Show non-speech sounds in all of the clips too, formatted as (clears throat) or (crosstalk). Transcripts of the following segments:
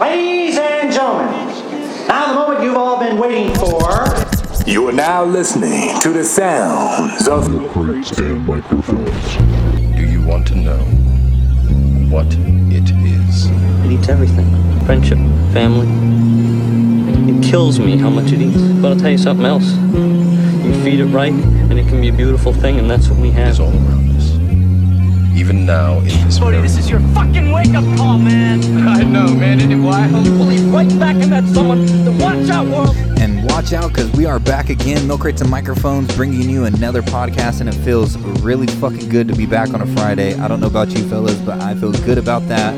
Ladies and gentlemen, now the moment you've all been waiting for. You are now listening to the sounds of crates and microphones. Do you want to know what it is? It eats everything friendship, family. It kills me how much it eats. But I'll tell you something else. You feed it right, and it can be a beautiful thing, and that's what we It have. is all around us. Even now in this Cody, very this is your fucking wake up call, man. I know, man. Isn't it wild? Pull you right back in that someone. The watch out world. And watch out because we are back again, Milk Crates and Microphones, bringing you another podcast. And it feels really fucking good to be back on a Friday. I don't know about you fellas, but I feel good about that.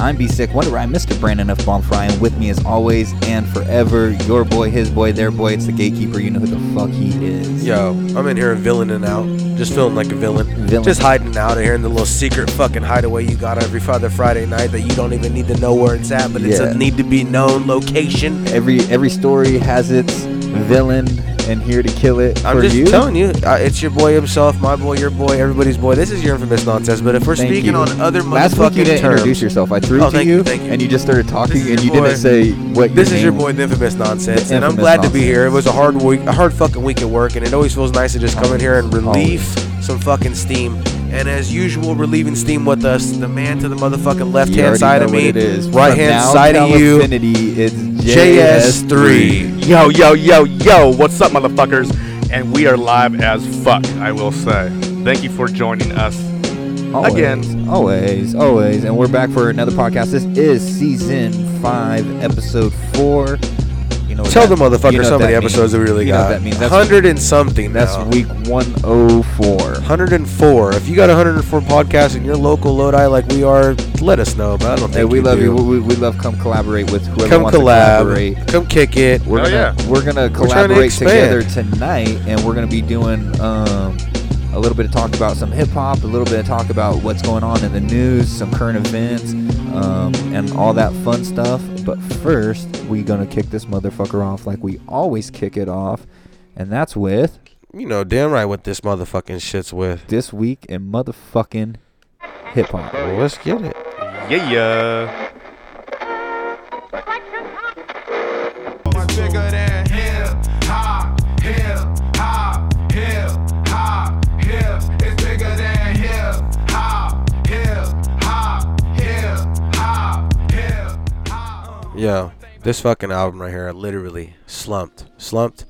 I'm B Sick, Wonder I, Mr. Brandon F. Bonfry, and with me as always and forever, your boy, his boy, their boy, it's the gatekeeper. You know who the fuck he is. Yo, I'm in here villaining out. Just feeling like a villain. Villain. Just hiding out of here in the little secret fucking hideaway you got every Father Friday night that you don't even need to know where it's at, but it's Yeah. a need to be known location. Every every story has its villain, and here to kill it I'm for just you. telling you, uh, it's your boy himself, my boy, your boy, everybody's boy. This is your infamous nonsense. But if we're Thank speaking you. on other Last week you motherfucking didn't terms, introduce yourself. I threw Oh, to thank you, you, thank you. and you just started talking, is and you your boy. didn't say what. your This is your name boy, the infamous nonsense, and I'm Infamous glad to be here. It Nonsense. was a hard week, a hard fucking week at work, and it always feels nice to just come in here and relieve some fucking steam. And as usual, relieving steam with us, the man to the motherfucking left You hand already side know of what me, it is. right From hand now side till of you, infinity, it's JS3. Yo, yo, yo, yo, what's up, motherfuckers? And we are live as fuck, I will say. Thank you for joining us. Always, Again. always, always, and we're back for another podcast. This is season five, episode four. You know, what Tell that- the motherfuckers you know how what many that episodes means. we really you Know got. what that means. That's, hundred and something. that's now. week one oh four. 104. If you got 104 podcasts in your local Lodi like we are, let us know. But I don't think Hey, we love do. you. We, we love come collaborate with whoever Come wants to collaborate. collab. Come kick it. We're Hell gonna we're gonna We're trying to collaborate together expand. tonight, and we're gonna be doing um, a little bit of talk about some hip hop, a little bit of talk about what's going on in the news, some current events, um, and all that fun stuff. But first, we gonna kick this motherfucker off like we always kick it off, and that's with You know damn right what this motherfucking shit's with. this week in motherfucking hip hop. Well, let's get it. Yeah, yeah. Yo, this fucking album right here, I literally slumped, slumped.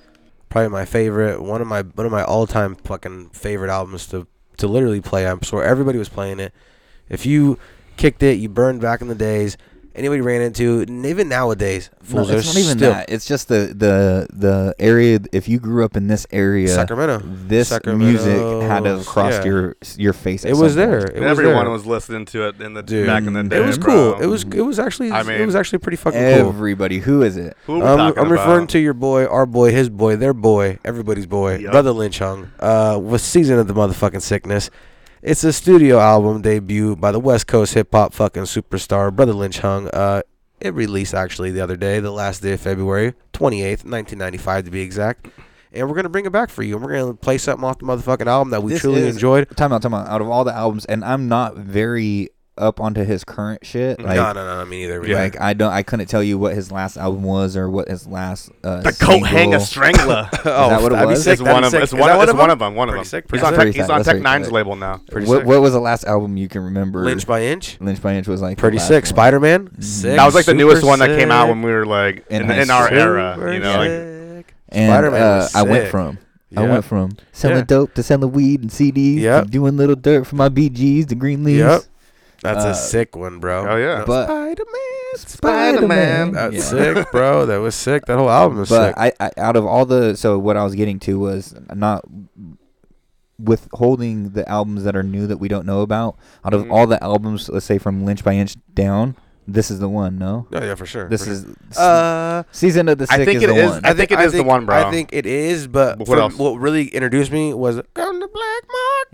Probably my favorite, one of my one of my all time fucking favorite albums to to literally play. I'm sure everybody was playing it. If you kicked it, you burned back in the days. Anybody ran into, and even nowadays, fools no, are it's not even still that. It's just the the the area. If you grew up in this area, Sacramento. this Sacramento, music had to cross yeah. your your face. at It was some point. there. It was Everyone there. was listening to it in the Dude. back in the day. It was cool. bro. It was it was actually I it mean, was actually pretty fucking cool. Everybody, who is it? Who are we I'm, talking Um, I'm referring about? to your boy, our boy, his boy, their boy, everybody's boy, Yup. brother Lin Chung, uh, with Season of the Motherfucking Sickness. It's a studio album debut by the West Coast hip hop fucking superstar, Brother Lin Chung. Uh, it released actually the other day, the last day of February, 28th, 1995 to be exact. And we're going to bring it back for you. And we're going to play something off the motherfucking album that we This truly is- enjoyed. Time out, time out. Out of all the albums, and I'm not very up onto his current shit. Like, no, no, no, no, me neither. really. like I don't, I couldn't tell you what his last album was or what his last. Uh, The coat hanger (laughs) single- strangler. (laughs) oh, that what it that'd be was? sick, It's one that'd of be sick. it's Is one, that it's one of them. One of them. Pretty sick, He's pretty on sick. Tech, he's on That's Tech pretty Nine's sick. label now. What, what was the last album you can remember? Lynch by Inch. Lynch by Inch was like the Pretty last sick. one. Mm. Spider Man. Sick. That was like the newest one that came out Super when we were like In in, high in our school. era. You know, like, Sick. And Spider-Man uh, was I went sick. from. I Yeah. went from selling Yeah. dope to selling weed and CDs, to Yep. doing little dirt for my BGs, the green leaves. Yep. That's Uh, a sick one, bro. oh yeah. But Spider-Man, Spider-Man. That's Yeah. sick, bro. That was sick. That whole album is but sick. I, I out of all the so what I was getting to was not withholding the albums that are new that we don't know about. Out Mm-hmm. of all the albums, let's say from Lynch by Inch down, this is the one. No, oh yeah, for sure. this for is sure. uh, season of the I sick think is it the is- one. I think it is the one, bro. I think it is, but What what, else? what really introduced me was on the black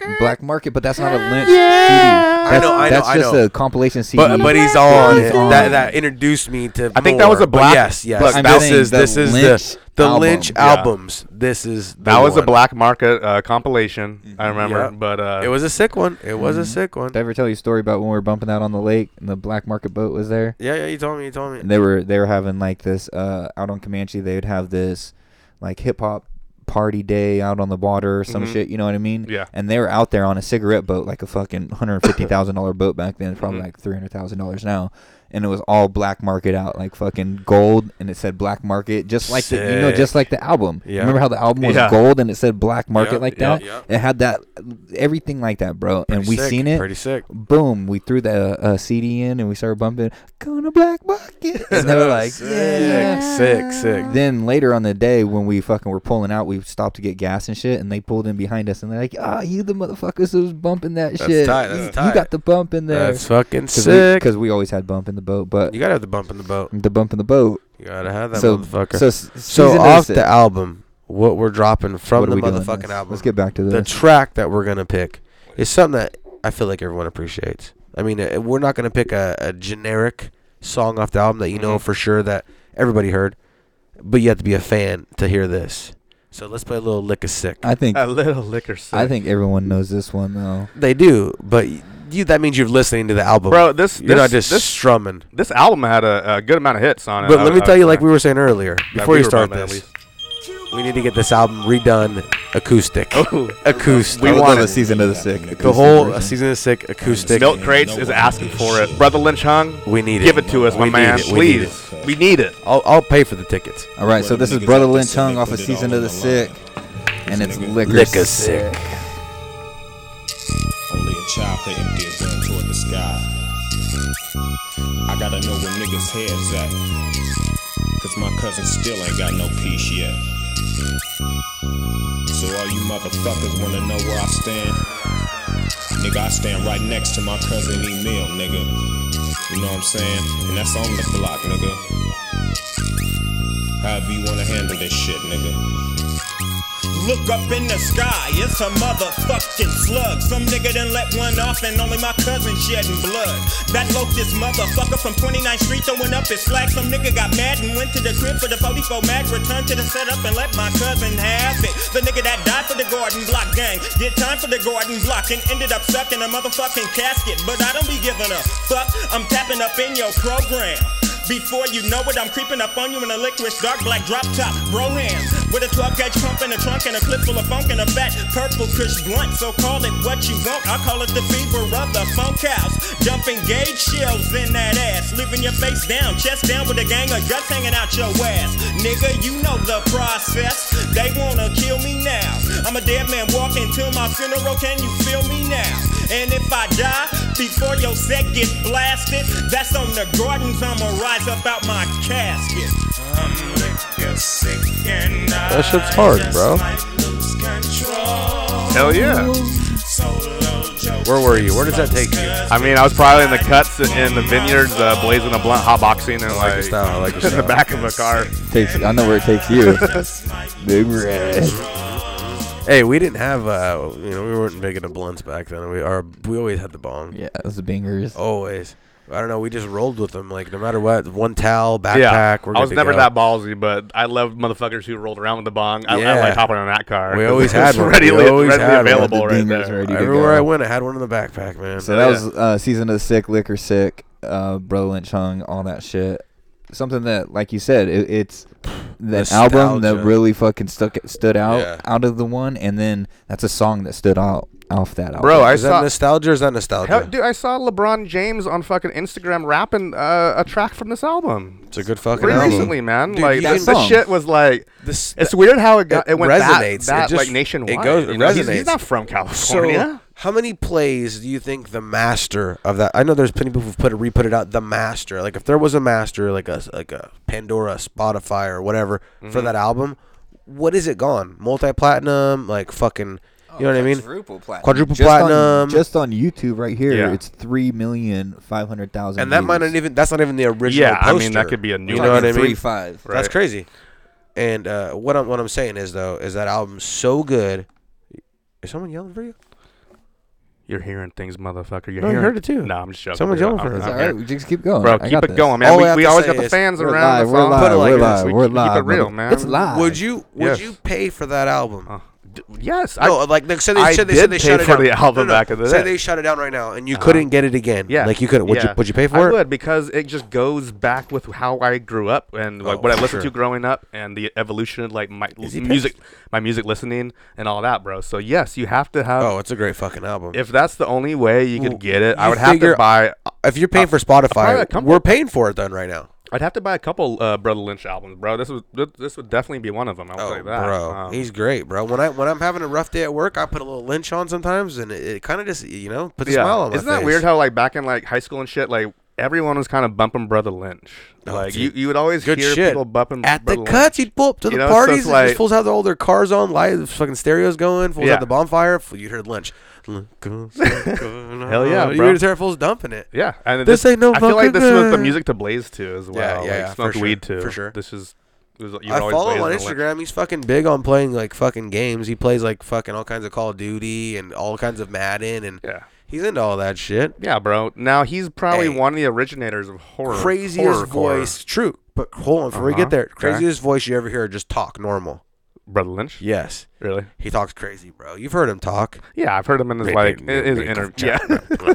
market. Black Market, but that's not a Lynch Yeah. CD. I That's, know, I know, that's I just know. a compilation CD. But but he's on He's it. on. That that introduced me to. I think that was more. a But black- Yes, yes. black I'm this saying is the this is Lynch the the album. Lynch yeah. albums. This is the That was a one. black market uh, compilation. I remember, Yeah. but uh, It was a sick one. It was a sick one. Did I ever tell you a story about when we were bumping out on the lake and the black market boat was there? Yeah, yeah. You told me. You told And me. they were they were having like this uh, out on Comanche. They would have this like hip hop party day out on the water or some Mm-hmm. shit. You know what I mean? Yeah. And they were out there on a cigarette boat, like (laughs) a fucking hundred fifty thousand dollar boat back then, probably Mm-hmm. like three hundred thousand dollars now. And it was all black market out, like fucking gold, and it said black market, just like the, you know, just like the album. Yeah. Remember how the album was Yeah. gold and it said black market like yeah, that? yeah. It had that everything like that, bro. and we sick, seen it pretty sick. boom, we threw the uh, CD in and we started bumping Gonna (laughs) Black Bucket. And they were like, yeah. Sick, sick. Then later on the day when we fucking were pulling out, we stopped to get gas and shit, and they pulled in behind us and they're like, ah, you the motherfuckers that was bumping that shit. tight, You- that's you, tight." got the bump in there. That's fucking sick. Because we, always had bump in the boat, but you gotta have the bump in the boat. the bump in the boat. You gotta have that so, motherfucker. so, So, s- season off is- the album, what we're dropping from what are the we doing? motherfucking Let's- album, Let's get back to the this. track that we're gonna pick is something that I feel like everyone appreciates. I mean, uh, we're not gonna pick a, a generic song off the album that you Mm-hmm. know for sure that everybody heard, but you have to be a fan to hear this. So let's play a little lick of sick. I think a little liquor. Sick. I think everyone knows this one though. they do, but you that means you're listening to the album, Bro, this- you're this- not just this- strumming. this album had a, a good amount of hits on it. But I- let me I- tell you, I- like we were saying earlier, that before we you were start bumping at this, least. Oh. we need to get this album redone acoustic. (laughs) acoustic. We I would want love it. a season of the sick. the whole season of sick acoustic. Milk Crates is asking for it. Brother Lynch Hung, We need it. give it to us, We my need man. it. We need Please. We need it. I'll, I'll pay for the tickets. All right, so this is Brother Lynch Hung off a season of the sick, and it's liquor, Liquor sick. Only a child could empty a gun toward the sky. I gotta know where niggas' heads at. Cause my cousin still ain't got no peace yet. So all you motherfuckers wanna know where I stand? Nigga, I stand right next to my cousin Emil, nigga. You know what I'm saying? And that's on the block, nigga. However you wanna handle this shit, nigga. Look up in the sky, it's a motherfucking slug. Some nigga done let one off, and only my cousin shedding blood. That locust motherfucker from 29th Street throwing up his flag. Some nigga got mad and went to the crib for the 44 mag. Returned to the setup and let my cousin have it. The nigga that died for the Garden Block gang did time for the Garden Block and ended up stuck in a motherfucking casket. But I don't be giving a fuck, I'm tapping up in your program. Before you know it, I'm creeping up on you in a liquid dark black drop top, bro hands. With a 12 gauge pump in a trunk and a clip full of funk and a fat purple kush blunt. So call it what you want, I call it the fever of the funk house. Dumping gauge shells in that ass, leaving your face down, chest down with a gang of guts hanging out your ass. Nigga, you know the process. They wanna kill me now. I'm a dead man walking to my funeral, can you feel me now? And if I die before your set gets blasted, that's on the gardens, I'ma rise up out my casket. I'm liquor sick and I That shit's hard, just bro. might lose control. Hell yeah. Solo jokes Where were you? Where does that take you? (laughs) I mean, I was probably in the cuts in the vineyards, uh, blazing a blunt, hotboxing, and like, style, I (laughs) like your in the style. back of a car. Takes, I know where it takes (laughs) you. Big red. Hey, we didn't have uh, you know, we weren't big into blunts back then. We are we always had the bong. Yeah, those are bingers. Always. I don't know. We just rolled with them. Like no matter what, one towel, backpack. Yeah, We're I was good to never go. that ballsy, but I love motherfuckers who rolled around with the bong. I, I Yeah. like hopping on that car. We always (laughs) It's had one. We readily, always readily had one. available The right dingers there. ready. to Everywhere go. I went, I had one in the backpack, man. So that Yeah. was uh, season of the sick, liquor sick, uh, bro Lynch hung, all that shit. Something that, like you said, it, it's that album that Nostalgia. really fucking stuck stood out Yeah. out of the one, and then that's a song that stood out off that album. Bro, I is that saw. nostalgia or is that nostalgia? Hell, dude, I saw LeBron James on fucking Instagram rapping uh, a track from this album. it's a good fucking Pretty album. recently, man. Dude, like you that, can- this shit was like. This, It's weird how it got. it It, went resonates. It That, that just- like it nationwide. goes- it you know? He's, he's resonates. not from So, California. how many plays do you think the master of that? I know there's plenty of people who've put it, re-put it out. The master, like if there was a master, like a like a Pandora, Spotify, or whatever Mm-hmm. for that album, what is it gone? Multi platinum, like fucking, you know what I mean? platinum. Quadruple just platinum. On, just on YouTube right here, Yeah. it's three million five hundred thousand. and that might not even that's not even the original. Yeah, I mean, that could be a new You one. know what I Three mean? five. Right. That's crazy. And uh, what I'm what I'm saying is though is that album's so good. Is someone yelling for you? You're hearing things, motherfucker. You're No, I hearing heard it too. No, I'm just joking. Someone's We're- yelling for I'm- us. I'm- All right, we just keep going. Bro, I keep got it this. going, All man. we We, have we to always say got the is fans we're around. live, us we're all. live, Put it like we're this. live, We we're keep it live, real, mother- man. It's live. Would you would Yes. you pay for that album? Uh, d- yes, I, no, like they, so they I said they did said they pay shut it for down. the album no, no, back in the say day. Uh-huh. they shut it down right now and you couldn't get it again. Yeah, like you couldn't. Would yeah. you would you pay for I it? would because it just goes back with how I grew up and like Oh, what I for listened sure. to growing up and the evolution of like my l- Is he music, my music listening and all that, bro. So yes, you have to have. Oh, it's a great fucking album. If that's the only way you could Well, get it, I you would have to figure- buy. If you're paying for probably a Spotify, couple- we're paying for it then right now. I'd have to buy a couple uh, Brother Lynch albums, bro. This would th- this would definitely be one of them. I'll Oh, tell you that, bro, Um, he's great, bro. When I when I'm having a rough day at work, I put a little lynch on sometimes, and it, it kind of just you know puts a smile on my Isn't that face. weird how like back in like high school and shit, like everyone was kind of bumping Brother Lynch. Oh, like dude. you, you would always Good hear shit. people bumping at the Brother cuts, Lynch. you'd pull up to the You know, so it's parties. and like- just fools had all their cars on, lights, fucking stereos going. Fools Yeah. had the bonfire. fool- You heard Lynch. Hell (laughs) Hell yeah, You bro. heard the fools dumping it. Yeah, and This ain't no I feel like fucking this was the good. music to blaze to as well. yeah, like, yeah, for smoke sure, weed to for sure. This is. It was, you I always follow him on blaze the Lynch. Instagram. He's fucking big on playing like fucking games. He plays like fucking all kinds of Call of Duty and all kinds of Madden, and Yeah, he's into all that shit. yeah, bro. Now he's probably Hey. one of the originators of horror. craziest horrorcore. voice. True, but hold on before we Uh-huh. get there. Okay. Craziest voice you ever hear just talk normal. Brother Lynch. Yes, Really? he talks crazy, bro. You've heard him talk. Yeah, I've heard him in his like in his interview.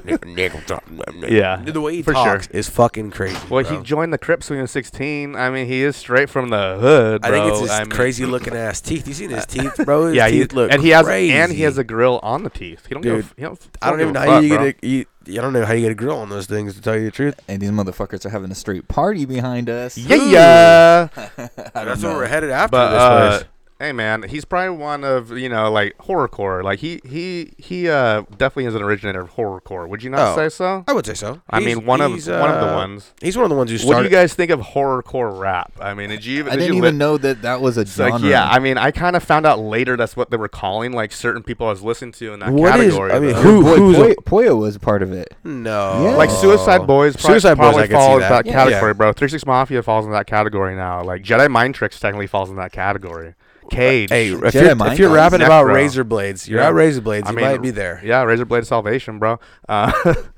Yeah, yeah. The way he For sure. talks is fucking crazy. Well, bro. he joined the Crips when he was 16. I mean, he is straight from the hood, I bro. think it's his mean- crazy looking ass teeth. You seen (laughs) his teeth, bro? His yeah, he, teeth look and he has crazy. and he has a grill on the teeth. He don't give. Dude, a f- He don't, I don't even know give a how fuck, you bro. get a, you, I don't know how you get a grill on those things to tell you the (laughs) truth. And these motherfuckers are having a straight party behind us. Yeah, yeah. I (laughs) don't That's know. where we're headed after But this uh, place. hey, man, he's probably one of you know like horrorcore. Like he he he uh definitely is an originator of horrorcore. Would you Oh. not say so? I would say so. I He's- mean, one of- he's, one of the uh, ones. He's one of the ones who What do you started. guys think of horrorcore rap? I mean, did you? I did didn't you even li- know that that was a It's like, genre. yeah, I mean, I kind of found out later that's what they were calling like certain people I was listening to in that What is- category. I mean, though. who- boy, who's Puyo, a- Puyo was part of it. No, Yeah. like Suicide Boys, probably, Oh. Suicide Boys, probably I could see falls that. that, Yeah. category, Yeah. bro. Three Six Mafia falls in that category now. Like Jedi Mind Tricks technically falls in that category. Cage, Hey, if Jedi you're, mind if you're games. rapping Necro. about razor blades, you're Yeah. at razor blades. I you mean, might be there. Yeah, Razor Blade of Salvation, bro. Uh,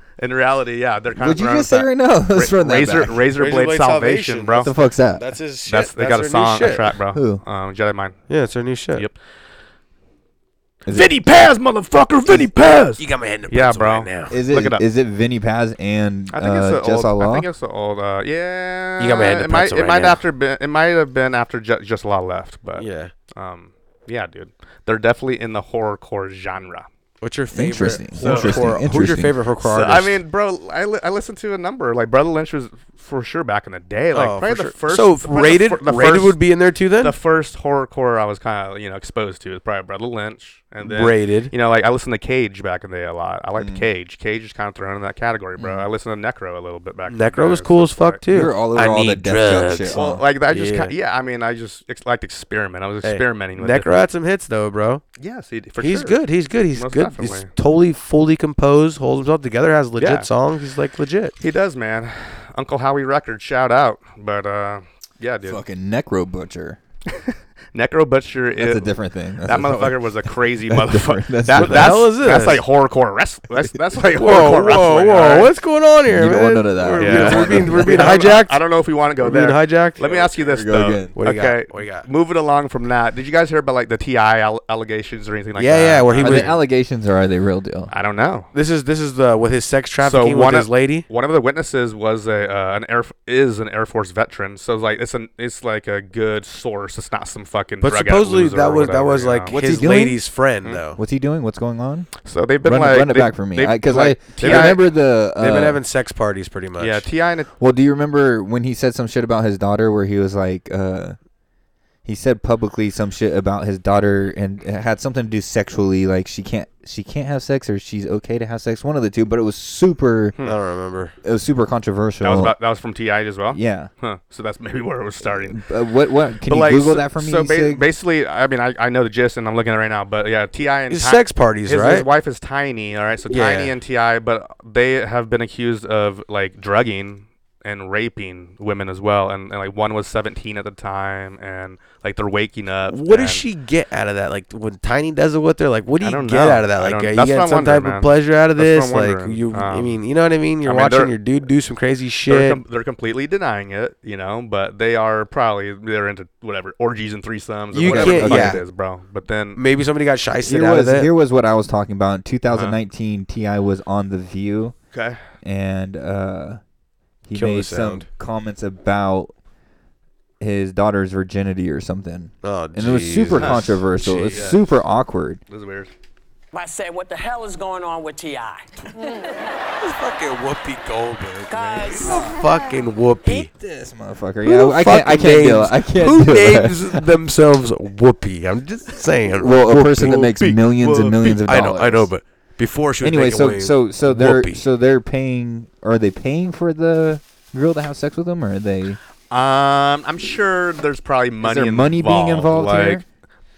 (laughs) in reality, yeah, they're kind Would of. you just say right now? Let's run that Razor, back. Razor Razor Blade, Blade Salvation, Salvation, bro. What the fuck's that? That's his shit. That's they got a song, a track, bro. Who? Um, Jedi Mind. Yeah, it's their new shit. Yep. Is it, Vinny Paz, motherfucker, Vinny Paz. got my hand in Yeah, pencil bro. is it, Look it up. is it Vinny Paz and I think uh, it's the Jess old. I Allah? think it's the old. Uh, yeah. You got my hand in It might. pretzel It right might now. after. Been, it might have been after Ju- Just Law left, but Yeah. Um, yeah, dude. They're definitely in the horrorcore genre. What's your favorite? Interesting, horror- interesting, horror- Who's your interesting. favorite horror So, artist? I mean, bro, I, li- I listened to a number. Like, Brother Lynch was for sure back in the day. Like, Oh, probably for the sure. first. So if probably rated, the, fir- the rated first, would be in there too. Then the first horrorcore I was kind of you know exposed to is probably Brother Lynch, and then Rated. Mm. You know, like I listened to Cage back in the day a lot. I liked Cage. Cage is kind of thrown in that category, bro. I listened to Necro a little bit back. in the Necro was day, cool so as it's fuck like- too. You're all over I all the need death joke drugs. shit. Well, huh? like I just Yeah. yeah. yeah, I mean, I just ex- liked experiment. I was Hey, experimenting with Necro had some hits though, bro. Yes, he, for he's sure. good. He's good. He's Most good. He's definitely. totally fully composed. Holds himself together. Has legit Yeah. songs. He's like legit. He does, man. Uncle Howie Records, shout out. But uh, yeah, dude, Fucking Necro Butcher. Necro Butcher That's is a different thing. That's that a- motherfucker was a crazy different. motherfucker. That's that, What different. that's, the hell is That's this? like horrorcore wrestling. That's, that's like Whoa, horrorcore whoa, wrestling. whoa! all right? What's going on here, You don't man? want none of that. We're, Yeah. we're being, we're being (laughs) I don't know- hijacked. I don't know if we want to go We're there. being hijacked. Let me ask you this Here we though. go again. What do you got? okay, What do you got? Moving along from that, did you guys hear about like the TI al- allegations or anything like Yeah, that? yeah, where he Are was- they allegations or are they real deal? I don't know. This is this is the with his sex trafficking one with his of, lady. One of the witnesses was a uh, an air F- is an Air Force veteran, so like it's an it's like a good source. It's not some fucking. But drug addict supposedly loser that or was that whatever, was you like know? What's he his doing? lady's friend Mm. though. What's he doing? What's going on? So they've been Run, like run it they- back for me, they- because like, I, TI remember the. They've been uh, having sex parties pretty much. Yeah, Ti and Well, do you remember when he said some shit about his daughter where he was like, uh, he said publicly some shit about his daughter and it had something to do sexually, like she can't she can't have sex or she's okay to have sex, one of the two, but it was super I don't remember. it was super controversial. Hmm. that was about, that was from Ti as well. Uh-huh. yeah. Huh. So that's maybe where it was starting. Uh, what what can but you like, Google so, that for me? So ba- Sig? basically, I mean, I, I know the gist, and I'm looking at it right now. But yeah, Ti and It's Ti- sex parties, his, right? his wife is Tiny. All right, so Yeah. Tiny and Ti, but they have been accused of like drugging and raping women as well. And, and like one was 17 at the time, and like they're waking up. What does and- she get out of that? Like when Tiny does it with her, like what do I you don't get know. out of that? I Like don't- uh, you that's what get I'm some type wondering, of man. pleasure out of That's this? what I'm Like wondering. you, I Um, mean, you know what I mean? You're I mean, watching they're- your dude do some crazy They're, shit. com- they're completely denying it, you know, but they are probably they're into whatever orgies and threesomes. Or You whatever the can't- fuck yeah. it is, bro. But then Maybe somebody got shysted Here out was of here it. was what I was talking about. Uh-huh. In 2019, Ti was on the View, okay, and uh, he Kill the made some sound. comments about his daughter's virginity or something, Oh, and it was super Jesus. controversial. It's Jesus. super awkward. this is weird. I say, what the hell is going on with T.I.? Fucking Whoopi Goldberg, man. Guys. Fucking Whoopi. This motherfucker. Who Yeah, the I can't. I fucking can't do it. names- I can't Who do (laughs) it. (laughs) names themselves Whoopi? I'm just saying. Well, a person that Whoopi, makes millions and Whoopi. millions of I dollars. know, I know, but before she was anyway, making so waves, so so they're Whoopi. so they're paying. Are they paying for the girl to have sex with them, or are they? Um, I'm sure there's probably money. there money being involved like, here?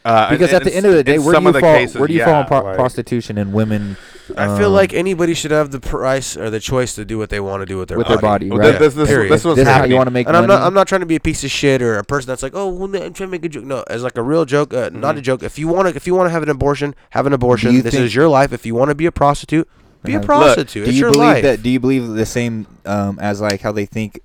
Uh, and- Because and at the in end of s- the day, in where do some you of the fall? cases, where do you yeah, fall in pro- like- prostitution and women? I feel um, like anybody should have the price or the choice to do what they want to do with their With body. their body, Well, right? th- this- this- Period. this was This is how you happening. want to make and money. I'm not, I'm not trying to be a piece of shit or a person that's like, oh, well, no, I'm trying to make a joke. No, as like a real joke, uh, not a joke. If you want to, if you want to have an abortion, have an abortion. Mm-hmm. you This think- is your life. If you want to be a prostitute, be a Look, prostitute. do it's you your believe life. that? Do you believe the same um, as like how they think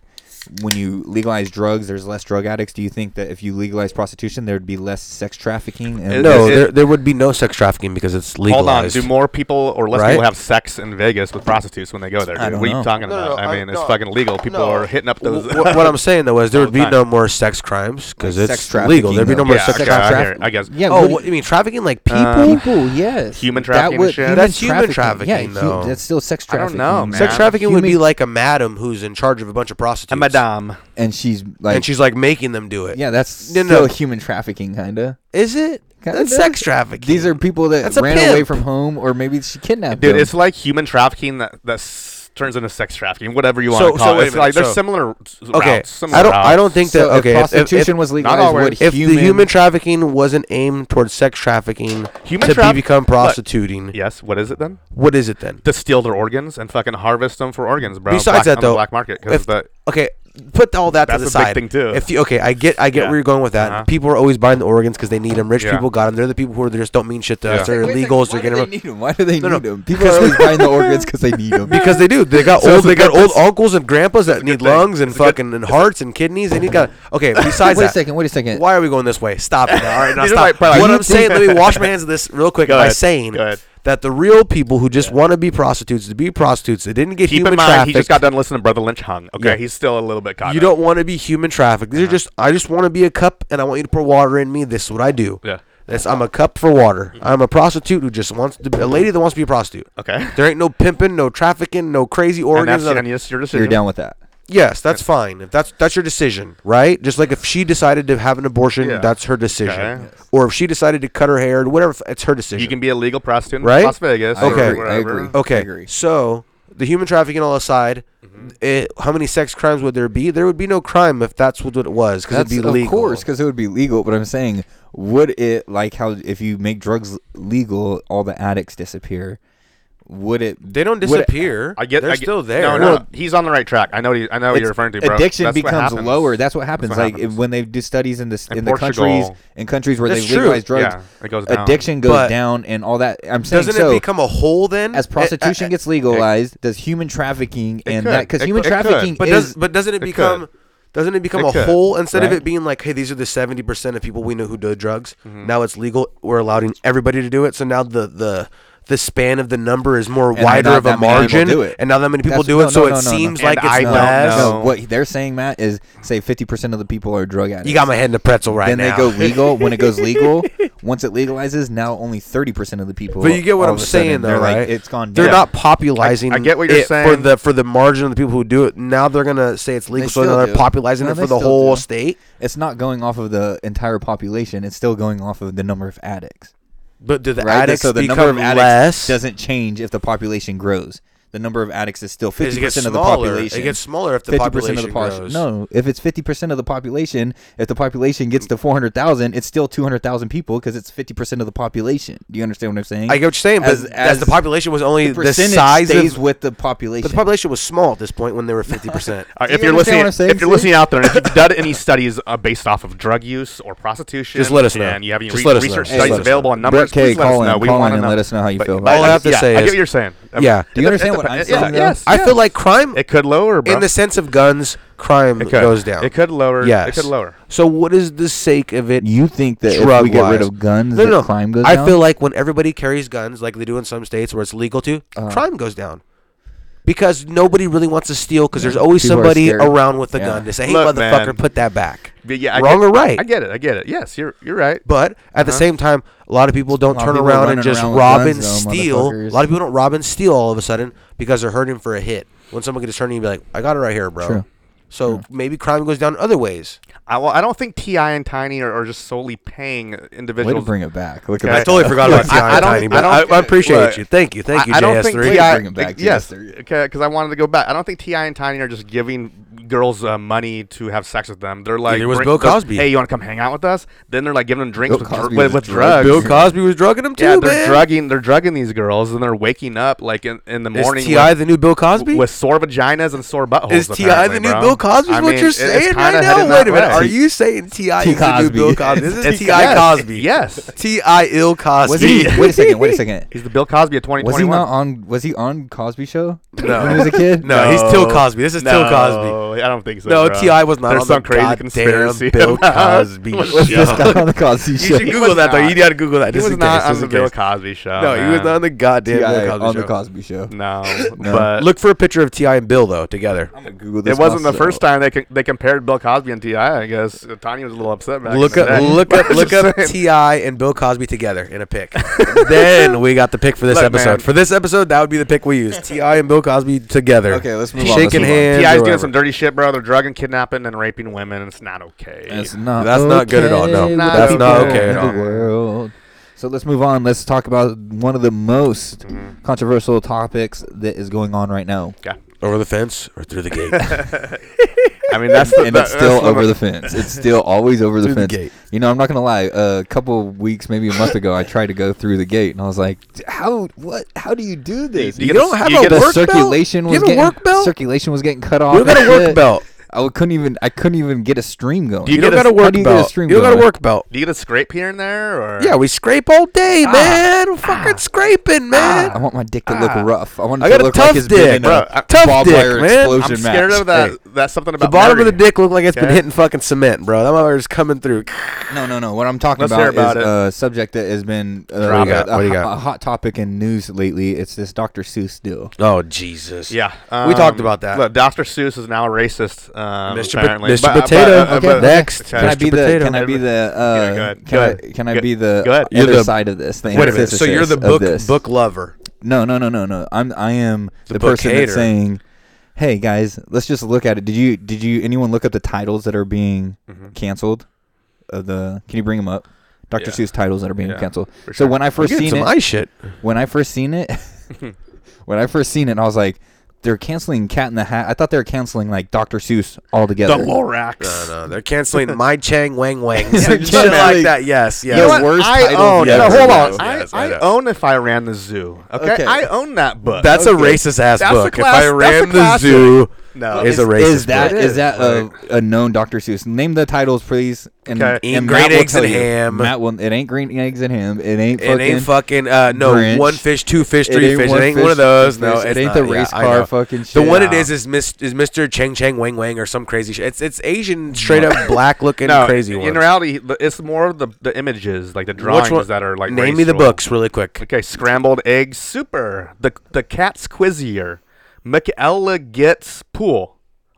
when you legalize drugs, there's less drug addicts? Do you think that if you legalize prostitution, there'd be less sex trafficking? And No, no, It- there, there would be no sex trafficking because it's Hold on. legalized. Do more people or less Right? people have sex in Vegas with prostitutes when they go there? I dude? don't what are know. you talking No, no, about? no, I I- mean, it's no, fucking legal. People no. are hitting up those. Wh- (laughs) what I'm saying though is there would be All the no time. more sex crimes because Like it's sex legal. There'd be trafficking, no more yeah, sex okay, crimes. I, hear it, I guess. yeah, oh, what do what, you- Um, you mean trafficking like people? Uh, people, yes, Human That trafficking would- and shit? human That's human Yeah, trafficking, hu- though. that's still sex I don't trafficking. know, man. sex trafficking would be Human- like a madam who's in charge of a bunch of prostitutes, A madame. and she's like, and she's like making them do it. yeah, that's No, still no. human trafficking, kinda. Is it? Kinda That's does. sex trafficking. These are people that That's a ran away pimp. from home, or maybe she kidnapped Dude, them. it's like human trafficking that that s- turns into sex trafficking, whatever you want So- to so call wait a it. It's minute, like there's so- similar. s- okay. routes, similar I don't. routes. I don't think so that. Okay, if if- if- prostitution if- was all legalized, words. would if human, the human trafficking wasn't aimed towards sex trafficking Human to traf- be become Look. prostituting, Yes. What is it then? what is it then? To steal their organs and fucking harvest them for organs, bro. Besides black, that, on though, the black market. 'cause if- the- Okay, put all that That's to a the big side. thing, too. If you, okay, I get, I get Yeah. where you're going with that. Uh-huh. People are always buying the organs because they need them. Rich Yeah. people got them. They're the people who are just don't mean shit to Yeah. us. They're Wait a second, illegals. Why They're do getting they them need them? Why do they No, need no. them? (laughs) People are always buying the organs because they need them. because they do. They (laughs) got So old. it's a They got good- old uncles and grandpas that a need good thing. lungs and It's a good- fucking and hearts and kidneys. And you (laughs) got okay. Besides wait a that, second. Wait a second. Why are we going this way? Stop it. All (laughs) right, now You're stop. like, probably what like- I'm saying, let me wash my hands of this real quick Go by ahead. saying Go ahead. that the real people who just want to be prostitutes, to be prostitutes, they didn't get keep human in mind, he trafficked. just got done listening to Brother Lynch hung. Okay, Yeah. he's still a little bit caught. you up. Uh-huh. don't want to be human trafficked. These are just I just want to be a cup, and I want you to pour water in me. This is what I do. Yeah. Mm-hmm. That's, I'm a cup for water. I'm a prostitute who just wants to be a lady that wants to be a prostitute. Okay. There ain't no pimping, no trafficking, no crazy And that's organs. none and of- it's your decision. You're down with that. Yes, that's fine. If that's that's your decision, right? Just like if she decided to have an abortion, Yeah. that's her decision. Okay. Yes. Or if she decided to cut her hair, whatever, f- it's her decision. You can be a legal prostitute in Right? Las Vegas. I or agree, I wherever. agree. Okay. I agree. So the human trafficking all aside, Mm-hmm. it, how many sex crimes would there be? There would be no crime if that's what it was, because it'd That's be of legal. course because it would be legal. But I'm saying, would it like how if you make drugs legal, all the addicts disappear? Would it? they don't would it- disappear. I get. They're I get- still there. No, no, no, he's on the right track. I know. He, I know what it's- you're referring to. Bro. Addiction That's what becomes happens. lower. That's what happens. what like happens. If, when they've did studies in this In in, the countries Portugal. in countries where That's they true. legalize drugs, Yeah, it goes down. addiction goes But- down and all that. I'm saying Doesn't so. it become a whole then? as I- I- prostitution gets legalized, does human trafficking and could. that because uh, It human could. It could. trafficking But is does but doesn't it, could. become doesn't it become It a could, whole instead of right? it being like, hey, these are the seventy percent of people we know who do drugs. Mm-hmm. Now it's legal. We're allowing everybody to do it. So now the the the span of the number is more And wider not of a that many people margin, do it. and now that many people That's- do no, it, so no, it no, no, no. seems And like it's I don't less. know. no, what they're saying, Matt, is say 50% of the people are drug addicts. You got my head in a pretzel right then now. (laughs) they go legal. When it goes legal, once it legalizes, now only 30% of the people. But you get what all I'm of a sudden, saying, though, they're like, right? It's gone down. They're not popularizing. I- I get what you're it for saying. the for the margin of the people who do it. Now they're gonna say it's legal, so still now they're do. popularizing No, it they for the still whole do. state. It's not going off of the entire population. It's still going off of the number of addicts. But do the Right? addicts so the become number of addicts less? doesn't change if the population grows. the number of addicts is still Because fifty it gets percent of the smaller. population. It gets smaller if the 50% population of the population. grows. No, if it's 50% of the population, if the population gets to 400,000, it's still 200,000 people because it's 50% of the population. Do you understand what I'm saying? I get what you're saying, but As- as, as the population was only the the, percentage size stays of, with the population. but the population was small at this point when they were (laughs) 50%. Uh, you if you are understand listening, what I'm saying, if you're see? listening out there, and if you've done any studies uh, based off of drug use or prostitution, Just let us know. And you have any Just re- let us know. research Just studies let us available know. on Brett numbers, K, please let call us in. know. We Call want in to and know. let us know how you feel about All it. I have to yeah, say I get is- what you're saying. I mean, yeah. it Do you dep- understand it what I'm dep- saying, Yeah, though? yes, I yeah. feel like crime, it could lower, bro. in the sense of guns, crime it could. goes down. It could lower. Yes. It could lower. So what is the sake of it? You think that if drug we get rid wise? of guns, no, that no, no. crime goes I down? feel like when everybody carries guns, like they do in some states where it's legal to, Uh-huh. crime goes down. Because nobody really wants to steal because there's always People are somebody scared. around with a Yeah. gun to say, hey, Look, motherfucker, man. put that back. But yeah, I Wrong get- or right? I get it. I get it. Yes, you're you're right. But at the same time, a lot of people don't Uh-huh. lot turn of people around and running just around with rob guns, and though, steal. A motherfuckers. lot of people don't rob and steal all of a sudden because they're hurting for a hit. When someone gets turning, you be like, I got it right here, bro. True. So maybe crime goes down other ways. I, well, I don't think Ti and Tiny are, are just solely paying Way to individuals. bring it back. Look at Okay. that. I totally forgot (laughs) about T.I. and Tiny, but I- I appreciate you. Thank you. Thank I, I don't think Way to Ti. bring it back, th- yes, JS3. because I wanted to go back. I don't think Ti and Tiny are just giving girls uh, money to have sex with them. They're like, Neither was bring- Bill they're- Cosby. Hey, you want to come hang out with us? Then they're like giving them drinks Bill with, dr- Cosby with, was with drug- drugs. Bill Cosby was drugging him too, yeah, they're man. drugging. They're drugging these girls, and they're waking up like in, in the morning. Is Ti with- the new Bill Cosby? with sore vaginas and sore buttholes. Is Ti apparently, the new bro. Bill Cosby? I Is what mean, you're it- it's saying kinda right now? headed Wait a that minute. way. Are you saying Ti T. is the new Bill Cosby. Cosby? (laughs) This is It's- Ti yes, Cosby. Yes, Ti ill Cosby. Was (laughs) he, (laughs) wait a second. Wait a second. he's the Bill Cosby of Was he 2021. not on? Was he on Cosby Show No. when he was a kid? No, he's Till Cosby. This is Till Cosby. I don't think so. No, bro. T.I. was not There's on some the crazy goddamn (laughs) conspiracy. Bill about- (laughs) Cosby What's show. this This guy on the Cosby Show. should Google that, though. You gotta Google that. He was not on the Bill Cosby show. No, he was man. not on the goddamn T.I. Bill Cosby on show. the Cosby Show. (laughs) No, but Look for a picture of Ti and Bill though together. I'm gonna Google this it wasn't the myself. first time they co- they compared Bill Cosby and Ti. I guess Uh, Tanya was a little upset. Back Look in the up, day. (laughs) look up, Just look up saying. Ti and Bill Cosby together in a pic. (laughs) then we got the pic for this Look, episode. man. For this episode, that would be the pic we use. Ti and Bill Cosby together. Okay, let's move on, Shaking let's move on. hands. Ti's or doing some whatever. dirty shit, bro. They're drugging, kidnapping, and raping women. It's not okay. That's not. That's not good at all, no. with That's the not people okay in at the all. world. So let's move on. Let's talk about one of the most Mm-hmm. controversial topics that is going on right now, (laughs) over the fence or through the gate. I mean, that's the, and that- it's still that's over the fence. It's still (laughs) always over the Through the fence. gate. You know, I'm not gonna lie. A couple of weeks, maybe a month ago, I tried to go through the gate, and I was like, "How? What? How do you do this? (laughs) you you get don't a- have you a get a work circulation belt. was you have getting a work belt. circulation was getting cut off. you don't got and a work shit. belt. I w- couldn't even. I couldn't even get a stream going. You You don't get a- got a how work do you get a belt. stream you don't got a going? work belt. Do you get a scrape here and there, or Yeah, we scrape all Ah. day, man. Fucking scraping, man. Ah, Ah. I want my dick to look rough. I want it I to got a look tough like it's been dick, in bro. a I- Tough barbed dick, wire man. explosion I'm scared match. of that. Hey. That's something about the bottom of the Mary. dick looked like it's been Okay. hitting fucking cement, bro. That motherfucker's coming through. No, no, no. What I'm talking Let's about, hear about is it. a subject that has been uh, Drop it. a, What do you ho- got? a hot topic in news lately. It's this Dr. Seuss deal. (laughs) Oh Jesus. Yeah, um, We talked about that. Look, Dr. Seuss is now a racist. Um, Mr. Pot- Apparently. Mr. Potato. uh, Okay, next. Can I Mr. be the? Potato Can I be the? Uh, Yeah, go ahead. Can, Go I, ahead. can I Go- be the go ahead. other You're the- side of this thing? Wait a minute. So you're the antithesis of book this? book lover. No, no, no, no, no. I'm I am the, The book person that's hater. saying, "Hey guys, let's just look at it." Did you did you anyone look up the titles that are being canceled? Of the can you bring them up? Dr. Yeah. Seuss titles that are being Yeah, canceled. for So sure. when I We're first getting seen some it, eye (laughs) shit. when I first seen it, (laughs) when I first seen it, I was like, "They're canceling Cat in the Hat." I thought they were canceling like Dr. Seuss altogether. The Lorax. No, Oh, they're canceling (laughs) my Chang Wang (laughs) Wang. Shit like- like that. Yes. You know Yes. what? worst I titles own. ever, No, hold on. yes, I, yes, I I, know. own if I ran the zoo. Okay, Okay. I own that book. That's a Okay. racist ass That's a book. if class- I that's a ran the classic. zoo, No. is a Is- racist. Is that book. is that a, a known Dr. Seuss? Name the titles, please. And, Okay. Eat and green Matt will eggs tell and you. ham. Matt will. It ain't green eggs and ham. It ain't. It ain't fucking- fucking uh, no Grinch. one fish, two fish, It three ain't fish. one It ain't fish, one of those. two No, fish. It it's ain't not. the Yeah, race I car know. fucking The shit. one it No. is is Miss is Mister Chang Chang Wang Wang or some crazy shit. It's it's Asian straight up black (laughs) looking No, crazy in one. reality, the- it's more of the, the images, like the drawings that are like. Name me the racial. books really quick. Okay, scrambled eggs, super. The the cat's quizzier. Michaela gets pool.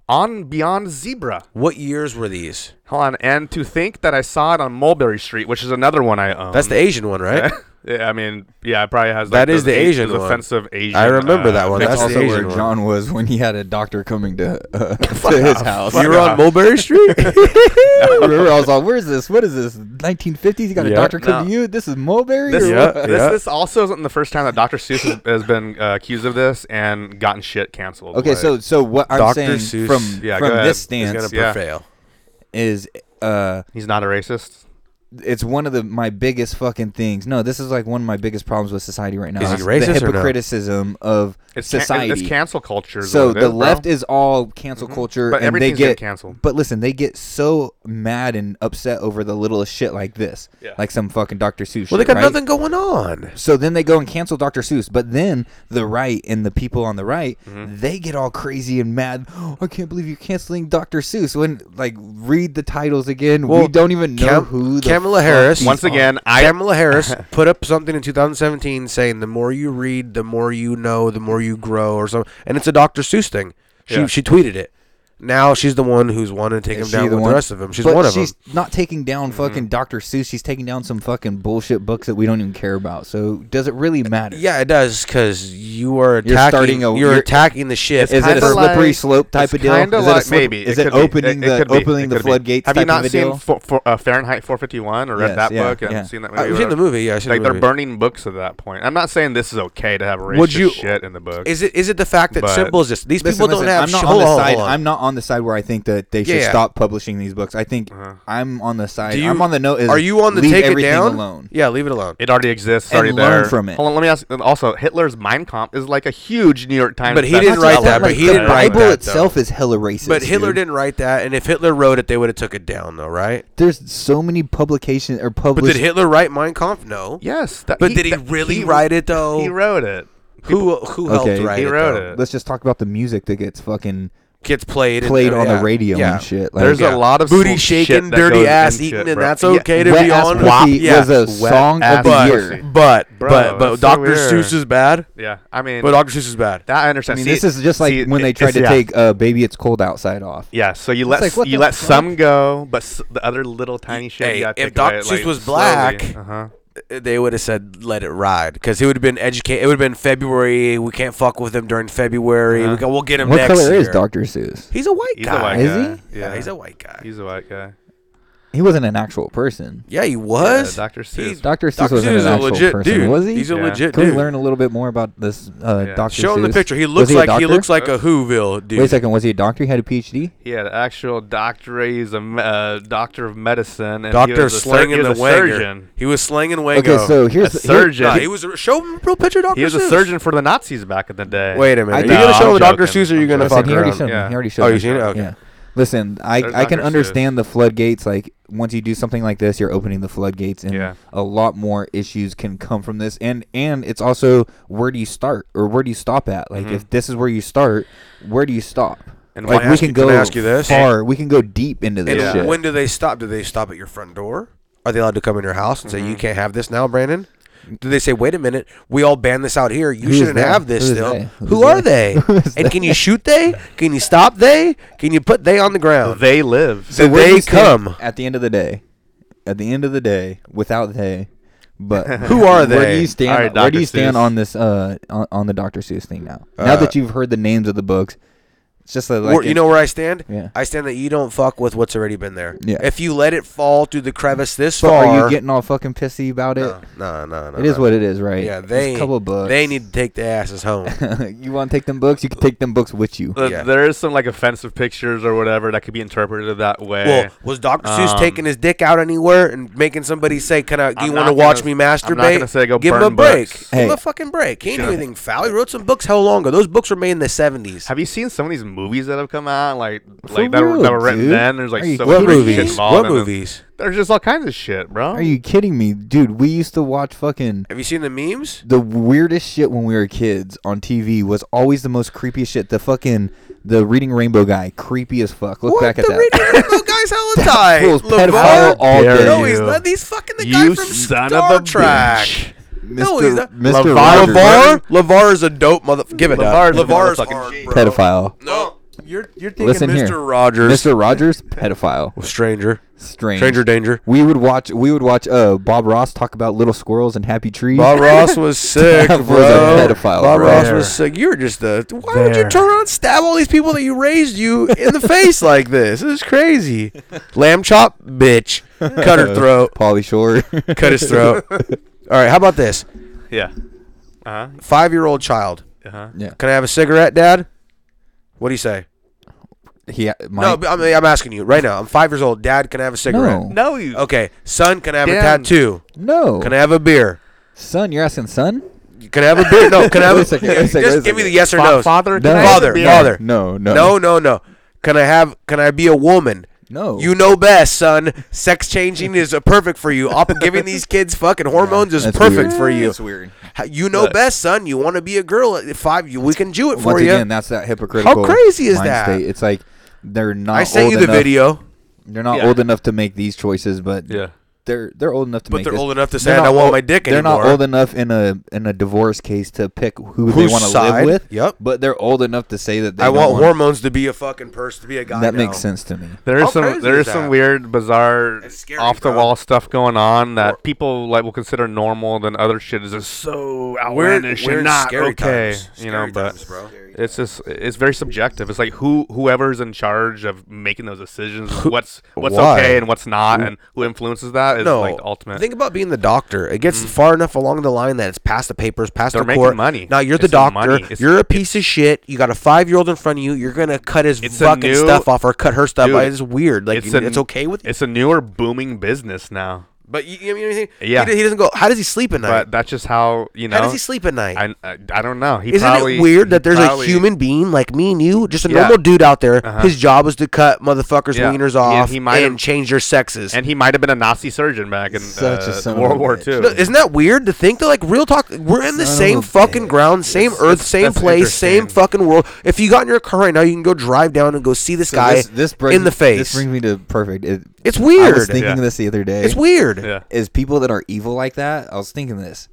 On beyond zebra. What years were these? Hold on, and to think that I saw it on Mulberry Street, which is another one I own. Mm. (laughs) That's the Asian one, right? Yeah, I mean, yeah, it probably has. That Like is those the a- Asian those one. Offensive Asian. uh, I remember that one. things. That's That's the also where Asian one. John was when he had a doctor coming to, uh, to his house. Oh, You were (laughs) on Mulberry Street? (laughs) I remember I was like, "Where's this? What is this? 1950s? You got a Yeah. doctor come No. to you? This is Mulberry?" This, or Yeah, what? this, yeah. this also isn't the first time that Dr. Seuss has, has been uh, accused of this and gotten shit canceled. Okay, Like, so so what I'm Dr. saying Seuss- from Yeah, go from ahead. this It's He's stance going to Yeah. prevail. is uh he's not a racist. it's one of the my biggest fucking things. No, this is like one of my biggest problems with society right now. Is he It's racist the or no? hypocriticism of It's can- society. it's cancel culture. is so what it the is, bro. Mm-hmm. left is all cancel culture, But and they everything's getting get canceled. But listen, they get so mad and upset over the littlest shit like this, Yeah. like some fucking Dr. Seuss. Well, they shit, got right? nothing going on. So then they go and cancel Dr. Seuss, but then the right and the people on the right, Mm-hmm. they get all crazy and mad. (gasps) Oh, I can't believe you're canceling Dr. Seuss. When like read the titles again, we Well, don't even know Cam- who the Kamala fuck Harris- these Once are. again, I Kamala (laughs) Harris put up something in 2017 saying the more you read, the more you know, the more you grow, or something. And it's a Dr. Seuss thing. She Yeah. she tweeted it. Now she's the one who's wanting to take Is him down she with one? the rest of them. She's But one of she's them. not taking down fucking Dr. Seuss. She's taking down some fucking bullshit books that we don't even care about. So does it really matter? Yeah, it does because you are attacking. You're You're, starting a- you're- attacking the ship. Is it a kinda slippery like- slope type of deal? Kind Is of it a like slip- maybe. Is it it could be. opening It- it the could be. It opening the could be. floodgates? Have type you not of a seen deal? Fo- Fo- uh, Fahrenheit 451 or read Yes, that yeah, book? I haven't yeah. seen that movie. I've seen whatever. the movie. Yeah, I've seen Like the they're movie. burning books at that point. I'm not saying this is okay to have racist Would you- shit in the book. Is it is it the fact that But- simple as this? These Listen, people don't listen, have. I'm not sh- on hold the on, side. hold on. I'm not on the side where I think that they should Yeah. Uh-huh. stop publishing these books. I think I'm on the side. Do you- I'm on the note. Is Are you on the leave take it everything down? alone? Yeah, leave it alone. It already exists. It's And already learn there. from it. Hold on, let me ask. and Also, Hitler's Mein Kampf is like a huge New York Times. But he bestseller. didn't write that, but like, he the didn't write Bible that, though. itself is hella racist. But Hitler dude. didn't wrote that, and if Hitler wrote it, they would have took it down, though, right? There's so many publications or But published. did Hitler write Mein Kampf? No. Yes, that- But did he that- really write it, though? He wrote it. Who who helped Okay. write He it? wrote though? it. Let's just talk about the music that gets fucking Gets played and- played on yeah, the radio yeah. and shit. Like, There's Yeah. a lot of booty shit shaking, that dirty goes ass into eating, it, and bro. that's Yeah. okay to Wet be Ass on. Pussy yeah. was a Wet song of Ass the but, year. Pussy. but Bro, but but that's so Dr. weird. Seuss is bad. Yeah, I mean, But Dr. Seuss is bad. that I understand. I mean, See, this is just like see, when they it- tried to it's- yeah. take uh, "Baby It's Cold Outside" off. Yeah, so you let like, s- what you the let fuck? some go, but s- the other little tiny shit. Hey, you gotta if take Dr. away, Seuss like, was slowly. black- Uh-huh. They would have said let it ride because it would have been educate. It would have been February. We can't fuck with him during February. We go, we'll get him What next color is year. Dr. Seuss? He's a white Uh-huh. He's guy. a white Is guy. Yeah. he's a white guy. He's a white guy. He wasn't an actual person. yeah, he was. Dr. Seuss. He's- Dr. Seuss wasn't Seuss is an actual a legit person, dude. was he? He's a Yeah. legit Can dude. we learn a little bit more about this uh, Yeah. Dr. Show him the Seuss? picture. He Was looks a like he doctor? looks like a Whoville dude. Wait a second. Was he a doctor? He had a PhD. He had an actual doctorate. He's a me- uh, doctor of medicine. And he Doctor was a sur- he slinging was the a wanger. surgeon. He was slinging wango. Okay, so here's A the- here- surgeon. Nah, he was a, show him a real picture, of Doctor. He was a Seuss. surgeon for the Nazis back in the day. Wait a minute. I- Are you No, gonna show I'm the Doctor joking. Seuss, or are you I'm gonna joking. fuck Listen, he already around? showed Yeah. me. He already showed Oh, me. you seen it? Okay. Yeah. Listen, I, There's I can Dr. Seuss. understand the floodgates. Like once you do something like this, you're opening the floodgates, and Yeah. a lot more issues can come from this. And and it's also where do you start or where do you stop at? Like Mm-hmm. if this is where you start, where do you stop? And like why- we can go I ask you this? far. We can go deep into this And Yeah. shit. when do they stop? Do they stop at your front door? Are they allowed to come in your house and Mm-hmm. say you can't have this now, Brandon? Do they say, "Wait a minute, we all banned this out here. You Who's shouldn't they? have this Who's still." they? (laughs) Who's Who are they? and can you shoot they? Can you stop they? Can you put they on the ground? They live. So where do they you stand come. at the end of the day. At the end of the day, without they, (laughs) but Who are Where do they? you stand? All right, where do Dr. you stand Seuss. on this? Uh, on, on the Dr. Seuss thing now. now that you've heard the names of the books, it's just a, like Where- Uh, you it- know where I stand? Yeah. I stand that you don't fuck with what's already been there. Yeah. If you let it fall through the crevice this So far, are you getting all fucking pissy about it? no, no, no, no. It is no. what it is, right? Yeah, It's they a couple books. They need to take their asses home. (laughs) you want to take them books? You can take them books with you. Th- Yeah. There is some like offensive pictures or whatever that could be interpreted that way. Well, was Dr. Seuss Um, taking his dick out anywhere and making somebody say, "Can I? Do I'm you not want to watch gonna- me masturbate?" I'm not gonna say go Give him burn a break. books. Give him Hey. a fucking break. He ain't do anything foul. He wrote some books. How long ago? Those books were made in the seventies. Have you seen some of these movies that have come out, like For like that, were, that real, were written dude. then? There's like Are you so kidding What much What me? shit movies? involved What in them. movies? There's just all kinds of shit, bro. Are you kidding me, dude? We used to watch fucking Have you seen the memes? the weirdest shit when we were kids on TV was always the most creepiest shit. The fucking the Reading Rainbow guy, creepy as fuck. Look What back the at that. reading (laughs) little guy's hella tight. fool's LeVar? pedophile all dare No, day. he's you. not. He's fucking the guy You from son Star of a Trek. bitch. No, he's not. Mr. LeVar Rogers, Levar, Levar is a dope mother. Give it LeVar's up. a Levar is motherfucking hard, (laughs) G. bro. pedophile. No, You're you're thinking Listen Mr. here, Rogers. Mr. Rogers, pedophile, Stranger. strange, Stranger danger. We would watch. We would watch. Uh, Bob Ross talk about little squirrels and happy trees. (laughs) Bob Ross was sick, Was a bro. pedophile, Bob bro. Ross There. was sick. You were just a. Why would you There. turn around and stab all these people that you raised you in (laughs) the face like this? This is crazy. Lamb chop, bitch. Cut (laughs) her throat. Polly Shore. (laughs) Cut his throat. All right. How about this? Yeah. Uh huh. Five year old child. Uh huh. yeah. Can I have a cigarette, Dad? What do you say? He, uh, No, Mike, but I mean, I'm asking you right now. I'm five years old. Dad, can I have a cigarette? no, no, No, you. Okay. Son, can I have a Damn. tattoo? Can I have a beer? son, you're asking son. Can I have a beer? No, can I have (laughs) Wait a, a second, wait a second, wait a Just give me second. the yes or Fa- no. No. Father, can I have a Father, beer? father. No, no, No, no, no. Can I have? Can I be a woman? no. You know best, son. Sex changing is uh, perfect for you. Op- giving these kids fucking hormones is That's perfect weird. for you. That's weird. Ha- You know best, son. You want to be a girl at five? You, we can do it for Once you. again, that's that hypocritical. crazy is mind that? State. It's like they're not. I sent old you the enough- video. They're not Yeah. old enough to make these choices, but Yeah. they're they're old enough to But make. they're this. old enough to They're say, "I not don't want old- my dick They're not anymore." old enough in a in a divorce case to pick who they Whose want to live side? with. Yep. But they're old enough to say that they I don't want wanna- hormones to be a fucking person, to be a guy. That now. makes sense to me. There's How some crazy there's is some that? weird, bizarre, It's scary, off the bro. wall stuff going on that people like will consider normal. Then other shit is just so We're, outlandish we're and in not scary okay. times. You Scary know, but times, bro. it's just it's very subjective. It's like who whoever's in charge of making those decisions, what's what's why? okay and what's not, and who influences that is no, like the ultimate. Mm. Think about being the doctor. It gets far enough along the line that it's past the papers, past They're the making court. money. Now you're It's the the doctor. money. It's- you're a piece of shit. You got a five year old in front of you. You're gonna cut his It's a fucking new- stuff off or cut her stuff. Dude, off. it's weird. Like it's, a- it's okay with you. It's a newer booming business now, But you, you know what I mean? Yeah. He, he doesn't go. How does he sleep at night? but that's just how you know. how does he sleep at night? I, I, I don't know. He Isn't probably, it weird he that there's probably- a human being like me and you, just a Yeah. normal dude out there? Uh-huh. His job was to cut motherfuckers' Yeah. wieners He- off he might have- and change their sexes. and he might have been a Nazi surgeon back in Such a uh, son of a World War bitch. II. No, isn't that weird to think that like real talk we're in the Son same of a fucking bitch. ground, same earth, it's- same that's place, same interesting. fucking world. If you got in your car right now, you can go drive down and go see this So guy this, this brings, in the This face. brings me to perfect. It, it's I was weird. thinking Yeah. this the other day. It's weird. yeah. Is people that are evil like that? I was thinking this.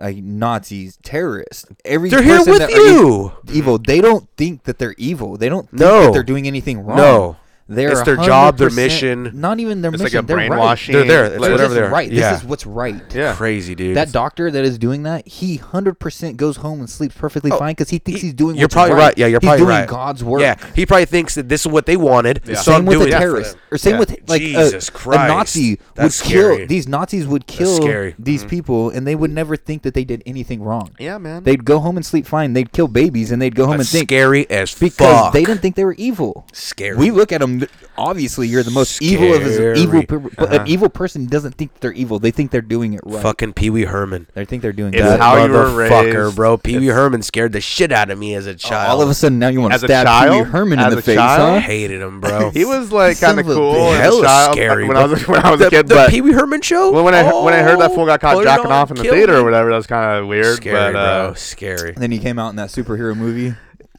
Like Nazis, terrorists, every They're here person with that are you. ev- evil. They don't think that they're evil. They don't think No. that they're doing anything wrong. No. they're It's their job, their 100% mission. Not even their It's like mission. a they're right. brainwashing. They're there. It's like- They're whatever just they're right. Yeah. This is what's right. Yeah. Crazy dude. That doctor that is doing that, he hundred percent goes home and sleeps perfectly fine because he thinks he's doing. Oh, You're what's probably right. right. Yeah, you're he's probably doing right. God's work. Yeah, he probably thinks that this is what they wanted. So Same I'm with doing a it for terrorist, them. or same Yeah. with like a- Jesus a, Christ. Nazi That's would kill scary. these Nazis would kill scary. Mm-hmm. these people, and they would never think that they did anything wrong. Yeah, man. They'd go home and sleep fine. They'd kill babies, and they'd go home That's and think scary as because fuck. they didn't think they were evil. Scary. We look at them. Obviously, you're the most evil of his evil. Scary. Uh-huh. people, But an evil person doesn't think they're evil. They think they're doing it right. fucking Pee Wee Herman. They think they're doing It's good. how you were Motherfucker, raised. bro. Pee Wee Herman scared the shit out of me as a child. All of a sudden, now you want to As a stab Pee child? Wee Herman As in the a face, I child? huh? hated him, bro. (laughs) He was like Son kind of of a cool. bitch. as a Hella child, scary, When I bro. was when I was the, a kid, the but Pee Wee Herman show. when when I heard, when I heard that Oh, fool got caught put it jacking on, off in the kill theater me. or whatever, that was kind of weird. Scary, but bro. uh, Scary. And then he came out in that superhero movie.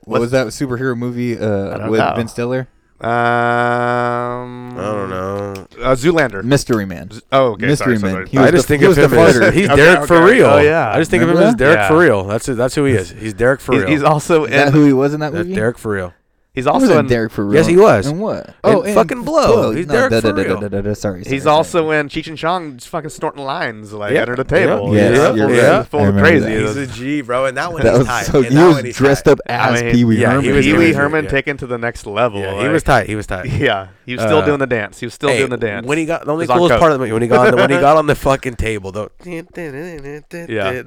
What was that superhero movie uh, don't with know. Ben Stiller? uh, um, I don't know. Uh, Zoolander. Mystery Man. oh, okay, Mystery sorry, sorry, Man. sorry. He was I just the, think he of was him the as farter. he's Okay, Derek for okay. real. Oh, yeah. I just think of him Remember as Derek that? for real. That's who, that's who he is. He's Derek for He's, real. he's also Is that in. who he was in that that's movie? Derek for real. He's He was also in in. Derek for real. Yes, he was. And what? In fucking Blow. He's Derek da, for da, da, real. da, da, da, Sorry. He's sorry, also in Cheech and Chong, just fucking snorting lines like Yeah. under the table. Yeah. you Yes, know? you're Full- right. yeah, full I of remember crazy. that. It He's was- a G, bro, and that one That he's was tight. so. And He that was one he's dressed tight. up as I mean, Pee Wee yeah, Herman. he Pee was- dude. Wee was- Herman yeah. taken to the next level. Yeah, he like- was tight. He was tight. (laughs) Yeah, he was still Uh, doing the dance. He was still Hey, doing the dance. When he got the only It was on coolest coke. part of the movie when he got on the, (laughs) when he got on the fucking table though. yeah,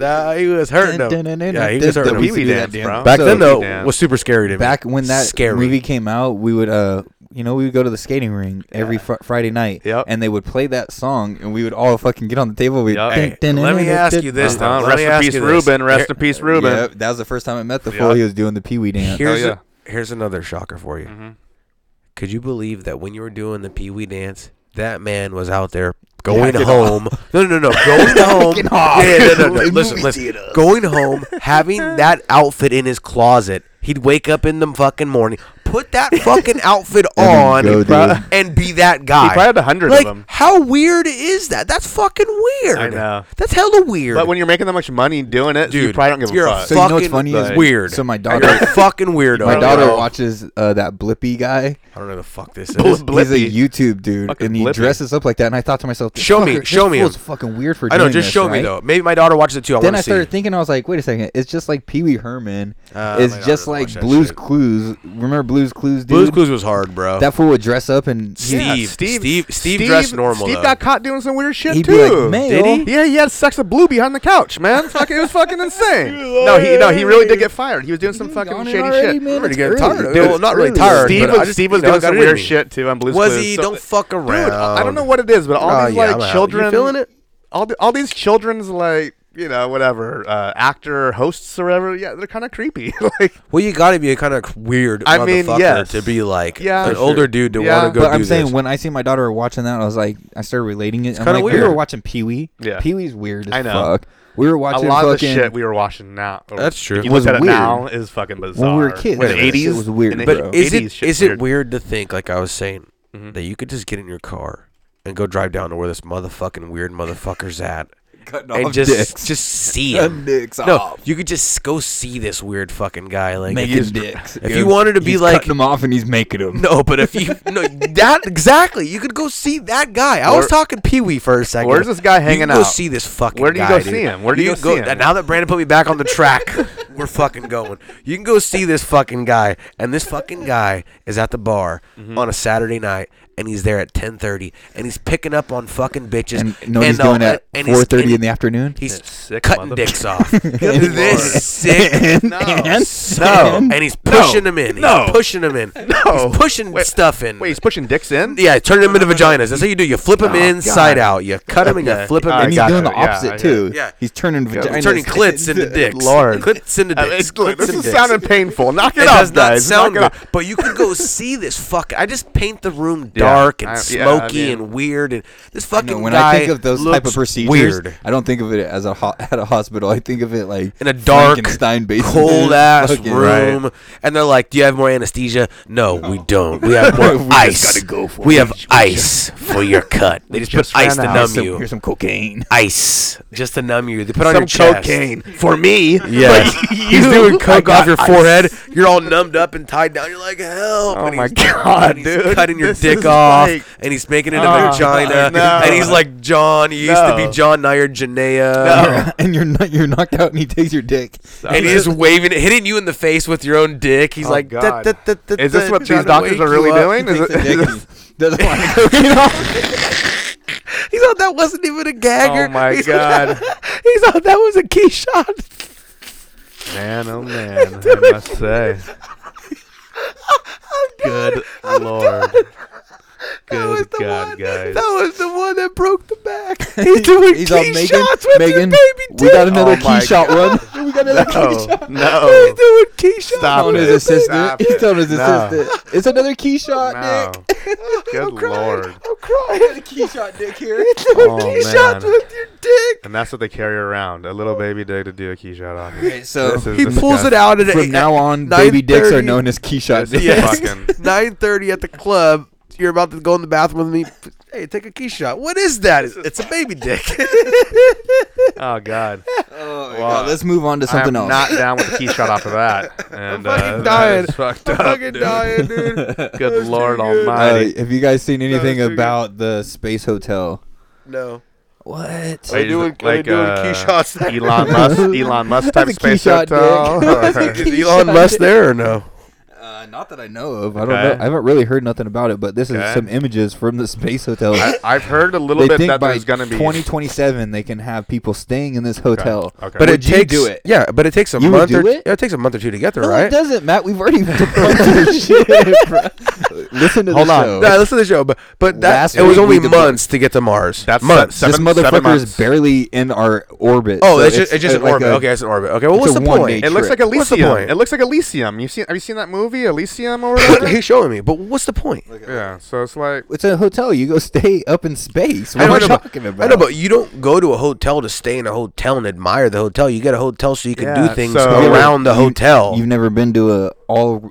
Uh-huh. he was hurting him. Yeah, he was The hurting Pee him. Wee Pee-wee dance, dance, bro. bro. Back So- then though Yeah. was super scary to me. back when that scary. movie came out, we would uh, you know, we would go to the skating ring every fr- Friday night, Yep. and they would play that song, and we would all fucking get on the table. We Yep. Hey, let me ask you this Uh-huh. though. Let Rest me in ask peace, you this. Ruben. Rest Here- in peace, Ruben. Yep, that was the first time I met the fool. He was doing the Pee Wee dance. Here's Oh, yeah. Mm-hmm. a- here's another shocker for you. Could you believe that when you were doing the Pee Wee dance, that man was out there going Jacking home? No, no, no, (laughs) going home. Jacking off. Yeah, no, no, no. Movie Listen, listen. theater. (laughs) Going home, having that outfit in his closet. He'd wake up in the fucking morning, put (laughs) that fucking outfit Evan, on go, dude. and be that guy. probably had a hundred of like, them. How weird is that? That's fucking weird. I know. That's hella weird. But when you're making that much money doing it, Dude, you probably don't give you're a a fuck. (laughs) So you know what's fucking funny is weird. So my you're a daughter, fucking weirdo. my bro. daughter watches uh, that Blippy guy. I don't know the fuck (laughs) this Bl- is. bl- Blippy. He's a YouTube dude, Fucking and he Blippy. dresses up like that. And I thought to myself, this Show me- fucker- show this me fool's him. Fucking weird for I know. doing Just this, show me right? though. Maybe my daughter watches it too. I Then want I to see. started thinking, I was like, wait a second, it's just like Pee Wee Herman. Uh, my it's daughter just doesn't like watch that Blue's shit. Clues. Remember Blue's Clues, dude? Blue's Clues was hard, bro. That fool would dress up and Steve, Yeah, Steve, Steve, dressed normal. Steve though. got caught doing some weird shit he'd too. be like, mail. Did Yeah, he had sex with Blue behind the couch, man. Fucking, it was fucking (laughs) insane. no, he no, he really did get fired. He was doing some fucking gone shady already, shit. man. I'm already It's getting early. tired. of it. Dude, well, it's not really early. tired. Steve but I was, just, Steve was you know, doing got some it in weird me. shit too on Blue's Was Clues. he? So- Don't fuck around. Dude, I I don't know what it is, but all Oh, these yeah, like I'm out. You children, feeling it? All, the, all these children's like you know whatever uh, actor hosts or whatever. Yeah, they're kind of creepy. (laughs) like Well, you got to be a kind of weird I mean, motherfucker yes. to be like Yeah, an for older sure. dude to Yeah. want to go But do I'm saying this. when I see my daughter watching that, I was like, I started relating it. I'm kinda like, we weird. were watching Pee Wee. Yeah. Pee Wee's weird as I know. fuck. We were a watching lot fucking, of the shit we were watching now. or That's true. If you Was look at it weird. now is fucking bizarre. When we were kids, in that the shit eighties was weird, in the bro. but is 80s it shit is it weird. weird to think like I was saying Mm-hmm. that you could just get in your car and go drive down to where this motherfucking weird motherfucker's (laughs) at and just dicks. just (laughs) see Cutting him. dicks no, off. you could just go see this weird fucking guy. Like if making you, dicks. if you wanted to be He's like cutting them off and he's making (laughs) them. no, but if you no that exactly, you could go see that guy. I was Where- talking Pee Wee for a second. Where's this guy you hanging can Go out? see this fucking. Where do you guy, go see dude. him? Where do you can go see him? Now that Brandon put me back on the (laughs) track, we're fucking going. You can go see this fucking guy, and this fucking guy is at the bar Mm-hmm. on a Saturday night. And he's there at 10:30, and he's picking up on fucking bitches. And no, he's uh, doing at and he's- 4:30 and in the afternoon? (laughs) He's Sick cutting motherfucker. dicks (laughs) off. this sick And, and- (laughs) no, and- and he's pushing them in. No. he's pushing them in. No. he's pushing Wait, stuff in. Wait, he's pushing dicks in. (laughs) Yeah, turn them into vaginas. That's how you do. You flip them inside out. You cut them and you Okay. flip them. in. All right, and he's got doing you. the Yeah, opposite I got too. it. Yeah. He's turning vaginas. You're turning clits (laughs) into dicks. Lord. clits (laughs) into I mean, dicks. look, clits this into is dicks. sounding painful. Knock it, It off, does not guys. sound Knock it good, (laughs) off. but you could go see this fucking. I just paint the room Yeah, dark and I- yeah, I smoky mean- and weird, and this fucking No, when guy I think of those type of looks procedures, weird. I don't think of it as a ho- (laughs) at a hospital. I think of it like in a dark, Frankenstein basement, cold (laughs) ass Fucking- room, and they're like, "Do you have more anesthesia?" No, we don't. (laughs) We have more We just ice. gotta go for we it. have We just- ice for your cut. They just, just put ice to ran out. numb Here's some, you. here's some cocaine. Ice just to numb you. They put on your Some chest. cocaine for me. Yeah, But he's (laughs) you- doing I coke got off your ice. forehead. You're all numbed up and tied down. You're like, help! Oh and my he's- God, and he's dude. Cutting your This dick is off, like- and he's making it a Oh, vagina. no. And he's like, John, you used to No. be John. Now you're Janaea. Oh. (laughs) and you're not, you're knocked out, and he takes your dick. (laughs) and he's just waving it, hitting you in the face with your own dick. He's Oh, like, God. "Da, da, da, da, Is this da," what trying to these doctors wake are really you up. doing? Is Takes the it- dick and is it? he doesn't want (laughs) to go. He's all that wasn't even a gagger. Oh my He's- God. (laughs) he's all that was a key shot. (laughs) Man, oh man, I must say. Good lord. Good the God, one- guys. That was the one that broke the (laughs) back. He's doing He's all key Megan. shots with Megan, his baby dick. we got another Oh my key (laughs) shot one. We got another key No, shot. He's Oh, no. doing key shots. Stop Telling it. his assistant. Stop He's it. telling his No. assistant. It's another key shot, No. Nick. (laughs) Good lord. I'm crying. Another key shot, Nick. Here. Oh, Key shots man. with your dick. And that's what they carry around a little baby dick to do a key shot on. This So is He pulls it disgusting. out at from now on, baby dicks are known as key shot This is dicks. (laughs) fucking. Nine thirty at the club. You're about to go in the bathroom with me. Hey, take a key shot. What is that? It's a baby dick. Oh God. (laughs) Oh, my Wow. God. Let's move on to something else. I'm not down with a key shot off (laughs) of that. fucking And, uh, that dying. is fucked I'm (laughs) up, fucking dude. dying, dude. (laughs) Good Lord Uh, Almighty. have you guys seen anything too good. about the space hotel? (laughs) No. What? Are you doing- are you doing key shots there? uh, (laughs) Elon Musk, Elon Musk type That's a key space shot, hotel. Nick. (laughs) Or- (laughs) That's a key Is Elon shot Musk dick. there or no? Uh, not that I know of. I don't Okay. know. I haven't really heard nothing about it, but this Okay. is some images from the space hotel. I, I've heard a little they bit think that by there's going to be 2027 they can have people staying in this hotel. Okay. But Would it you takes do it? Yeah, but it takes a You would month. do or, it? Yeah, it takes a month or two to get there, No, it right? doesn't, Matt. We've (laughs) already debunked this shit. bro. Listen to Hold the on. show. No, listen to the show, but but that Last it was week only we debunked- months to get to Mars. That's months. se- this seven- seven motherfucker is months. barely in our orbit. oh, so it's, just it's just uh, an like orbit. a- okay, it's an orbit. Okay, well, it's what's a the one-day point? It looks like Trick. What's the Elysium. point? It looks like Elysium. You seen? Have you seen that movie? movie, Elysium (laughs) or whatever? He's showing me, but what's the point? yeah, so it's like It's a hotel. You go (laughs) stay up in space. What I are know, you but- talking I about? know, but you don't go to a hotel to stay in a hotel and admire the hotel. You get a hotel so you can do Yeah, things so- Have you ever- around the You- hotel. You've never been to a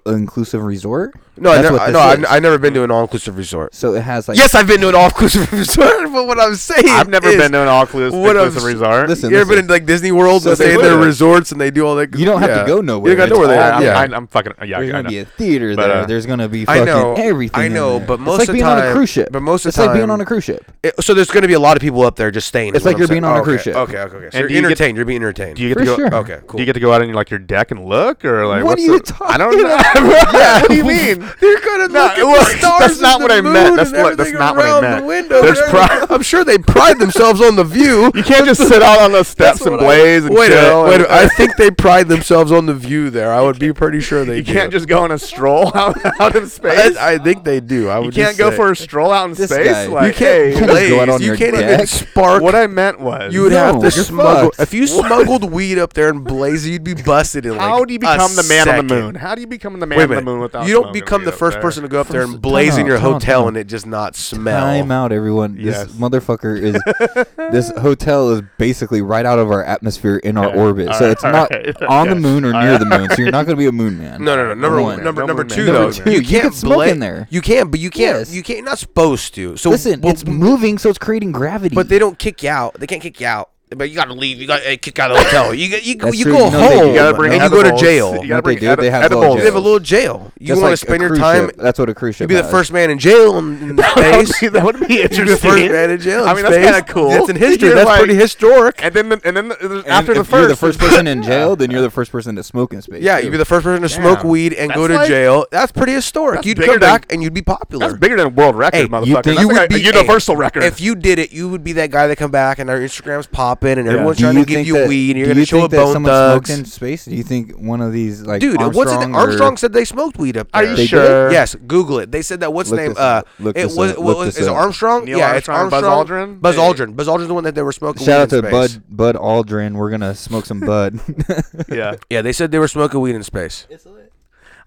all-inclusive resort? no, I That's never, what I, this no, is. I, I never been to an all-inclusive resort. so it has like Yes, I've been to an all-inclusive (laughs) resort, but what I'm saying, (laughs) I've never is- been to an all-inclusive what I'm inclusive s- resort. Listen, you ever been to like Disney World? So and they they stay in their would. resorts and they do all that. You don't have to yeah. go You nowhere. don't got nowhere. It's Oh, They all- are. I'm, Yeah. I'm, I'm fucking yeah. There's I gonna know. be a theater But, there. uh, there's gonna be I fucking know, everything. I in know, there. but most it's like of being on a time- cruise ship. but most of it's like being time- on a cruise ship. It- so there's going to be a lot of people up there just staying. is It's what like I'm you're saying. being on a Oh, Okay, cruise ship. Okay, okay, okay. So And you're do you get- entertained. you're being entertained. Do you get For to go? oh, sure. okay, cool. Do you get to go out on like your deck and look, or like What what's are you the- I don't talking know. (laughs) what do you mean? They're gonna look Nah, at well, the stars that's and not the what I moon meant. That's and what- that's everything not what I around meant. The window There's and pri- everything. (laughs) I'm sure they pride themselves on the (laughs) view. You can't just sit out on the steps and what I- blaze and Wait a minute. chill. Wait a and- minute. I think they pride themselves on the view. There, I would be pretty sure they you do. can't just go on a stroll (laughs) out, out in space. I, I (laughs) think they do. I you would can't just go say. for a stroll out in This space. guy. You Like, can't hey, Can't just go out blaze. on you your can't even deck. spark. what I meant was, you would have No, to you're smuggle. fucked. If (laughs) you smuggled weed up there and blaze, you'd be busted in like how do you a become the man on second. the moon? How do you become the man Wait a on the minute. moon without? you don't smoking become weed the up first there? person to go up there First- and blaze time in your out, time out, hotel time and it just not smell. Time out, everyone. Yes. This motherfucker is. (laughs) this hotel is basically right out of our atmosphere in our Okay. orbit, All so right. it's All not right. on the Okay. moon or All near right. the moon. So you're not gonna be a moon man. (laughs) No, no, no. Number Number one, one. number number Number two one. though. Number two, You you can can't smoke blaze in there. You can, but you can't. Yes. You can't. You're not supposed to. So Listen, well, it's moving, so it's creating gravity. But they don't kick you out. They can't kick you out. But you got to leave. You got to kick out of the hotel. You got- you, go- That's you true. go You know they do. home You gotta No, bring and you go to edibles. jail. You What they gotta bring do, edi- they have little edibles. They have a little jail. You Just want to like a spend your cruise time. ship. That's what a cruise You'd ship. be the has. first man in jail in, in (laughs) That space. would be, that would be (laughs) You'd interesting. be the first man in jail. in I mean, space. that's kind of cool. That's in history. You're That's like- pretty historic. And then, the, and then the, the- And after the if 1st you're the first (laughs) person in jail, then you're the first person to smoke in space. Yeah, too. you'd be the first person to smoke Damn. weed and go That's to like- jail. That's pretty historic. That's you'd bigger come than- back and you'd be popular. That's bigger than world record, Hey, you motherfucker. think- That's you like would a be- universal hey, record. If you did it, you would be that guy that come back and our Instagram's popping and everyone's Do trying to you give think you that- weed and you're do gonna you show think up that bone someone smoked in thugs. space? Do you think one of these like Dude, Armstrong what's it? or- Armstrong said they smoked weed up Are there. you They did? sure? Yes, Google it. They said that. What's Look the name? this up. Uh, Look it this was. up. what Look was- this is it up. Armstrong? Neil yeah, it's Armstrong, Buzz Armstrong. Aldrin? Buzz Hey. Aldrin. Buzz Aldrin's the one that they were smoking. Shout weed out to in space. Bud Bud Aldrin. We're gonna smoke (laughs) some Bud. (laughs) yeah, Yeah, they said they were smoking weed in space.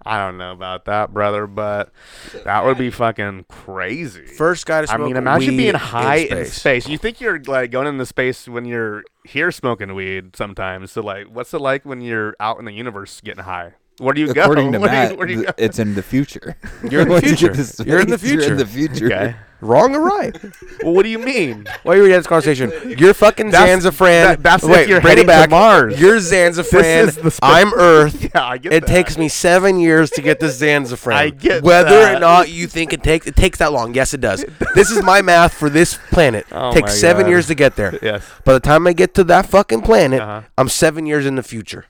I don't know about that, brother, but that would be fucking crazy. First guy to I smoke. mean, imagine weed being high in space. You think you're like going into space when you're here smoking weed sometimes. So like, what's it like when you're out in the universe getting high? Where do you go? According to (laughs) Where do you- Matt, where do you th- go? it's in the future. (laughs) You're in the Once you get future. to You're in the space, You're in future. the future. (laughs) Okay. Wrong or right? (laughs) well, what do you mean? Why are you reading this conversation? You're fucking That's- Zanzafran. that- that's if Wait, you're bring it back. heading to Mars. You're Zanzafran. This is the sp- I'm Earth. (laughs) Yeah, I get It that. takes me seven years to get to Zanzafran. I get Whether or that. not you think it takes it takes that long, yes, it does. This is my math for this planet. (laughs) Oh takes my seven God. years to get (laughs) there. Yes. By the time I get to that fucking planet, Uh-huh. I'm seven years in the future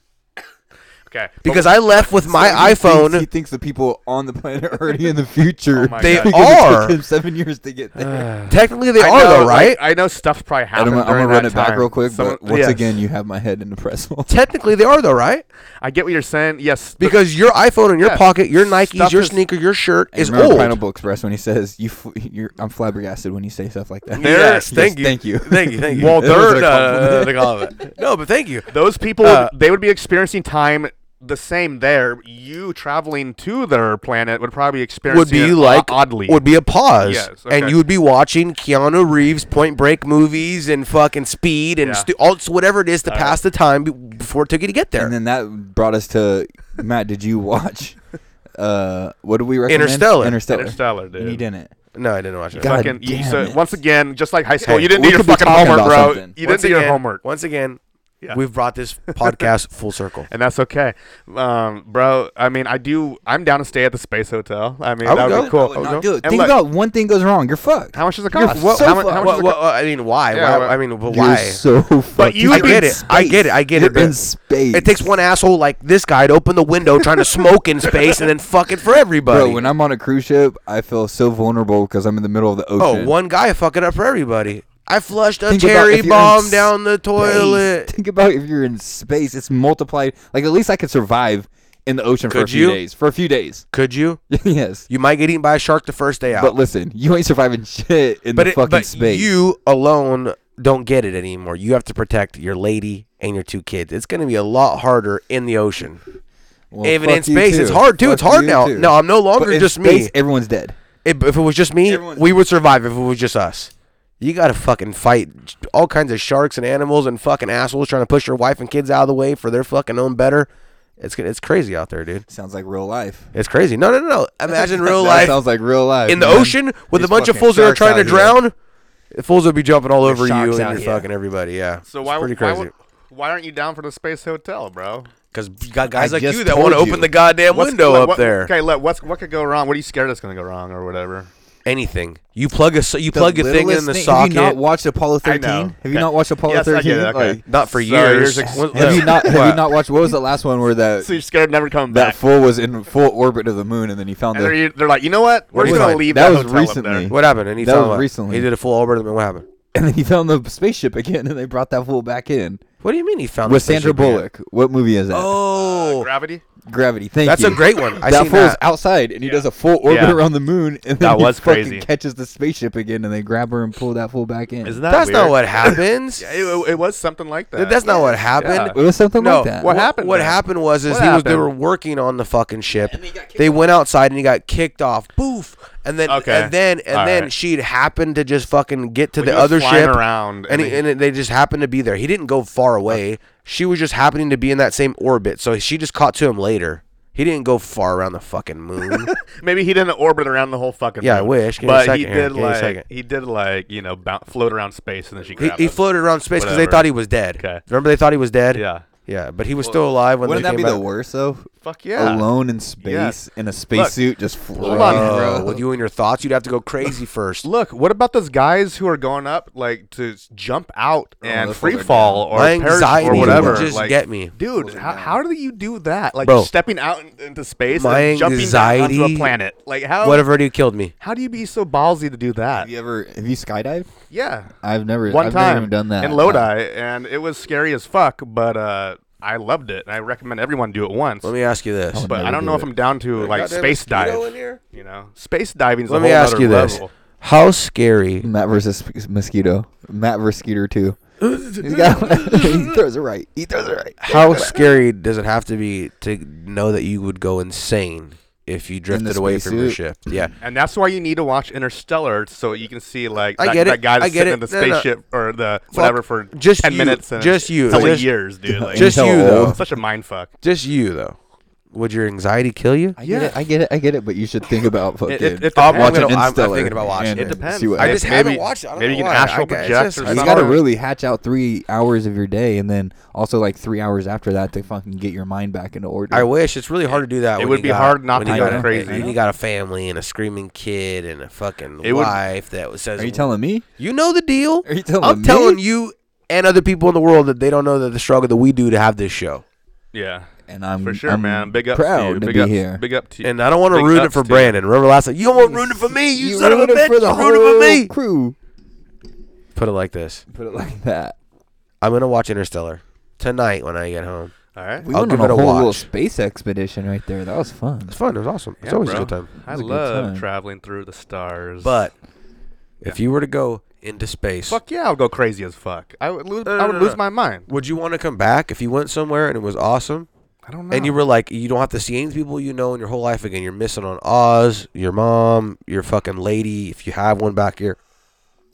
Okay. But because I left with my He thinks- iPhone. Oh He thinks the people on the planet are (laughs) already in the future. (laughs) my They God. because it are. took him seven years to (sighs) get there. (laughs) Technically, they I are know, though, like, right? I know stuff's probably And happening. I'm, I'm gonna during run that it back time. real quick, Someone- but once yes. again, you have my head in the press hole. Technically, they are though, right? I get what you're saying. Yes, but Because your iPhone in your Yeah. pocket, your Nikes, Stuff your is- sneaker, your shirt I is remember old. Pineapple Express when he says you, f- you're, I'm flabbergasted when you say stuff like that. There- (laughs) Yes, thank you. thank you. Thank you. (laughs) Thank you. Well, That was they're, a (laughs) uh, compliment. no, but thank you. those people Uh, they would be experiencing time the same there. You traveling to their planet would probably experience Would be it o- like oddly. Would be a pause, Yes, and okay. you would be watching Keanu Reeves Point Break movies and fucking Speed and Yeah. Uh, stu- all whatever it is to pass the time be- before it took you to get there. And then that brought us to Matt. Did you watch? (laughs) Uh, what did we recommend? Interstellar. Interstellar. Interstellar, dude. And he didn't. no, I didn't watch it. God fucking you- damn so it. once again, just like high school, Hey, you didn't we do your could be fucking talking about homework, bro. something. You didn't do your homework, Once again, Yeah. we've brought (laughs) this podcast full circle. and that's okay, um, bro. I mean, I do. I'm down to stay at the space hotel. I mean, I would that would go. be cool. I would No, not dude, And think look, about one thing goes wrong, you're fucked. how much does it You're cost? so how, mu- fucked. how much does Well, it well, Uh, I mean, why? Yeah, why? well- I mean, well, You're why? so fucked. you You're I would be in get it. I space. get it. I get You're it. but in space. It takes one asshole like this guy to open the window trying to smoke in space and then fuck it for everybody. Bro, when I'm on a cruise ship, I feel so vulnerable because I'm in the middle of the oh, ocean. one guy fuck it up for everybody. I flushed a Think about cherry if you're in bomb down the space. toilet. Think about if you're in space. It's multiplied. Like, at least I could survive in the ocean for a Could few you? days. For a few days. (laughs) Could you? yes. You might get eaten by a shark the first day out. But listen, you ain't surviving shit in but, the it- fucking but space. you alone don't get it anymore. You have to protect your lady and your two kids. It's going to be a lot harder in the ocean. Well, Even fuck in you space, it's too. hard too. it's Fuck hard you now. too. No, I'm no But longer in just space, me. everyone's dead. If, if it was just me, Everyone's- we would survive. If it was just us, you gotta fucking fight all kinds of sharks and animals and fucking assholes trying to push your wife and kids out of the way for their fucking own better. It's it's crazy out there, dude. Sounds like real life. It's crazy. No, no, no. no. Imagine real (laughs) That life Sounds like real life. in the man. ocean with a These bunch of fucking fools that are sharks trying to out here. drown. Fools would be jumping all over you and sharks you're out here. fucking everybody. Yeah. So It's why pretty why, crazy? why aren't you down for the space hotel, bro? Because got guys I like you just that want to told open you. the goddamn What's- window like, up what- there. Okay, look, what's what could go wrong? What are you scared is going to go wrong or whatever? Anything. You plug a so- you The plug a thing in littlest the Have socket. you not watched Apollo I 13? know. Have you Okay. not watched Apollo Yes, I 13? get it, okay. Like, Not for Sorry, years. (laughs) here's ex- What- have you not? Have you What? not watched? What was the last one where that So you're scared of never coming that back. fool was in full orbit of the moon and then he found and they're, the you- they're like, you know what? What We're just was going that? to leave That that, was hotel up there." recently. What happened? And he That found was what? recently. He did a full Albert. and What happened? (laughs) and then he found the spaceship again and they brought that fool back in What do you mean he found with the spaceship Sandra again? Bullock. What movie is that? Oh, Gravity. Gravity. Thank that's you. a great one. I that seen fool's that. outside and he does a full orbit Yeah. around the moon and then That he was fucking crazy. catches the spaceship again and they grab her and pull that fool back in. Isn't that That's not weird? what (laughs) happens. Yeah, It, it was something like that. That's not what happened. Yeah. it was something like that. What happened What then? happened was is What he was they happened? were working on the fucking ship. they went outside and he got kicked off. Poof. And then Okay. and then and All then right. she'd happened to just fucking get to Well, the he was other flying ship around, and, and he, he- and it- they just happened to be there. He didn't go far away. She was just happening to be in that same orbit, so she just caught to him later. He didn't go far around the fucking (laughs) moon. Maybe he didn't orbit around the whole fucking. Yeah, I moon. wish. Give me a but second he here. did Give me a second. like he did like you know bounce, float around space and then she he, grabbed he him. floated around space because they Whatever. thought he was dead. Okay. Remember they thought he was dead. Yeah. Yeah, but he was still alive when Wouldn't they that be came the out. worst though? Fuck yeah. Alone in space in a spacesuit, just floating. Hold on, Bro, around. Oh, with you and your thoughts, you'd have to go (laughs) crazy first. Look, what about those guys who are going up like to s- jump out and those free fools are fall dumb. or My parachute anxiety or would whatever? just like, get me. dude. How, how do you do that? Like Bro. stepping out in- into space My and jumping down onto anxiety- a planet. Like how? Whatever already killed me. How do you be so ballsy to do that? Have you ever have you skydived? Yeah. I've never one I've time never even done that Uh, in Lodi, and it was scary as fuck. But uh, I loved it, and I recommend everyone do it once. Let me ask you this. but I never don't do know if it. I'm down to like space dive. You know, space diving's a Let whole me ask nother you this. level. How (laughs) scary Matt versus sp- mosquito. Matt versus Skeeter too. He's (laughs) got- (laughs) he throws it right. He throws it right. how scary does it have to be to know that you would go insane if you drifted away from your ship? spacesuit? Yeah. And that's why you need to watch Interstellar so you can see like I that, get it. that guy that's I get sitting it. in the No, no, no. spaceship or the whatever for Just ten you. minutes. And Just you. It's only Just- years, dude. Like, Just Until you though. old. such a mind fuck. Just you though. Would your anxiety kill you? I get it. I get it. I get it. But you should think about fucking. It- it- it I'm depends. gonna- I'm- I'm Interstellar thinking about watching and it. It depends. see what I Maybe- just haven't maybe- watched it. I don't maybe know you can why. astral I guess it's project just- or you You something. got to Summer. really hatch out three hours of your day, and then also like three hours after that to fucking get your mind back into order. I wish it's really hard to do that. It when would you be got- hard not when to you go got a- crazy. When you got a family and a screaming kid and a fucking It would- wife that was says, Are you telling me? You know the deal. Are you telling I'm me? telling you and other people in the world that they don't know that the struggle that we do to have this show. Yeah, And I'm for sure, I'm man. Big up proud to you. to Big be up, here. Big up to you. And I don't want to Big ruin it ups for to you. Brandon. Remember last time, you don't want to ruin it for me, you, son of a ruined it bitch. for the you ruined it for me. whole crew. Put it like this: Put it like that. I'm gonna watch Interstellar tonight when I get home. All right. We I'll went give on it a a whole little watch. space expedition right there. That was fun. It's fun. It was awesome. It's Yeah, always bro. a good time. I was a good love time. traveling through the stars. But if you were to go into space, fuck yeah, I'll go crazy as fuck. I would lose. no, I would no, lose no. my mind. would you want to come back if you went somewhere and it was awesome? I don't know. And you were like, you don't have to see any people you know in your whole life again. You're missing on Oz, your mom, your fucking lady, if you have one back here,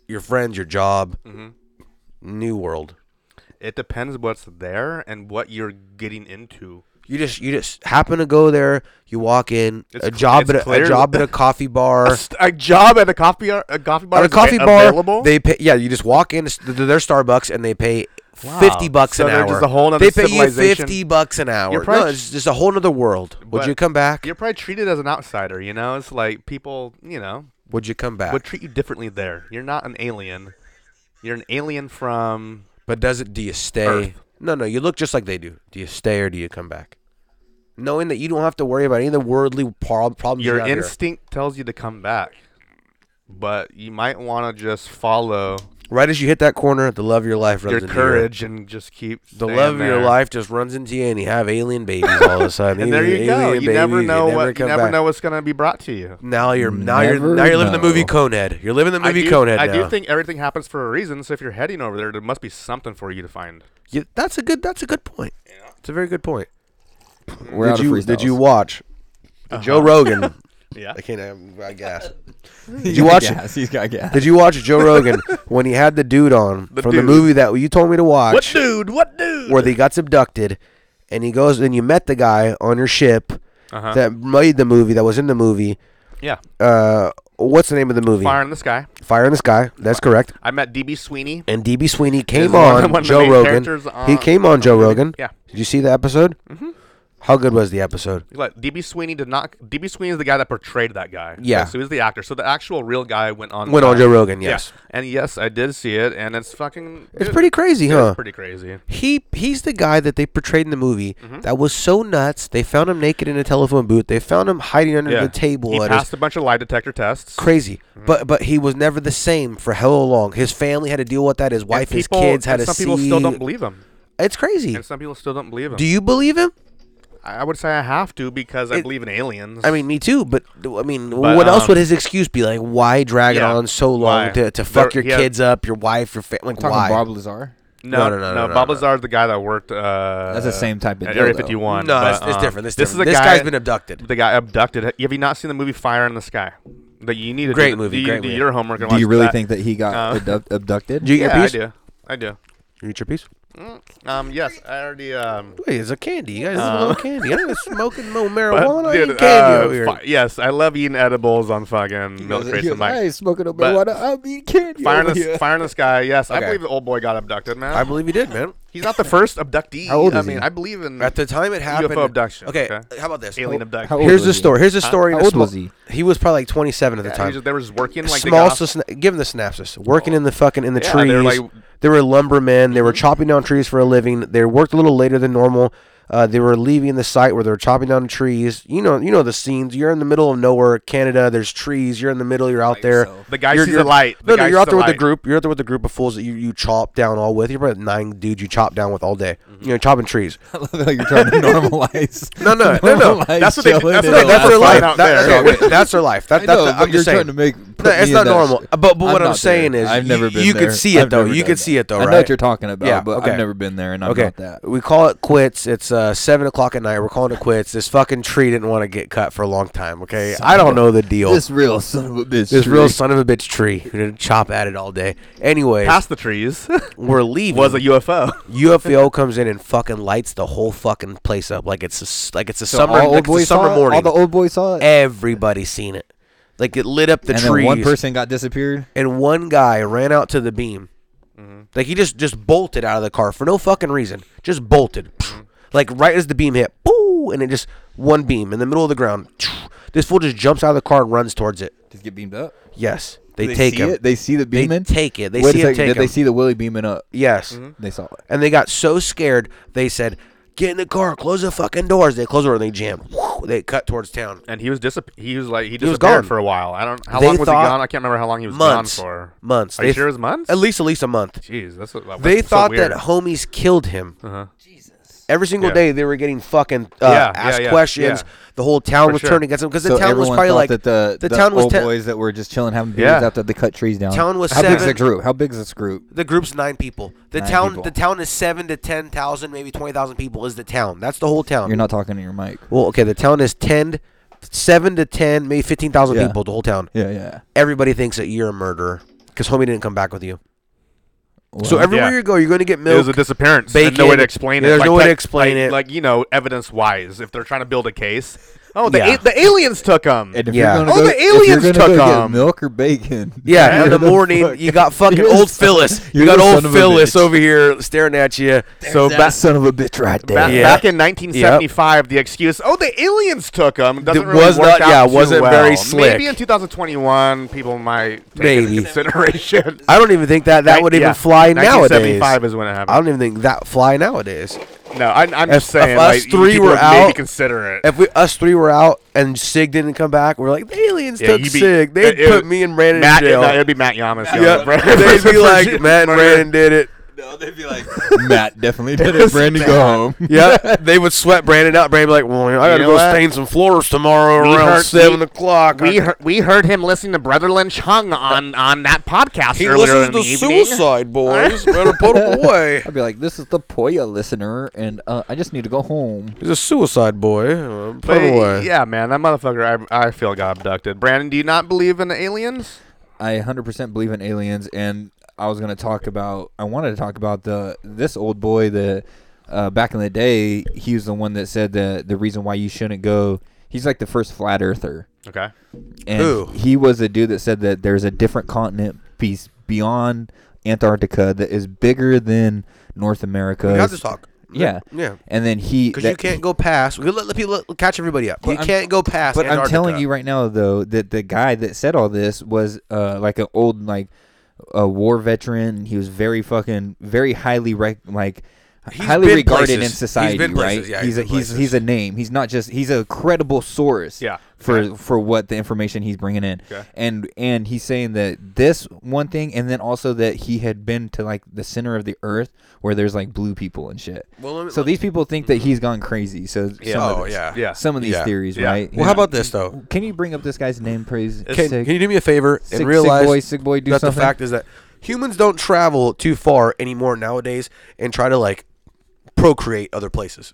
your friends, your job, Mm-hmm. new world. It depends what's there and what you're getting into. You just you just happen to go there. You walk in It's a cl- job it's at a, a clear- job at a (laughs) coffee bar. A, st- a job at a coffee ar- a coffee bar. at a is coffee ava- bar, available? they pay. Yeah, you just walk in to their Starbucks and they pay. Fifty bucks So an they're hour. just a whole nother they pay you civilization. fifty bucks an hour. You're probably No, ch- it's just a whole nother world. Would But you come back? You're probably treated as an outsider. You know, it's like people. You know, Would you come back? would treat you differently there. You're not an alien. You're an alien from. But does it? Do you stay? Earth. No, no. You look just like they do. Do you stay or do you come back? Knowing that you don't have to worry about any of the worldly prob- problems. you Your got here. instinct tells you to come back, but you might want to just follow right as you hit that corner, the love of your life runs your into courage and just keep The staying love of your there. life just runs into you, and you have alien babies all of a sudden. (laughs) And there you alien go. You babies, never know never what. You come never back. know what's gonna be brought to you. Now you're now you're Never now you're living the movie know. Conehead. You're living the I movie do- Conehead I now. do think everything happens for a reason. So if you're heading over there, there must be something for you to find. Yeah, that's a good that's a good point. It's a very good point. We're out did of you freestyles. did you watch the Joe Rogan? Uh-huh. (laughs) Yeah. I can't. I'm- I (laughs) guess. Did you watch it? gas. He's got gas. Did you watch Joe Rogan when he had the dude on The from dude. the movie that you told me to watch? What dude? What dude? where they got abducted, and he goes and you met the guy on your ship Uh-huh. that made the movie that was in the movie. yeah. Uh, what's the name of the movie? Fire in the sky. Fire in the Sky. That's correct. I met DB Sweeney. And DB Sweeney Is came one of the- on one of the Joe main Rogan. characters on- he came on Joe on the movie. Rogan. Yeah. Did you see the episode? Mm-hmm. How good was the episode? Like DB Sweeney did not. DB Sweeney is the guy that portrayed that guy. Yeah. So he was the actor. So the actual real guy went on. Went on Yeah. Joe Rogan, Yeah. yes. And yes, I did see it, and it's fucking. It's dude, pretty crazy, it is huh? pretty crazy. He he's the guy that they portrayed in the movie Mm-hmm. that was so nuts. They found him naked in a telephone booth. They found him hiding under the table. He at his- passed Mm-hmm. a bunch of lie detector tests. crazy. But but he was never the same for hell long. His family had to deal with that. His And wife, his people- kids had and to Some see. people still don't believe him. It's crazy. And some people still don't believe him. Do you believe him? I I would say I have to because I It- believe in aliens. I mean, me too. But I mean, But, what else um, would his excuse be? Like, why drag it yeah, on so long why? to, to fuck your There- he had- kids up, your wife, your family? Like, talking why? Bob Lazar? no, no, no, no, no. no, no, no, Bob no. Lazar, the guy that worked. Uh, That's the same type of at deal, Area though. 51. No, but, it's- it's um, different, it's This is a different. This guy- guy's been abducted. The guy abducted. Have you not seen the movie Fire in the Sky? That you need to Great do, movie, Do, you- great do movie. your homework. And Do you watch really that. think that he got Uh, abdu- abducted? Did you get Yeah, your I piece? do. I do. You eat your piece? Um, yes, I already. Um, Wait, it's a candy. You guys uh, (laughs) love candy. I'm smoking no but, marijuana. I dude, eat candy uh, over here. fi- yes, I love eating edibles on fucking milk crates and I mic. ain't smoking no But- marijuana. I'm eating candy. Fire in over the here. Fire in the Sky. Yes, I Okay. believe the old boy got abducted, man. I believe you did, man. He's not the first abductee. How old I is he? mean, I believe in At the time it happened, UFO abduction. Okay, how about this? Alien How- abduction. how old Here's was the he? story. Here's the story. in how a old was he? He was probably like 27 at the Yeah, he time. just- they were just working like they small got off- sys- give them the synapses working in the fucking in the Yeah, trees they they were, were like- Mm-hmm. lumbermen they were chopping down trees for a living they worked a little later than normal uh, they were leaving the site where they were chopping down trees you know you know the scenes you're in the middle of nowhere canada there's trees you're in the middle you're out there The guy you're, sees you're- a light. The no, no guy you're out sees a there with a light. group you're out there with a group of fools that you, you chop down all with you're probably nine dudes you chop down with all day Mm-hmm. you know chopping trees Like you're trying to normalize. No, no, no, no. normalize That's what they- chilling that's in what a that's they- that's their fine life. out That- there. okay, wait, that's their life. That, I that's know, the- but I'm you're just saying. trying to make- put No, it's me in not that normal. sh- But but what I'm I'm, not saying there. is, I've you- never been You there. could see it I've though. never You done could that. see it though, I right? know what you're talking about, Yeah, but okay. I've never been there, and I'm Okay, not that. we call it quits. It's uh, seven o'clock at night. We're calling it quits. This fucking tree didn't want to get cut for a long time. Okay, I don't know the deal. This real son of a bitch. This tree. real son of a bitch tree who didn't chop at it all day. Anyway, past (laughs) the trees. we're leaving. was a UFO. UFO comes in and fucking lights the whole fucking place up like it's a, s- like it's a So summer like all old it's a boys summer saw it? morning. All the old boys saw it. Everybody seen it. Like it lit up the and trees. then one person got disappeared. and one guy ran out to the beam. Mm-hmm. Like he just just bolted out of the car for no fucking reason. Just bolted. Mm-hmm. Like right as the beam hit, boo, and it just one beam in the middle of the ground. This fool just jumps out of the car and runs towards it. Just get beamed up. Yes, they, take see him. It? They see the They beaming. take it. They Wait see a him second. take Did they him. see the Willie beaming up? yes, Mm-hmm. They saw it. and they got so scared they said, "Get in the car, close the fucking doors." They close the door and they jam. They cut towards town. And he was disap- He was like he disappeared was gone. for a while. I don't. How They long was he thought gone? I can't remember how long he was Months, gone for. months. Are you They- sure it was months? At least at least a month. Jeez, that's what, that's They so thought weird. Uh-huh. that homies killed him. Jesus. Every single Yeah. day they were getting fucking uh, Yeah, yeah, asked yeah, questions. yeah. The whole town For was sure. turning against them because the so town was everyone probably thought like that the, the, town was old te- boys that were just chilling having beers Yeah. after they cut trees down. Town was how big's seven- the group? How big's this group? the group's nine people. The Nine town people. the town is seven to ten thousand, maybe twenty thousand people is the town. That's the whole town. You're not talking to your mic. well, okay, the town is ten, seven to ten, maybe fifteen thousand Yeah. people. The whole town. Yeah, yeah. Everybody thinks that you're a murderer because homie didn't come back with you. So Well, everywhere Yeah. you go, you're going to get It milk. was a disappearance. There's no bacon. way to explain it. There's Like, no way to tech- explain like- it. Like you know, evidence wise, if they're trying to build a case. Oh, the Yeah. a- the aliens took him. and if Yeah. you're gonna Oh, go, the if you're aliens gonna took go get 'em. milk or bacon. Yeah, in (laughs) You're the morning fuck- you got fucking You're old the- Phyllis. You you're got the old son of a Phyllis bitch. over here staring at you. So So that back son of a bitch right there. Back, Yeah. back in 1975, the excuse, "Oh, the aliens took him," doesn't It really was work not- out yeah, too wasn't well. very slick. Maybe in 2021, people might take it Maybe. into (laughs) consideration. I don't even think that that would even Yeah. fly nowadays. 1975 is when it happened. I don't even think that fly nowadays. No, I, I'm If- just saying. if like, us three people were would maybe out- consider it. If we us three were out and Sig didn't come back, we're like the aliens Yeah, took you'd be- Sig. They it- it put would- me and Brandon Matt, in jail. (laughs) (laughs) no, it'd be Matt Yamas. Yep. They'd be like Matt and Brandon did it. No, they'd be like, (laughs) Matt definitely (laughs) did it. Brandon, go home. (laughs) yeah, they would sweat Brandon out. Brandon be like, "Well, I gotta know go what? stain some floors tomorrow We around heard- seven we- o'clock." We I- heard, we heard him listening to Brother Lynch Hung on, on that podcast he earlier in listens the to (laughs) evening. Suicide Boys. Better put him away. I'd be like, this is the Poya listener, and uh, I just need to go home. (laughs) He's a suicide boy. Uh, put But, him away. yeah, man, that motherfucker. I, I feel got abducted. Brandon, do you not believe in aliens? I 100% believe in aliens, and I was going to talk about. I wanted to talk about the this old boy that uh, back in the day he was the one that said that the reason why you shouldn't go. He's like the first flat earther, Okay. and Who? he was a dude that said that there's a different continent piece beyond Antarctica that is bigger than North America. We got to talk. Yeah, Yeah. And then he Because that- you can't go past. We let, let people let- catch everybody up. But you I'm- can't go past. But I'm telling Antarctica. you right now, though, that the guy that said all this was uh, like an old like a war veteran. He was very fucking very highly rec- like He's highly been regarded places. in He's society, been places. right? Yeah, he's he's a, been he's places. he's a name. He's not just he's a credible source. Yeah. For Okay. for what the information he's bringing in, Okay. and and he's saying that this one thing, and then also that he had been to like the center of the earth where there's like blue people and shit. Well, let me- so these people think that he's gone crazy. So some of Oh this- yeah. Yeah. some of these Yeah. theories, Yeah. right? Well, how about this though? Can you bring up this guy's name, please? Can, Sick. can you do me a favor and sick realize boy, sick boy, do that the something? fact is that humans don't travel too far anymore nowadays and try to like procreate other places.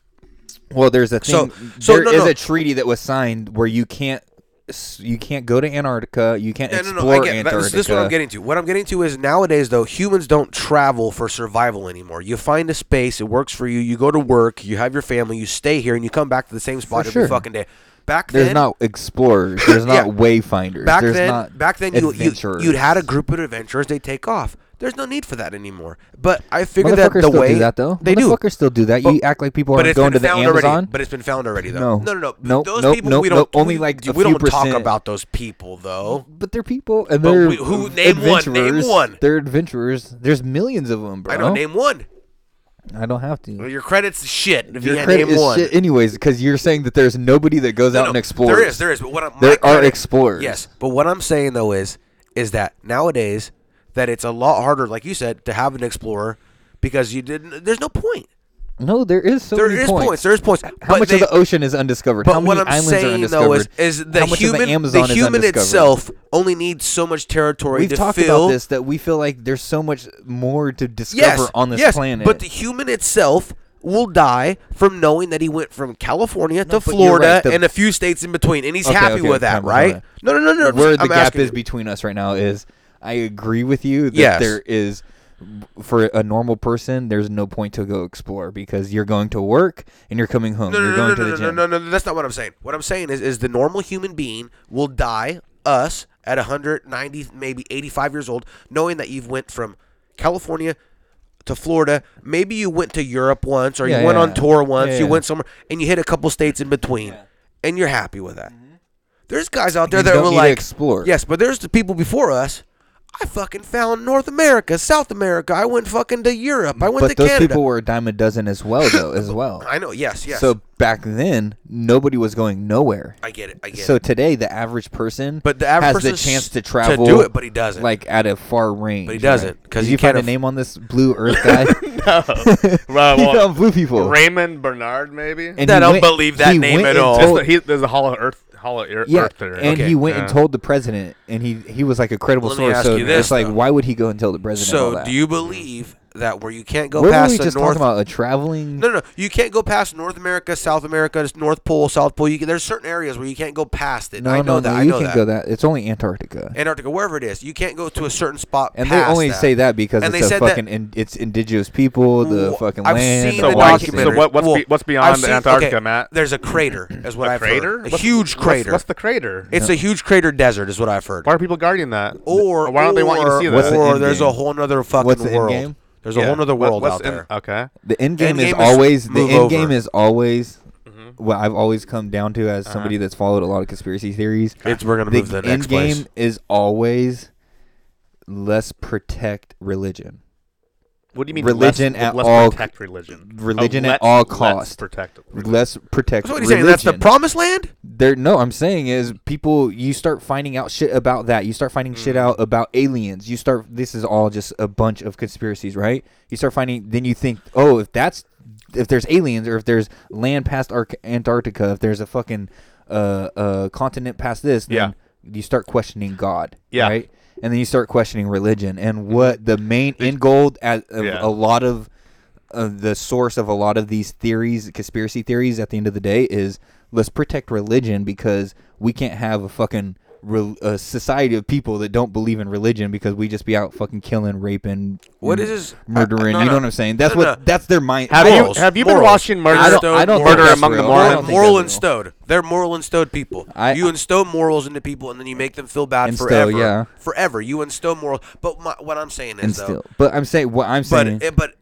well, there's a thing. So- There is so no, no. a treaty that was signed where you can't s- you can't go to Antarctica, you can't Yeah, no, explore no, I get that. Antarctica. This, this is what I'm getting to. What I'm getting to is nowadays, though, humans don't travel for survival anymore. You find a space, it works for you. You go to work, you have your family, you stay here, and you come back to the same spot every sure. fucking day. Back There's then, not explorers. There's not Yeah. wayfinders. back there's then, not back then you, you adventurers. you'd had a group of adventurers. They take off. There's no need for that anymore. But I figured that Motherfuckers the still way do that though. they do. Motherfuckers still do that. you But- act like people But aren't it's going been to the found Amazon. already. But it's been found already, though. No. No, no, no. Nope, Those nope, people nope, we don't. nope. Only we- like a we few don't percent. talk about those people though. But they're people, and But they're we- who- name one, name adventurers. one. They're adventurers. There's millions of them, bro. I know. Name one. I don't have to. Your credits is shit. If Your you can't credit name is one. shit, anyways, because you're saying that there's nobody that goes No, out no, and explores. There is, there is. But what I'm, my There are credit- explorers. Yes, but what I'm saying though is, is that nowadays, that it's a lot harder, like you said, to have an explorer because you didn't. There's no point. No, there is so There many is points. points. There is points. How but much they, of the ocean is undiscovered? But How many what I'm islands are saying undiscovered? though is, is the How much human, of the Amazon the is human undiscovered? itself only needs so much territory We've to talked fill. about this that we feel like there's so much more to discover yes, on this yes, planet. But the human itself will die from knowing that he went from California to but you're Florida right, the- and a few states in between, and he's Okay, happy okay, with that, calm down, right? calm No, no, no, no. where the I'm gap asking is you. between us right now is I agree with you that Yes. there is for a normal person there's no point to go explore because you're going to work and you're coming home. No, you're no, going no, no, to no, the no, gym. no, no, no. That's not what I'm saying. What I'm saying is, is the normal human being will die us at 190, maybe 85 years old, knowing that you've went from California to Florida. Maybe you went to Europe once, or Yeah, you went yeah. on tour once. Yeah, you yeah. went somewhere, and you hit a couple states in between, and you're happy with that. There's guys out there You that don't will need to like explore. Yes, but there's the people before us. I fucking found North America, South America. I went fucking to Europe. I went but to those Canada. people were a dime a dozen as well (coughs) though as well. I know. Yes. Yes. So back then nobody was going nowhere. I get it. I get it. So today the average person But the average has the person's chance to to do travel it, but he doesn't. Like at a far range. But he doesn't, 'cause Did you you find can't a aff- name on this blue (laughs) earth guy? Well, he found blue people. Raymond Bernard, maybe. And I he don't went- believe that he name went at and all. told- That's the- he- there's a hollow earth, hollow ear, Yeah, earth theory. and Okay, he went and yeah. told the president, and he he was like a credible Let me source. ask So you this, it's like, though. why would he go and tell the president all So that? do you believe that where you can't go What were past we the just North? talking about? A traveling? No, no, you can't go past North America, South America, it's North Pole, South Pole. You can, there's certain areas where you can't go past it. no, I know no, that. no, I you know can that. go that. It's only Antarctica. Antarctica, wherever it is, you can't go to a certain spot. And they past only say that because And it's they a said that- fucking in, it's indigenous people, the Wh- fucking I've land. Seen So the the why- rocks, documentary. so what- what's be- what's beyond I've seen- Antarctica, okay, Matt? There's a crater, is what A I've heard. crater? A What's- huge what's- crater. What's, the crater? It's a huge crater desert, is what I've heard. Why are people guarding that? Or why don't they want you to or- see What's the that? Or end there's game? a whole other fucking What's the end world. game? There's a whole other What- world what's out in- there. okay. The end game End is game is always the move end game over. Mm-hmm. is always what I've always come down to as somebody that's followed a lot of conspiracy theories. Uh-huh. It's- we're gonna the move to the end next game place. is always let's protect religion. What do you mean? Religion let's, at let's all- Protect religion. religion Oh, at let's- all let's cost. protect. religion. Let's protect So what are you saying? That's the religion. promised land? there no i'm saying is people you start finding out shit about that you start finding shit Mm-hmm. out about aliens you start this is all just a bunch of conspiracies right you start finding then you think oh if that's if there's aliens or if there's land past Arc antarctica if there's a fucking uh uh continent past this then you start questioning god Yeah. right and then you start questioning religion and what the main end goal at of Yeah. a lot of uh, the source of a lot of these theories, conspiracy theories, at the end of the day is let's protect religion because we can't have a fucking re- a society of people that don't believe in religion because we just be out fucking killing, raping, What m- is this? murdering? No, you no. know what I'm saying? That's No, what no. that's their mind. Have you Morals. have you been Morals. watching murder? I don't- I don't think murder that's among the real. Mormons. I don't think moral that's and real. stowed. They're moral and stowed people. I- you I- instow morals into people, and then you make them feel bad Instill, forever. yeah. Forever, you instow morals. But my, what I'm saying is, and though, still, but I'm saying what I'm but saying. but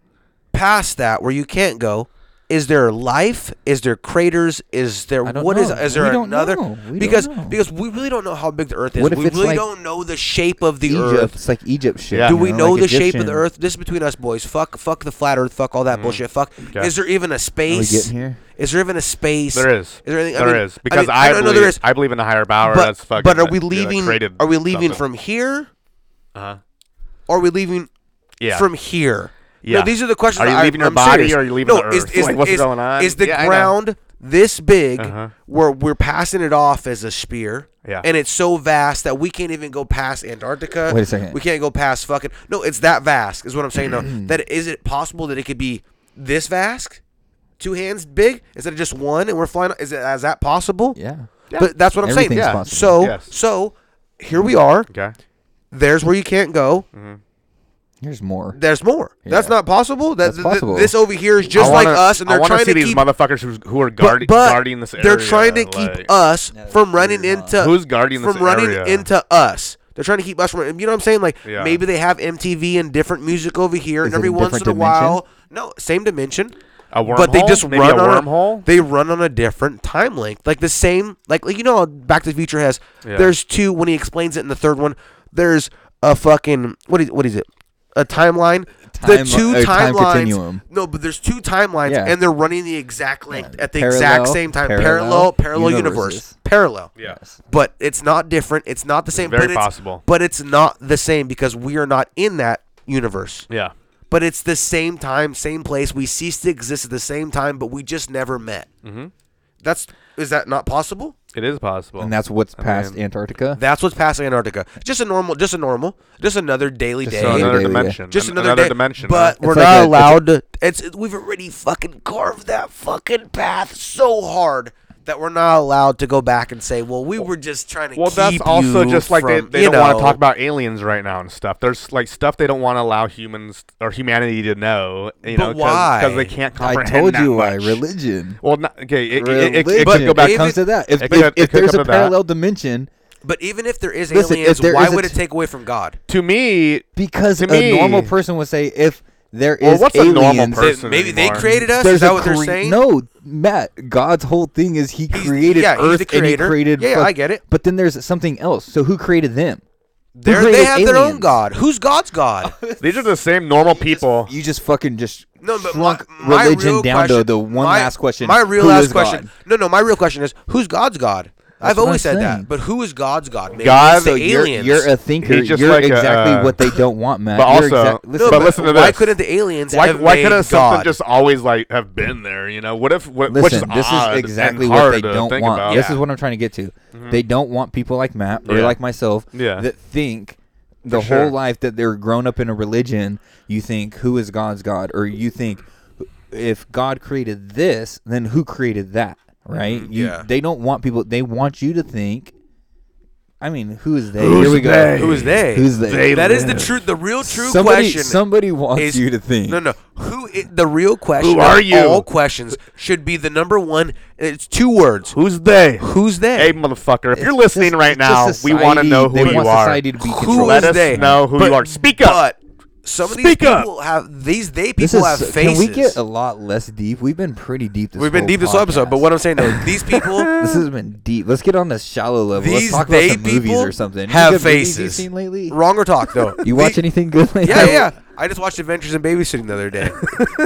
past that, where you can't go, is there life? Is there craters? Is there I don't what is? know. Is We there don't another? know. We don't because know. because we really don't know how big the Earth is. What if we it's really like don't know the shape of the Egypt, Earth. it's like Egypt shit. Yeah. Do you we know, know like the shape of the Egyptian. Earth? This is between us, boys. Fuck, fuck the flat Earth. Fuck all that bullshit. Fuck. Mm-hmm. Okay. Is there even a space? getting here? Is there even a space? There is. Is there anything? There I mean, is. because mean, I, don't know believe, there is. I believe in a higher power. but, that's fucking. but are we that, you know, leaving? created are we leaving something. from here? Uh-huh. Or are we leaving Yeah. from here? Yeah. No, these are the questions. Are you that I- leaving your I'm body serious. or are you leaving no, the Is, earth? is, Like, what's is- going on? Is the Yeah, I know. ground this big Uh-huh. where we're passing it off as a spear? Yeah. And it's so vast that we can't even go past Antarctica. Wait a second. We can't go past fucking. No, it's that vast is what I'm saying (clears throat) though. That is it possible that it could be this vast, two hands big instead of just one, and we're flying? Is it is that possible? Yeah. But that's what I'm saying. Everything's Yeah. possible. So Yes. so here we are. Okay. There's where you can't go. Here's more. There's more. That's Yeah. not possible. That That's th- th- possible. this over here is just I wanna, like us, and I they're wanna trying see to these keep. motherfuckers who's, who are but, guard, but guarding this area. they're trying to keep like- us from running into Who's guarding this from running area? into us. They're trying to keep us from. You know what I'm saying? Like Yeah. maybe they have MTV and different music over here, and it every a once in a different while, no, same dimension. A But they wormhole? just Maybe run a on wormhole? they run on a different time length, like the same, like, like you know, how Back to the Future has. Yeah. There's two when he explains it in the third one. There's a fucking what is what is it? A timeline. the Time- two a time timelines. continuum. No, but there's two timelines, Yeah. and they're running the exact length at the exact Parallel- same time. parallel Parallel, parallel universe, universes. parallel. Yeah. But it's not different. It's not the same. very but it's, possible. But it's not the same because we are not in that universe Yeah. but it's the same time, same place. We ceased to exist at the same time, but we just never met. Mm-hmm. That's is that not possible? It is possible. And that's what's past mean- Antarctica. That's what's past Antarctica. Just a normal, just a normal, just another daily Just day. so Hey, another baby, yeah. dimension. just An- another, day. dimension. but huh? we're It's like not a- it's- allowed to. It's it- we've already fucking carved that fucking path so hard that we're not allowed to go back and say, "Well, we were just trying to." Well, that's keep also you just like they, from, they you don't want know. to talk about aliens right now and stuff. There's like stuff they don't want to allow humans or humanity to know. You But know, why? Because they can't (laughs) I comprehend. told that you much. why religion. Well, not, okay, it, it, it, Religion. it could go back. it comes to that. If, if, it could- it if could there's come a to that. parallel dimension, But even if there is Listen, if aliens, there why is a would it t- take away from God? to me, because To a me- normal person would say, if there Well, is what's a aliens, normal They- person maybe anymore. they created us. there's is that a what they're crea- saying? No, Matt. God's whole thing is He He's- created yeah, he's Earth the and He creator. created. Yeah, fuck- I get it. But then there's something else. So who created them? Who They're- they created have their own aliens? God. Who's God's God? these are the same normal people. You just fucking just (laughs) No, but my, shrunk my religion real down question, to the one my- last question. My real who last is question. God? No, no, my real question is who's God's God? I've what I'm always said saying. that. But who is God's God? Maybe God, it's the so You're, aliens. you're a thinker. He's just You're like a, exactly uh, what they don't want, Matt. but You're also- exact- No, listen, but listen to why this. couldn't the alildn't Why, have why made couldn't God? something just always like have been there? You know, what if what, which Listen, is this odd is exactly and what hard they to don't think want. About. Mm-hmm. This is what I'm trying to get to. They don't want people like Matt or Yeah. like myself Yeah. that think the For sure. whole life that they're grown up in a religion. You think who is God's God, or you think if God created this, then who created that? Mm-hmm. Right? You, yeah. They don't want people. They want you to think. I mean, who is they? Here we go. who is they? Who's they? They That is the true, the real true somebody, question. somebody wants is- you to think. No, no. Who? i the real question. Who are of you? All questions should be the number one. It's two words. Who's they? Who's they? Hey, motherfucker! If It's you're listening just- it's right just now, we want to society- know who they you want are. society to be Who controlled. Let is us they? know who But- you are. Speak up. But Some of Speak these up. people have these they This people is- have faces. Can we get a lot less deep? We've been pretty deep this We've been whole deep this whole episode, but podcast. what I'm (laughs) saying though, these people This has been deep. Let's get on the shallow level. these Let's talk about they the movies people or something. Any have good movies faces. you've seen lately? Wrong or talk though. You watch The- anything good lately? Yeah, yeah. I just watched Adventures in Babysitting the other (laughs) day.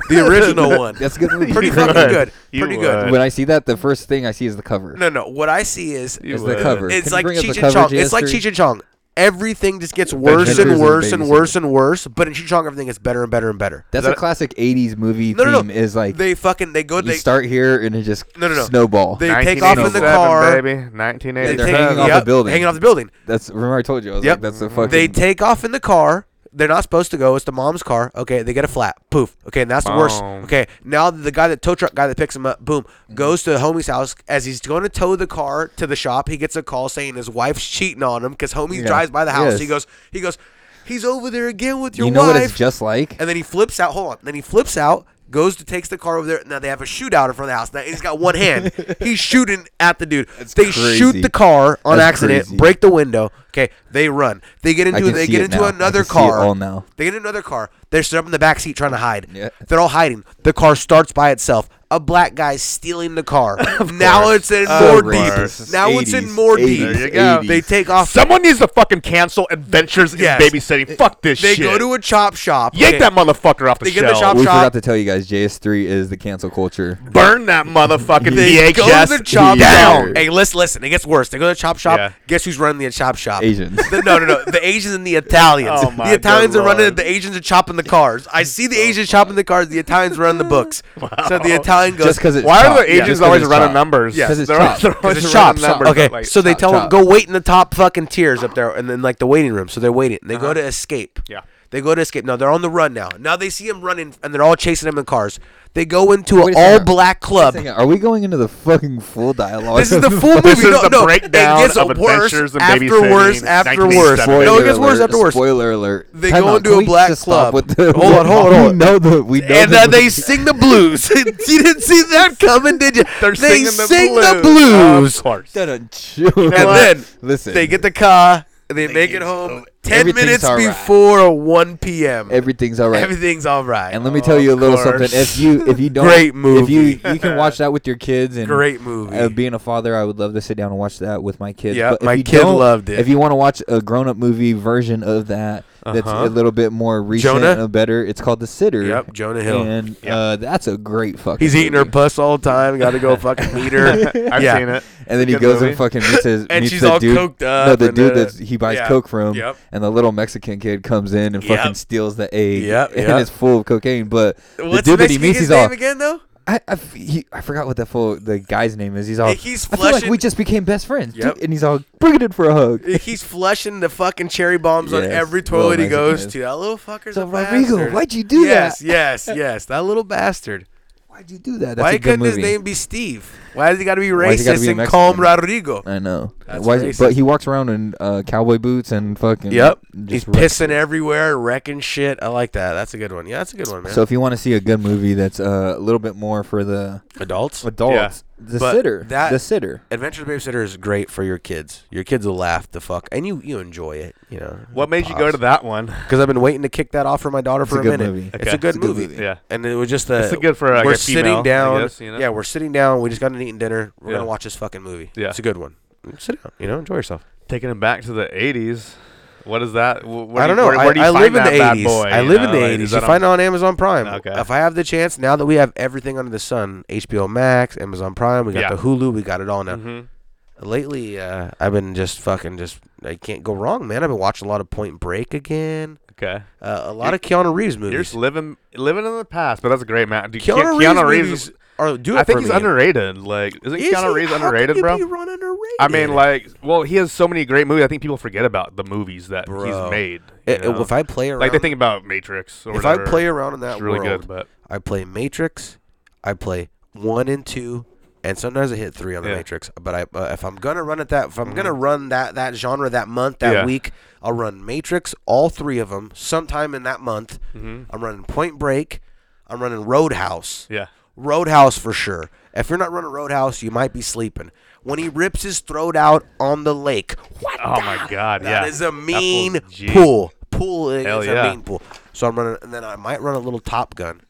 the original one. That's a good movie. (laughs) Pretty You fucking would. good. You Pretty good. would. When I see that, the first thing I see is the cover. No, no. What I see is You It's the would. cover. Can it's you like bring up the Cheech and coverage Chong. It's like history? Cheech and Chong. Everything just gets worse Adventures and in worse and Babysitting. worse and worse. But in Cheech and Chong, everything gets better and better and better. That's a classic '80s movie No, theme. no, no. Is like they fucking they go you they start here and it just No, no, no. snowball. They take off in the car. baby. They 1980. they're take- hanging off the yep, building. Hanging off the building. That's remember I told you. I was Yep. like, that's a fucking. They take off in the car. They're not supposed to go. It's the mom's car. Okay, they get a flat. Poof. Okay, and that's the worst. Boom. Okay, now the guy, that tow truck guy that picks him up, boom, goes to the homie's house. As he's going to tow the car to the shop, he gets a call saying his wife's cheating on him because homie Yeah. drives by the house. He Yes. goes, he goes, he's over there again with your you know wife. what it's just like? and then he flips out. Hold on. Then he flips out. Goes to takes the car over there. Now they have a shootout in front of the house. Now he's got one hand. (laughs) he's shooting at the dude. they shoot crazy. the car on That's accident. crazy. Break the window. Okay, they run. They get into can they see get it into now. I can another see it car. all now. They get in another car. They're set up in the back seat trying to hide. Yeah. They're all hiding. The car starts by itself. A black guy's stealing the (laughs) car. now it's in Of more course. deep. Now it's in more 80s, deep. There you go. 80s. They take off. Someone needs to fucking cancel Adventures Yes. in Babysitting. Fuck this they shit. go to a chop shop. Yank Okay. that motherfucker off the They get shelf. the shop we shop. forgot to tell you guys. JS3 is the cancel culture. Burn that motherfucking They go VHS to the chop down. shop. Hey, listen, listen. It gets worse. They go to the chop shop. Yeah. Guess who's running the chop shop? (laughs) Asians. The- no, no, no. (laughs) The Asians and the Italians. Oh, my the Italians good are running. it. lord. The Asians are chopping the cars. I see the Asians chopping the cars. The Italians running the (laughs) books. So the Italian goes. Just because it's Why chopped. are the Yeah, agents just 'cause always it's running chopped. numbers? Yeah. 'Cause it's They're al- chopped. they're 'Cause always it's running chopped, chopped. numbers. Okay, Like, so they chop, tell chop. them go wait in the top fucking tiers up there, and then like the waiting room. So they're waiting. They go to escape. Yeah. They go to escape. No, they're on the run now. Now they see him running, and they're all chasing him in cars. They go into an Wait a second. all black club. Hang on, Are we going into the fucking full dialogue? This is the full movie. This is no, the no, breakdown it gets of worse Adventures in after Babysitting, worse after worse. 1987. No, it gets (laughs) Spoiler worse alert, after worse. Spoiler alert. They Time go out. into Can a we black just stop club. With the, Hold on, hold on, hold We on. know the we know And the uh, they movie. sing the blues. (laughs) you didn't see that coming, did you? They're they singing the sing the blues. Oh, blues. Of course. Dun-dun. And then listen, they get the car. and They, make it home ten Everything's minutes all right. before one p.m. everything's all right. Everything's all right. And let me tell you a Of little course. something. If you if you don't Great if you movie. you can watch that with your kids and Great movie. Uh, being a father, I would love to sit down and watch that with my kids. Yeah, But if my you kid don't- loved it. If you want to watch a grown-up movie version of that, that's a little bit more recent Uh-huh. Jonah? and better. It's called The Sitter. Yep, Jonah Hill. And uh, that's a great fucking. He's eating her movie. puss all the time. Got to go fucking meet her. (laughs) I've Yeah. seen it. And then he Good goes movie. (laughs) and fucking meets his And meets she's the all dude, coked No, up the and, dude uh, that he buys yeah. coke from, Yep. and the little Mexican kid comes in and fucking Yep. steals the egg, Yep, (laughs) and yep. it's full of cocaine. But What's the the dude that he Mexican kid's meets, he's name all, again though? I, I f- he, I forgot what that full the guy's name is. He's all. Like, he's I feel like we flushing- just became best friends, dude." Yep. and he's all bring it in for a hug. He's flushing the fucking cherry bombs on Yes, every little toilet he Mexican goes is. to. That little fucker's So a Rodrigo, bastard. why'd you do yes, that? (laughs) Yes, yes, That little bastard. Why'd you do that? That's Why a good couldn't movie. his name be Steve? Why does he got to be Why's he gotta racist be a and call him Mexican? Uh, Rodrigo? I know. That's Why- racist. but he walks around in uh, cowboy boots and fucking. Yep. just He's wrecks pissing everywhere, wrecking shit. I like that. That's a good one. Yeah, that's a good one, man. So if you want to see a good movie that's uh, a little bit more for the adults, adults, the But sitter, that- the sitter. Adventure of the Babysitter is great for your kids. Your kids will laugh the fuck, and you you enjoy it. You know What made you go to that one? Because I've been waiting to kick that off for my daughter for a a, good minute. movie. It's a good It's a good movie. movie. Yeah. and it was just the. It's a good for, uh, like, we're a sitting female, I down. guess, you know? Yeah, we're sitting down. We just got done eating dinner. We're Yeah. gonna watch this fucking movie. Yeah. it's a good one. Sit down. You know, enjoy yourself. Taking him back to the 80s. What is that? Wh- Where I do don't you- know. Where, where do you I, I find live in that the bad eighties. boy, I you live in know? the Like, eighties. is You that find it on Amazon Prime. Okay. If I have the chance, now that we have everything under the sun, HBO Max, Amazon Prime, we got Yeah. Mm-hmm. the Hulu, we got it all now. Lately, uh, I've been just fucking just. I can't go wrong, man. I've been watching a lot of Point Break again. Okay. Uh, a lot of Keanu Reeves You're movies. just living living in the past, but that's great, man. Dude, Ke- Keanu, Reeves, movies are do it I think for he's me. underrated. Like, isn't Is Keanu he? Reeves How can underrated, you bro? be run underrated? I mean, like, well, he has so many great movies. I think people forget about the movies that Bro. he's made. I- you I- know? Eh, if I play around, like they think about Matrix. Or if I whatever. play around in that it's really world, good, but I play Matrix, I play one and two, and sometimes I hit three on the Yeah. Mm-hmm. Matrix. But I, uh, if I'm gonna run at that, if I'm gonna run that that genre that month that Yeah. week, I'll run Matrix, all three of them, sometime in that month. I'm running Point Break, I'm running Roadhouse. Mm-hmm. yeah, Roadhouse for sure. If you're not running Roadhouse, you might be sleeping. When he rips his throat out on the lake, what? Oh my God, that yeah. is a That mean fool's G. pool. Pool is Hell a yeah. mean pool. So I'm running, and then I might run a little Top Gun.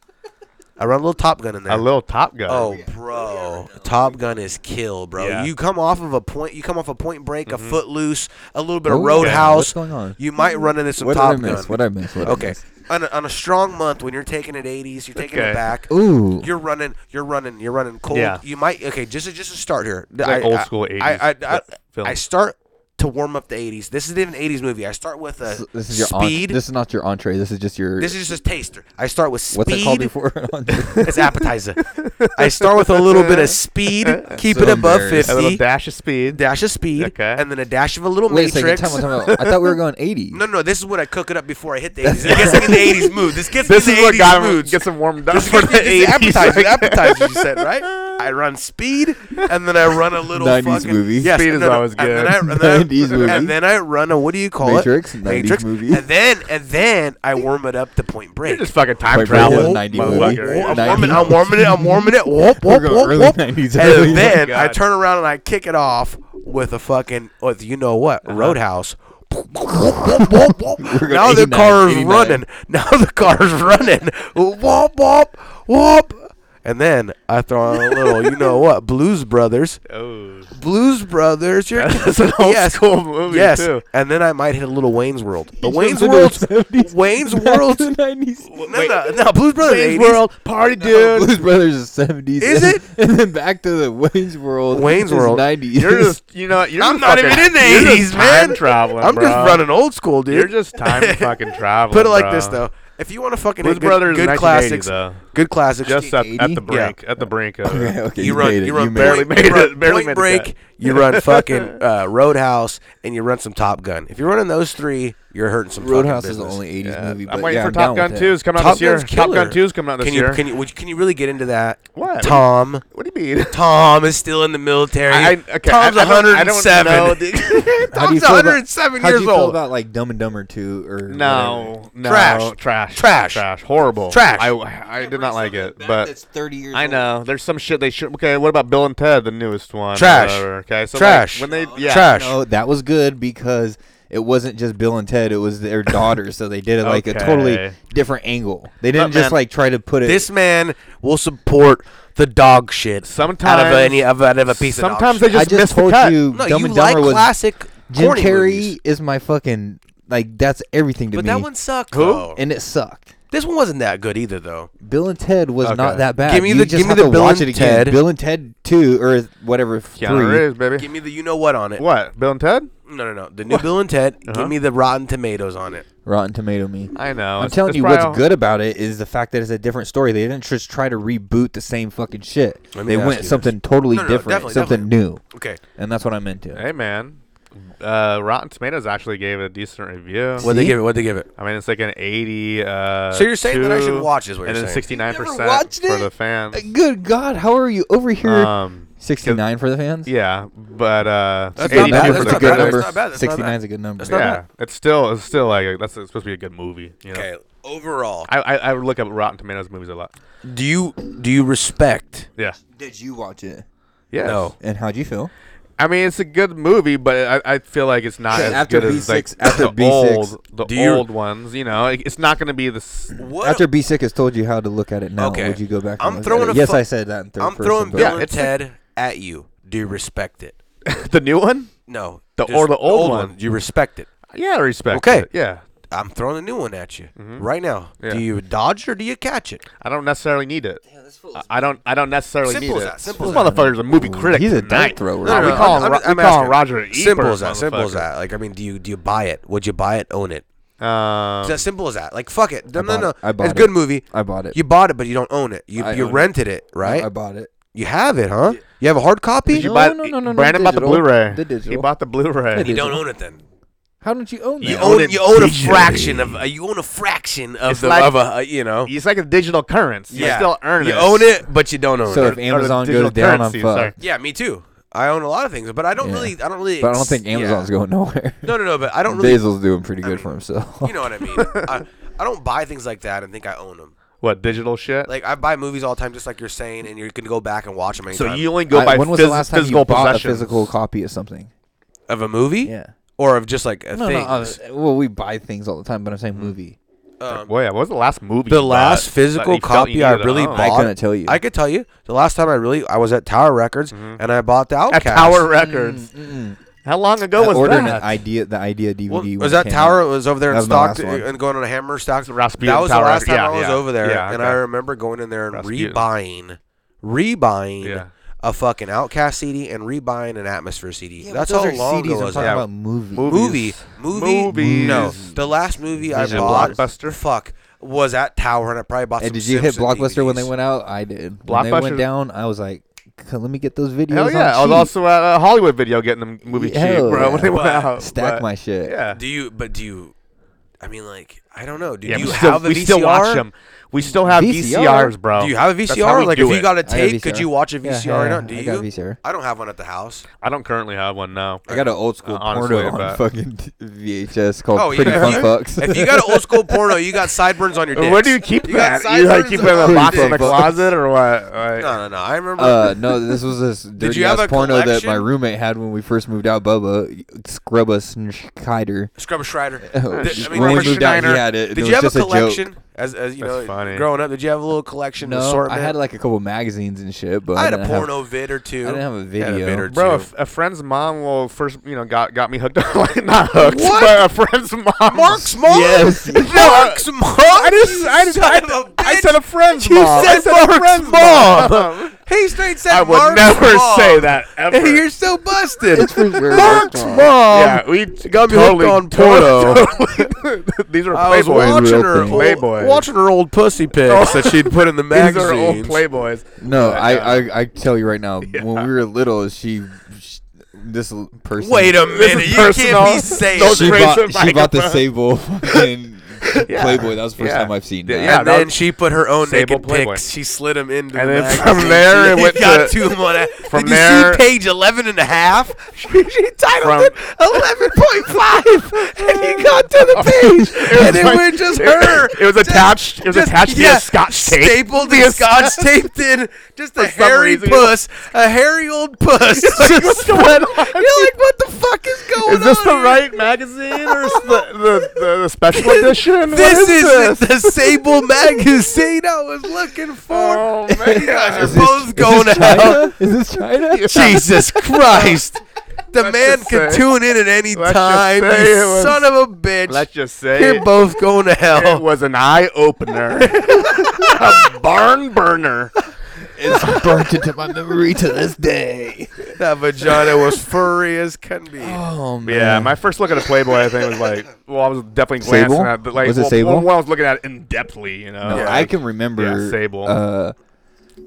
I run a little Top Gun in there. A little Top Gun. Oh, bro, Top Gun is kill, bro. Yeah. Mm-hmm. You come off of a point, you come off a Point Break, a Footloose, a little bit Okay, of Roadhouse. what's going on? You might run into some What did I Top miss? Gun. What did I miss? What did I okay, miss? on a, on a strong month when you're taking it 80s, you're taking Okay. it back. Ooh. You're running, you're running, you're running cold. Yeah. You might okay, just just a start here. like old school 80s I, I, I, film. I start to warm up the 80s. This isn't even an 80s movie. I start with a This is your speed. Entree. This is not your entree. This is just your. this is just a taster. I start with speed. what's it (laughs) called before? (laughs) Entree? It's (laughs) appetizer. I start with a little bit of (laughs) speed, keep So it above embarrassed. a little 50, dash of speed. dash of speed, Okay. and then a dash of a little Wait a second. matrix. Time, out, time, out. I thought we (laughs) were going 80. no, no, this is what I cook it up before I hit the (laughs) 80s. It gets me in the 80s mood. This gets This me in the is what 80s got him moods. gets him warmed up This for is the the 80s. appetizer, (laughs) appetizer, you said, right? I run speed, and then I run a little 90s fucking, movie. Yes, Speed is no, no, always And then good. I, and (laughs) then I- 90s movie. And then I run a what do you call Matrix, it? 90s movie. And then and then I warm it up to Point Break. You're just fucking time Wait, bro, traveling. 90 motherfucker. movie. I'm 90s. warming, I'm warming it. I'm warming (laughs) it. Whoop, We're whoop, going whoop, early whoop. 90s, early- And then Oh my I God. turn around and I kick it off with a fucking, with you know what, Uh-huh. Roadhouse. (laughs) (laughs) now the 89, car is 89. running. (laughs) Now the car is running. Whoop, whoop, whoop. And then I throw on a little, you know what, Blues Brothers. (laughs) Oh. Blues Brothers. You're (laughs) That's an old school movie, Yes. too. And then I might hit a little Wayne's World. But Wayne's into World. the 70s. Wayne's Back (laughs) World. to the 90s. No, no, no, Blues Brothers. Wayne's 80s. World, party No, dude. Oh, Blues Brothers is 70s. Is and- it? (laughs) And then back to the Wayne's World. Wayne's is World. 90s. (laughs) (laughs) You're just, you know, you're I'm just not fucking- even in the you're just 80s, time man. Traveling, I'm bro. just running old school, dude. You're just (laughs) time fucking traveling. Put it like bro. this though. If you want to fucking Blues hit Brothers good, is good 1980, classics, though. good classics, Just at, at 80? the brink. At the brink of. Okay, okay, you, run, made it, you run, made barely it. made you run it, barely Point made it Break, back. you (laughs) run fucking uh, Roadhouse, and you run some Top Gun. If you're running those three, you're hurting some. fucking Roadhouse is the business. only 80s Yeah, movie. I'm but waiting yeah, for I'm Top down Gun with 2 it. is coming out Top this year. Gun's killer. Top Gun 2 is coming out this can you, year. Can you, would you- can you really get into that? What? Tom. What do you mean? Tom is still in the military. (laughs) I- okay, Tom's I- I don't- I don't 107. know How do you Tom's feel about- 107 how do years you feel old. about like Dumb and Dumber 2 or (laughs) whatever? No, no, Trash. trash, Trash. trash, horrible, Trash. I, I did not like it, That- but that's 30 years I old. know there's some shit they should. Okay, what about Bill and Ted, the newest one? or Trash. whatever, Okay, so like, Trash. when they yeah, Trash. No, that was good because it wasn't just Bill and Ted; it was their (laughs) daughters. so they did it like a totally Okay. different angle. They didn't just man, like try to put it. This man will support the dog shit Sometimes out of any of, out of a piece sometimes of dog they shit. I just miss just the told cut. you, no, Dumb you and like Dumber was classic Jim corny Carrey movies. is my fucking like that's everything to but me. that one sucked. Who? though. and it sucked. This one wasn't that good either, though. Bill and Ted was Okay. not that bad. Give me You the- just give me have the to Bill watch and it again. Ted. Bill and Ted two or whatever Keanu three. Reeves, baby. Give me the you know what on it. what Bill and Ted? No, no, no. The new Bill and Ted. Give me the Rotten Tomatoes on it. Rotten Tomato me. I know. I'm it's- telling it's you, probably what's all- good about it is the fact that it's a different story. They didn't just try to reboot the same fucking shit. Let me They ask went you something totally No, no, no, different, definitely, something new, Okay. and that's what I'm into. Hey man, uh, Rotten Tomatoes actually gave it a decent review. What would they See? give it? What would they give it? I mean, it's like an 80. Uh, So you're saying that I should two, watch is what and you're then saying. 69 You never watched percent for it? the fans. Uh, Good God, how are you over here? Um, 69 for the fans. yeah, but uh, That's not 82 bad, for that's the not a good bad, critics. number. that's not bad, that's not 69 bad. is a good number. That's not yeah, bad. it's still it's still like a- that's it's supposed to be a good movie. You know? Okay. Overall, I, I I look up Rotten Tomatoes movies a lot. do you do you respect? Yeah. Did you watch it? Yeah. No. And how'd you feel? I mean, it's a good movie, but I, I feel like it's not Okay, as after good B6 as like after the B6, old the do you- old ones. You know, Like, it's not going to be the. s- What After B Sick has told you how to look at it now, Okay. would you go back? I'm and look throwing At a it? Yes, fu- I said that in third I'm person, throwing but- Bill Yeah, and it's- Ted at you. Do you respect it? the new one. No. The- just or the old one. Do you respect it? Yeah, I respect. Okay. it. Yeah, I'm throwing a new one at you right now. Yeah. Do you dodge or do you catch it? I don't necessarily need it. I- I don't. I don't necessarily Simple need as it. that, simple this as that. motherfucker's a movie critic. He's a dart tonight. thrower. No, No, we no, call him. I'm- Ro- I'm we call him asking. Roger. Ebert, Simple as that. Simple as motherfucker. that. Like, I mean, do you do you buy it? Would you buy it? Own it. Um, It's as simple as that. Like, fuck it. No, I no, bought no. it. I bought it's a good it. movie. I bought it. You bought it, but you don't own it. You I you own it. rented it, right? I bought it. you have it, huh? You have a hard copy. did you No, buy? no, no, no, no, Brandon bought the digital. Blu-ray. The He digital. bought the Blu-ray. The You don't own it then. How don't you own that? You own own it you own a digitally. fraction of uh, you own a fraction of It's the like- of a uh, you know. It's like a digital currency. You still earn You it. own it, but you don't own so it. if Amazon Oh, digital goes down, I'm currency, sorry. fucked. Yeah, me too. I own a lot of things, but I don't Yeah. really. I don't really. But I don't ex- think yeah. Amazon's going nowhere. No, no, no. But I don't really. Basil's doing pretty good for himself. (laughs) (laughs) You know what I mean? I, I don't buy things like that and think I own them. What digital shit? Like I buy movies all the time, just like you're saying, and you can go back and watch them. so anytime. you only go uh, I- by when was phys- the last time physical you bought a possessions. physical copy of something? of a movie, Yeah. or of just like a No, thing. Hmm. no. uh, well, we buy things all the time, but I'm saying movie. Um, Boy, what was the last movie? the you bought last that physical you felt you copy I needed Oh. to really own? bought- I couldn't tell you. I could tell you the last time I really I was at Tower Records and I bought the Mm-hmm. At Outcast. Tower Records. How long ago Mm, I was ordered that? an idea, the idea DVD. Well, when it was that came Tower? out. It was over there That in was my last stock one. and going on a hammer stock. Rasputin That was Tower the last time Records. I Yeah, was yeah. over there, Yeah, and okay. I remember going in there and Rasputin. rebuying, rebuying Yeah. a fucking Outcast CD and rebuying an Atmosphere CD. Yeah, but That's those how are long CDs. ago I'm was talking that? about movies. Movie, movie, Movies. No, the last movie I Is it bought, Blockbuster? Fuck, was at Tower, and I probably bought. And some did you hit Simpson Blockbuster when they DVDs. went out? I did. When they went Blockbuster- down, I was like, "C- let me get those videos. Hell on yeah! I was cheap." also at uh, Hollywood Video getting them movie cheap, Hell bro. yeah. When they went But- out, stack but- my shit. Yeah, Do you? But do you? I mean, like, I don't know. Do yeah. you we still, have a we VCR? still watch them. We still have VCR? VCRs, bro. Do you have a That's how VCR? we Like, do if it. you got a I got tape, could VCR. you watch a Yeah, VCR yeah, or yeah. not? Do I you? got VCR. I don't have one at the house. I don't currently have one. No. I got an old school Uh, honestly, porno on but- fucking VHS called Oh, Pretty yeah. Fun If you- Fucks. If you got an old school porno, you got sideburns (laughs) on your dick. Where do you keep You got that? You like sideburns keep it in on a your box in the dick. closet or what? Like, No, no, no. I remember. (laughs) Uh, no, this was (laughs) this dirty you have ass a porno that my collection? roommate had when we first moved out. Bubba Scrubbus and Schkider. Scrub a Schreider. oh, When we moved out, he had it. and Did it you have was a just joke. collection? As, as you That's know, funny. growing up, did you have a little collection No, assortment? I had like a couple magazines and shit, but I had a didn't have- porno vid or two. I didn't have a I had video. vid or Bro, a, two. f- a friend's mom will first, you know, got got me hooked (laughs) on not hooked, What? but a friend's mom. Mark's mom. Yes. (laughs) Mark's mom. I just- I just- Son of a I bitch. said a friend's You mom. I said said a Mark's friend's mom. (laughs) mom. He straight said I would Mark's never mom. say that (laughs) ever. You're so busted. (laughs) It's for weird Mark's porno. mom. yeah, we got me totally, hooked on (laughs) totally- (laughs) These are I was Playboys. watching real her, thing. old, Playboy. Oh. watching her old pussy pics that she'd put in the (laughs) These are old magazine. Playboys. No, I, yeah. I, I tell you (laughs) right now, when we were little, she, sh this l- person. Wait a minute, you can't be personal. saying Don't She Raise bought, the she bought the microphone. Sable (laughs) fucking Yeah. Playboy. That was the first Yeah. time I've seen. Yeah, that. yeah. and that then was- she put her own Sable naked Playboy. pics. She slid them into And the then magazine. from (laughs) there, it She went got to- two of 'em on a- (laughs) from Did you there- see page 11 and a (laughs) half? She, she From- titled it 11.5, and he got to (laughs) the page, and it like- was just (laughs) it- her. it was just- attached- it was attached via Scotch tape. (laughs) stapled via Via scotch taped in. Just a For some hairy reason, it puss, a hairy old (laughs) puss. like, what's Just- going on? (laughs) You're like, what (laughs) the fuck is going on? Is this the here? right magazine (laughs) or is the, the, the, the special edition? What This is (laughs) this? the (laughs) Sable magazine I was looking for. (laughs) Oh man! They're both going out. China? Is this (laughs) China? (laughs) Jesus Christ. The man just could say- tune in at any let's just time. You say it was- son of a bitch. Let's just say You're both going to (laughs) it hell. was an eye (laughs) opener, a barn burner. It's burnt into my memory to this day. That vagina was furry as can be. Oh man. Yeah, my first look at a Playboy, I think, was like, well, I was definitely glancing Sable? at, but like, Was it well, Sable? well, I was looking at it in depthly, you know. No, like, I can remember. yeah, Sable. Uh,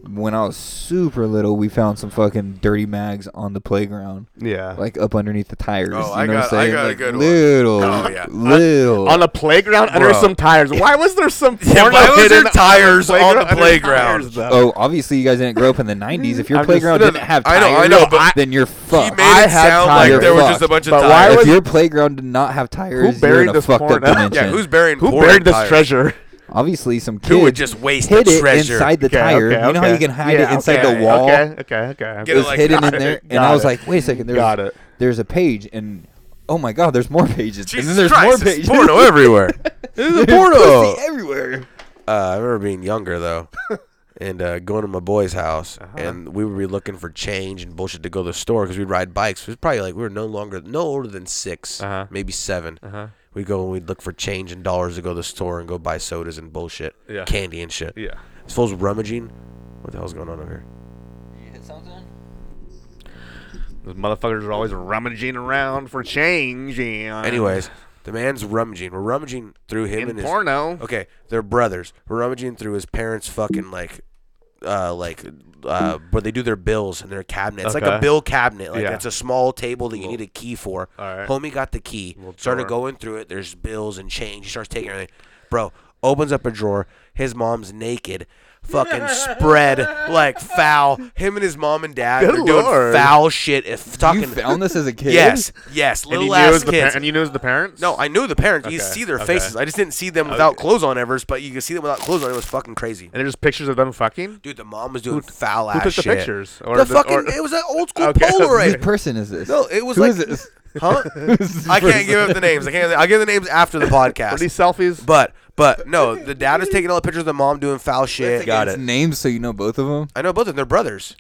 when I was super little, we found some fucking dirty mags on the playground, yeah. like up underneath the tires. Oh, you I know what I'm got- I saying? got a Like, good one. little, Oh, yeah. little. on a playground under Bro. some tires. Why was there some (laughs) porno Yeah, why was there hidden on the tires on playground the under playground? tires, though? Oh, obviously you guys didn't grow up in the '90s. If your I'm just- playground no, didn't have I tires, know, I know, but then you're He fucked. made I it had sound like tires. there was Fucked. just a bunch of But why tires. if was- your playground did not have tires, you're in buried a this fucked up porn? Yeah, dimension. yeah, who's burying Who porn buried this tires? treasure? obviously some kid Who would just waste hid the it treasure? inside the (laughs) Okay, tire. okay, you know how you okay. can hide Yeah, it inside okay, the wall. Okay, okay, okay. It Get was like- hidden got in it, there, and got I was it, like, "Wait a second, there's, got it. there's a page, and oh my god, there's more pages, and then Jesus there's Christ, more there's pages, (laughs) porno everywhere. There's a porno. Pussy everywhere." Uh, I remember being younger though, and uh, going to my boy's house, Uh-huh. and we would be looking for change and bullshit to go to the store because we'd ride bikes. It was probably like we were no longer no older than 6 Uh-huh. maybe 7 We'd go and we'd look for change and dollars to go to the store and go buy sodas and bullshit, Yeah. candy and shit. Yeah. This fool's rummaging. What the hell's going on over here? Those motherfuckers are always rummaging around for change. And Anyways, the man's rummaging. We're rummaging through him in and his porno. Okay, they're brothers. We're rummaging through his parents' fucking like, uh, like, uh, where they do their bills and their cabinet. It's like a Okay. bill cabinet. Like Yeah. it's a small table that you need a key for. Alright. Homie got the key. Started drawer. going through it. There's bills and change. He starts taking everything. Bro opens up a drawer. His mom's naked, fucking spread like foul. Him and his mom and dad Good are doing lord. foul shit. If You talking, found this as a kid? yes, yes, And you, little knew it ass was the par- kids. and you knew it was the parents? No, I knew the parents. You Okay, could see their okay. Oh, faces. I just didn't see them without clothes on ever, but you could see them without clothes on. It was fucking crazy. And there's just pictures of them fucking? Dude, the mom was doing foul ass Who took the shit. pictures? Or the, the- fucking or- it was an old school Okay. Whose (laughs) Polaroid. person is this? No, it was Who like is (laughs) this? Huh? is I person. can't give up the names. I can't. I'll give the names after (laughs) the Are these podcast. selfies? But but no, the dad is taking all the pictures of the mom doing foul shit. It's names, so you know both of them. I know both of them. They're brothers.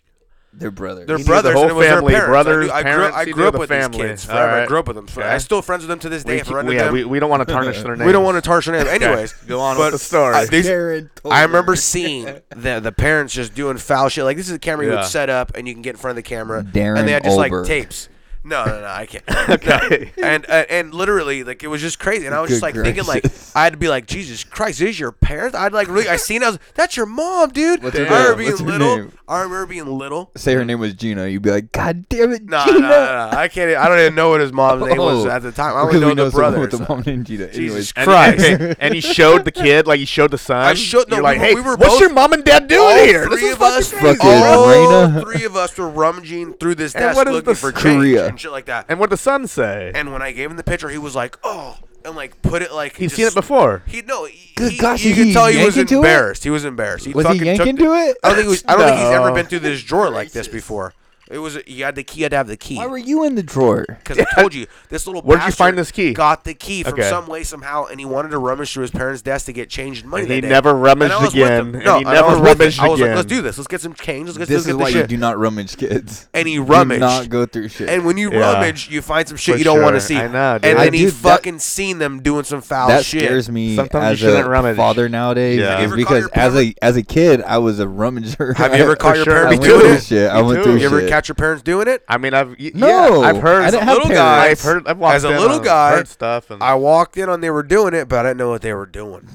They're brothers. They're He knew the brothers. whole and it was family, Their parents. brothers, I knew, parents, I grew, I he knew grew up the with family. these kids forever. I Alright. grew up with them. forever. Okay. I'm still friends with them to this day. we, if I keep- run into yeah, them. we, we don't want to tarnish their (laughs) names. We don't want to tarnish (laughs) their name. Anyways, Go on but with the story. I, these- Karen I Tolbert. remember seeing the the parents just doing foul shit. Like this is a camera you Yeah. would set up, and you can get in front of the camera, Darren and they had just Olberg. like tapes. No, no, no, I (laughs) can't. (laughs) (laughs) okay. And uh, and literally, like it was just crazy, and I was just like Good thinking, like gracious. I'd be like, Jesus Christ, this is your parents? I'd like really, I seen, I was, that's your mom, dude. What's I her remember name? being What's her little. name? I remember being (laughs) little. Say her name was Gina. You'd be like, God damn it, No, no, Gina. no, no, I can't. e, I don't even know what his mom's name was Oh. at the time. I because only know we know the someone brother. with the mom named Gina. Anyways, Jesus And, Christ. and- and he showed the kid, like he showed the son. I showed- no, You're we like, were- hey, we were what's both- your mom and dad doing all here? Three This is of us, fucking crazy. Fucking all Raina. three of us were rummaging through this And desk what is looking the for s- change Korea. and shit like that. And what the son say? And when I gave him the picture, he was like, "Oh," and like put it like He's just- seen it before. He no, he, Good he, gosh, you is could he tell he was yanking to it? embarrassed. He was embarrassed. He was fucking he yanking took, to it? I don't think he was, I don't think he's ever No. been through this drawer like this before. It was you had the key. I'd have the key Why were you in the drawer? because I told you this little. Where'd you find bastard this key? Got the key from Okay. some way somehow, and he wanted to rummage through his parents' desk to get change and money. And that he day. never And rummaged I was with him. again. And No, he I never was with him. rummaged I was like, again. let's do this. Let's get some change. Let's get This let's is get why this you shit. do not rummage kids. and he Do rummaged. not go through shit. And when you Yeah. rummage, you find some shit For you don't want sure. to see. I know, dude. And I- then he dude, that- fucking seen them doing some foul that shit. scares me Sometimes you as shouldn't a rummage. father nowadays Yeah. Have is you ever because caught your as a parent- as a kid I was a rummager. Have (laughs) you ever caught your (laughs) sure. I Me parents went too. doing through it? shit. I Me went too. through You ever shit. catch your parents doing it? I mean, I've y- No, yeah, I've heard. I didn't some- have little guy- I've parents. heard. I've watched As a in little on- guy, heard stuff, and I walked in on they were doing it, but I didn't know what they were doing.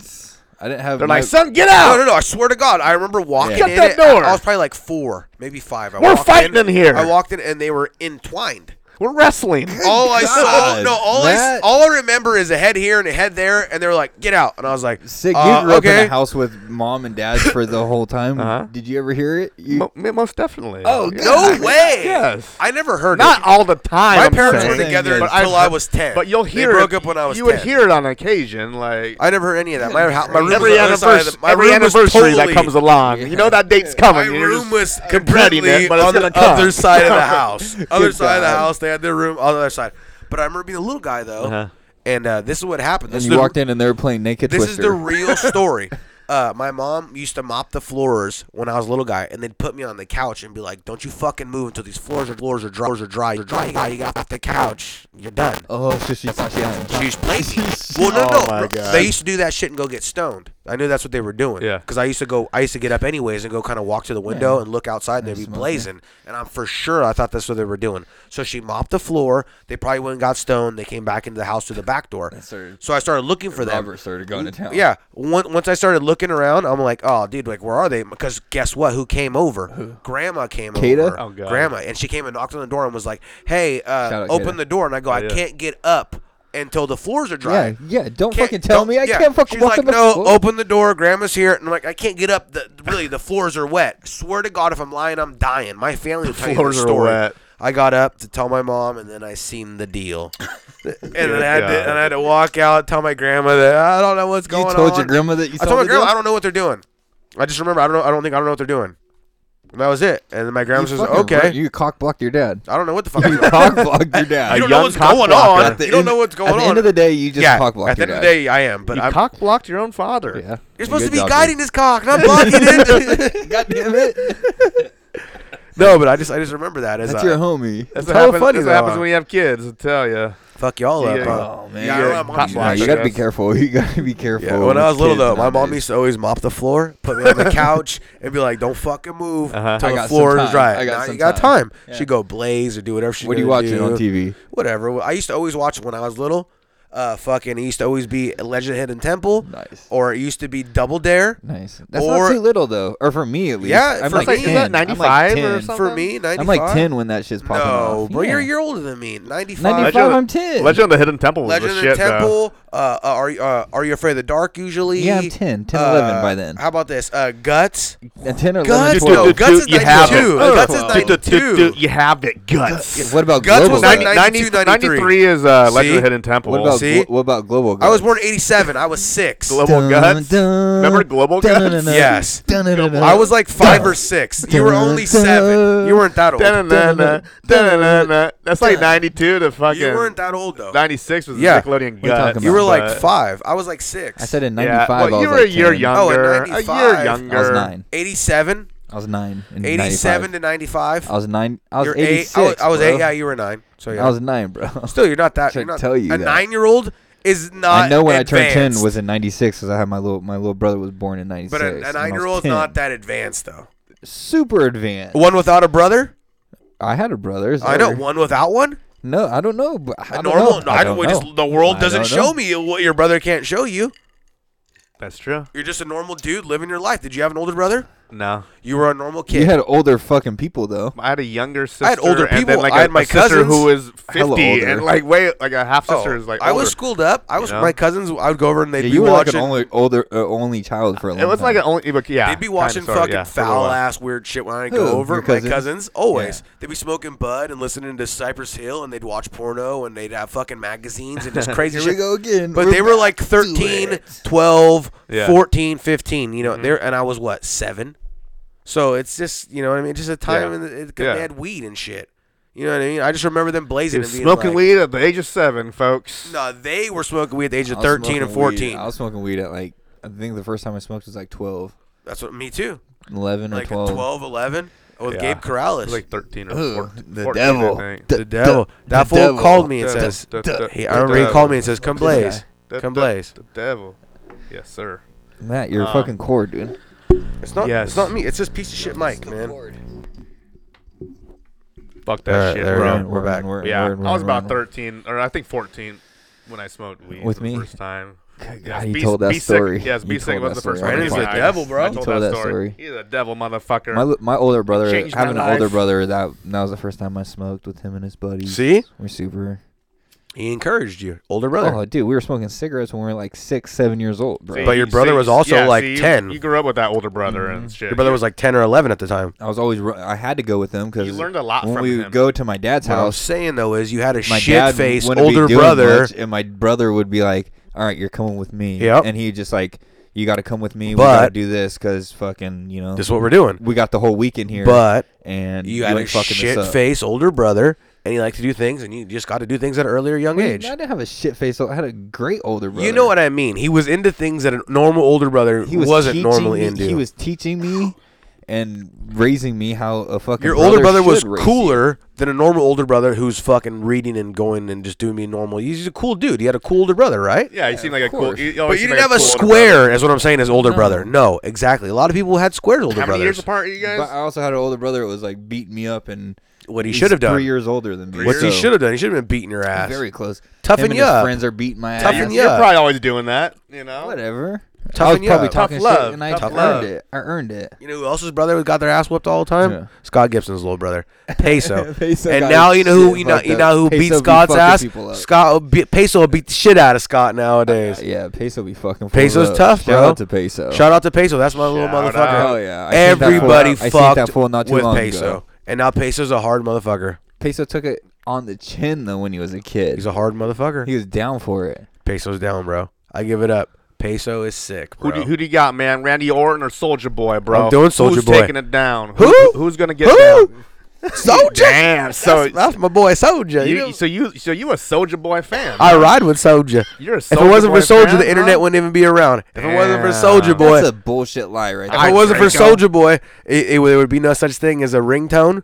I didn't have. they're my- like, "Son, get No, out! no, no! I swear to God, I remember walking Shut in. that it- door. I, I was probably like four, maybe five. I We're walked fighting in here. I walked in and they were entwined. We're (laughs) wrestling." all I saw, God, no, all I, s- that- all I remember is a head here and a head there, and they were like, "Get out!" And I was like, Sick. You uh, grew up okay. in a house with mom and dad for the whole time. Uh-huh. Did you ever hear it? You- Mo- yeah, most definitely. Oh, Yeah. No way! Yes. I never heard Not it. all the time. My I'm parents saying. were together Saying until is- I was ten. But you'll They hear. broke it- up when I was You 10. would hear it on occasion, like I never heard any of that. My, hou- my room every was on the other side of anniversary. the- my every room was anniversary that totally- comes along, you know that date's coming. My you're room just was regretting completely it, but it's on gonna the come. other side (laughs) of the house. Other Good side of the God. house. They had their room on the other side. But I remember being a little guy though, Uh-huh. and uh, this is what happened. and This, you is, the- walked in and they were playing naked this is twister. the (laughs) real story. Uh, my mom used to mop the floors when I was a little guy, and they'd put me on the couch and be like, "Don't you fucking move until these floors and floors are dry. Floors are dry. You're dry. You got- You got off the couch. You're done." oh, so she thought she had. She was playing. well, no, Oh no. my bro. God. They used to do that shit and go get stoned. I knew that's what they were doing. Yeah. Because I used to go, I used to get up anyways and go kind of walk to the window and look outside and they'd be smoke, yeah. blazing. And I'm for sure I thought that's what they were doing. So she mopped the floor. They probably went and got stoned. They came back into the house through the back door. started- So I started looking for them. Robert started going to town. Yeah. Once once I started looking around, I'm like, oh, dude, like, where are they? Because guess what? Who came over? Grandma came Kata? over. Oh, God. Grandma. And she came and knocked on the door and was like, hey, uh, out open Kata. the door. And I go, I yeah. can't get up until the floors are dry. Yeah, yeah. Don't Can't- fucking tell don't- me. I yeah. can't fucking She's walk like, in the no, oh, floor. open the door. Grandma's here. And I'm like, I can't get up. The, really, the floors are wet. swear to God, if I'm lying, I'm dying. My family will tell you floors the are story. wet. I got up to tell my mom, and then I seen the (laughs) deal, and then I had God. to, and I had to walk out, tell my grandma that I don't know what's going You on. told your grandma that you I saw told my the grandma deal? I don't know what they're doing. I just remember I don't know. I don't think I don't know what they're doing. And that was it. And then my grandma You says, fucking "Okay, ru- You cock blocked your dad. I don't know what (laughs) the fuck." is (laughs) going on." cock blocked your dad. You young don't know what's cock going blocker. on. At the You don't end- know what's going At on. the end of the day, you just yeah, cock blocked at the your end of the dad. day, I am. But you I'm, cock blocked your own father. Yeah. you're supposed to Good be job, guiding this cock, (laughs) not blocking it. dude. God damn it. no, but I just I just remember that as That's I, your homie. It's That's what hella happens, funny that's though, what happens huh? when you have kids. I tell you. fuck y'all Yeah. up. huh? Oh, man. Yeah, I Yeah, don't have cock mom's block Nah, block. you I gotta be guess. careful. You gotta be careful. Yeah, when I was with little kids though, my mom nowadays. used to always mop the floor, put me on (laughs) the couch, and be like, "Don't fucking move Uh-huh. till I the got floor some is time. dry." I got now some you got time. time. Yeah. She'd go blaze or do whatever she. What are you watching on TV? Whatever. I used to always watch when I was little. Uh, fucking, it used to always be Legend Hidden Temple, Nice. or it used to be Double Dare. Nice. That's Or- not too little though, or for me at least. Yeah, I'm for like me- 10. Isn't that I'm like 95 or 10. something? For me, 95. I'm like 10 when that shit's popping No, off. bro, you're Yeah. you're older than me. 95. 95. Legend, I'm 10. Legend of the Hidden Temple was Legend the of shit, the Temple. Uh, uh, are you uh, Are you afraid of the dark? Usually, Yeah, I'm 10, 10, 11 by then. Uh, How about this? Uh, guts. And 10 or 11, Guts, though. 12. no, Dude, guts is dude, you have 92. it. Guts is though. 92. You have it, guts. What about Guts global? was though? like 92, 93 93 is uh, Legend See? of Hidden Temple. what about See? glo- what about global? I was born 87. I was six. Global Dun, Guts? dun, Remember Global dun, Guts? dun, dun, Yes. dun, dun, dun, dun. I was like five or six. You were only seven. You weren't that old. You Da-na-na-na, da-na-na-na. That's like 92 to fucking. weren't that old though. 96 was Yeah. Nickelodeon What are you talking Guts. about? You were like but- five. I was like six. I said in Yeah, 95. well, I was you were like a year 10. Oh, in younger. a 95. year younger. I was 9. 87, I was 9 in 87 95. to 95. I was 9. I was You're 86. eight. I was, I was bro. eight. Yeah, you were nine. So yeah. I was 9, bro. (laughs) Still, you're not that. Should You're not, tell you a that. nine-year-old is not. I know when I turned 10 advanced. was in 96 cuz I had my little my little brother was born in 96. But a, a and I was nine-year-old's 10. not that advanced though. super advanced. One without a brother. I had a brother. is I know. there- One without one. No, I don't know. But I A don't normal. Know. I don't we know. Just, the world I doesn't don't show know. me what your brother can't show you. That's true. You're just a normal dude living your life. Did you have an older brother? No. You were a normal kid. You had older fucking people though. I had a younger sister. I had older And people. then like I had a, my a sister cousins. who was Hella 50 older. and like way like a half Oh, sister is like I older. was schooled up. I was You know? my cousins. I would go over and they'd Yeah, be you were like an watching. only older uh, only child for a long It was like an only but yeah. They'd be watching Ah, kinda, sorta, fucking yeah, for a little foul while. ass weird shit when I Who? go over. Your My cousins? cousins always. Yeah. They'd be smoking bud and listening to Cypress Hill, and they'd watch porno and they'd have fucking magazines (laughs) and just crazy Here shit. we go again. But We're they were back like to 13, it. 12, Yeah. Mm-hmm. 14, 15, You know, there and I was what seven. So it's just you know what I mean. Just a time Yeah. in the, it, Yeah. they had weed and shit. You know what I mean? I just remember them blazing Dude, and being smoking like- weed at the age of seven, folks. No, they were smoking weed at the age I of was 13 and smoking weed- 14. I was smoking weed at like I think the first time I smoked was like 12, That's what me too. 11 or Like 12. 12, 11 with Yeah. Gabe Corrales. It was like 13 or Ugh, 14. the 14, devil. I think. The devil. That The fool devil. called me and The- says, the- the- he, the I remember he devil. called me and says, come This guy. blaze. The- Come the- blaze. The devil. Yes, sir. Matt, you're Uh, fucking core, dude. It's not, Yes. it's not me. It's this piece of shit Mike, man. Fuck All right, that shit, there we bro. go. we're back. Yeah, I was about 13 or I think 14 when I smoked weed With the me? first time. God, Yes, he B- told that B6 story. Yes, He B told sick was that the first story one. on He's the like, podcast. devil, bro. I He told, told that that story. story. He's a devil, motherfucker. My li- my older brother changed my having an older life. brother that that was the first time I smoked with him and his buddies. See? We're super. He encouraged you. Older brother. Oh, dude, we were smoking cigarettes when we were like six, seven years old, bro. See, But your see, brother was also, yeah, like, see, you- 10. You grew up with that older brother Mm-hmm. and shit. Your brother was like 10 or 11 at the time. I was always ru- I had to go with him because You learned a lot when from we him. would go to my dad's What I'm house. saying, though, is you had a My shit dad faced wouldn't be older doing brother. much, and my brother would be like, "All right, you're coming with me," Yep. and he just like, "You got to come with me. we But- got to do this because fucking you know This is what we're doing. we got the whole weekend here." But and you had a ain't fucking this shit up. faced older brother, and he liked to do things, and you just got to do things at an earlier young Wait, age. I didn't have a shit face. I had a great older brother. You know what I mean? He was into things that a normal older brother he was was not teaching normally me, into. He was teaching me and raising me how a fucking Your older brother was should raise cooler than a normal older brother who's fucking reading and going and just doing me normal. He's a cool dude. He had a cool older brother, right? Yeah, he seemed like a cool. course. he always But you seemed didn't have like a cool older square, brother. is what I'm saying, as older brother. No, exactly. A lot of people had squares older How many years brothers. apart are you you. But uh, I guys? also had an older brother that was like beating me up and What he he's should have Three done. years older than me. What he so- should have done. He should have been beating your ass. Very close. Toughen Him and you his up. friends are beating my Toughen ass. you You're up. probably always doing that, you know. Whatever. Oh. I Toughen was you probably up. talking Tough shit, love. and I Tough earned love. it. I earned it. You know who else's brother got their ass whooped all the time? Yeah. Scott Gibson's little (laughs) brother, Peso. Peso and got now you his know who shit you know, fucked you up. know who Peso beat be Scott's fucking ass. people up. Scott will beat, Peso will beat the shit out of Scott nowadays. Yeah, Peso be fucking. for Peso's real. tough, Shout bro. out to Peso. Shout out to Peso. That's my little Shout motherfucker. out. Oh, yeah. I seen that fool- Everybody I seen fucked that fool not too with long Peso. ago. And now Peso's a hard motherfucker. Peso took it on the chin though when he was a kid. He's a hard motherfucker. he was down for it. Peso's down, bro. I give it up. Peso is sick, Who bro. do, who do you got, man? Randy Orton or Soldier Boy, bro? I'm doing Soulja Who's Boy. taking it down? Who? Who's gonna get Who? down? Soldier. Damn. So that's, that's my boy Soldier. you, so you, so you a Soldier Boy fan? I ride with Soldier. You're a If it Soulja wasn't Boy for Soldier, fan, the internet huh? wouldn't even be around. If it wasn't for Damn. Soldier Boy, That's a bullshit lie right if I- it there. wasn't for Draco. Soldier Boy, it, it, would- there would be no such thing as a ringtone.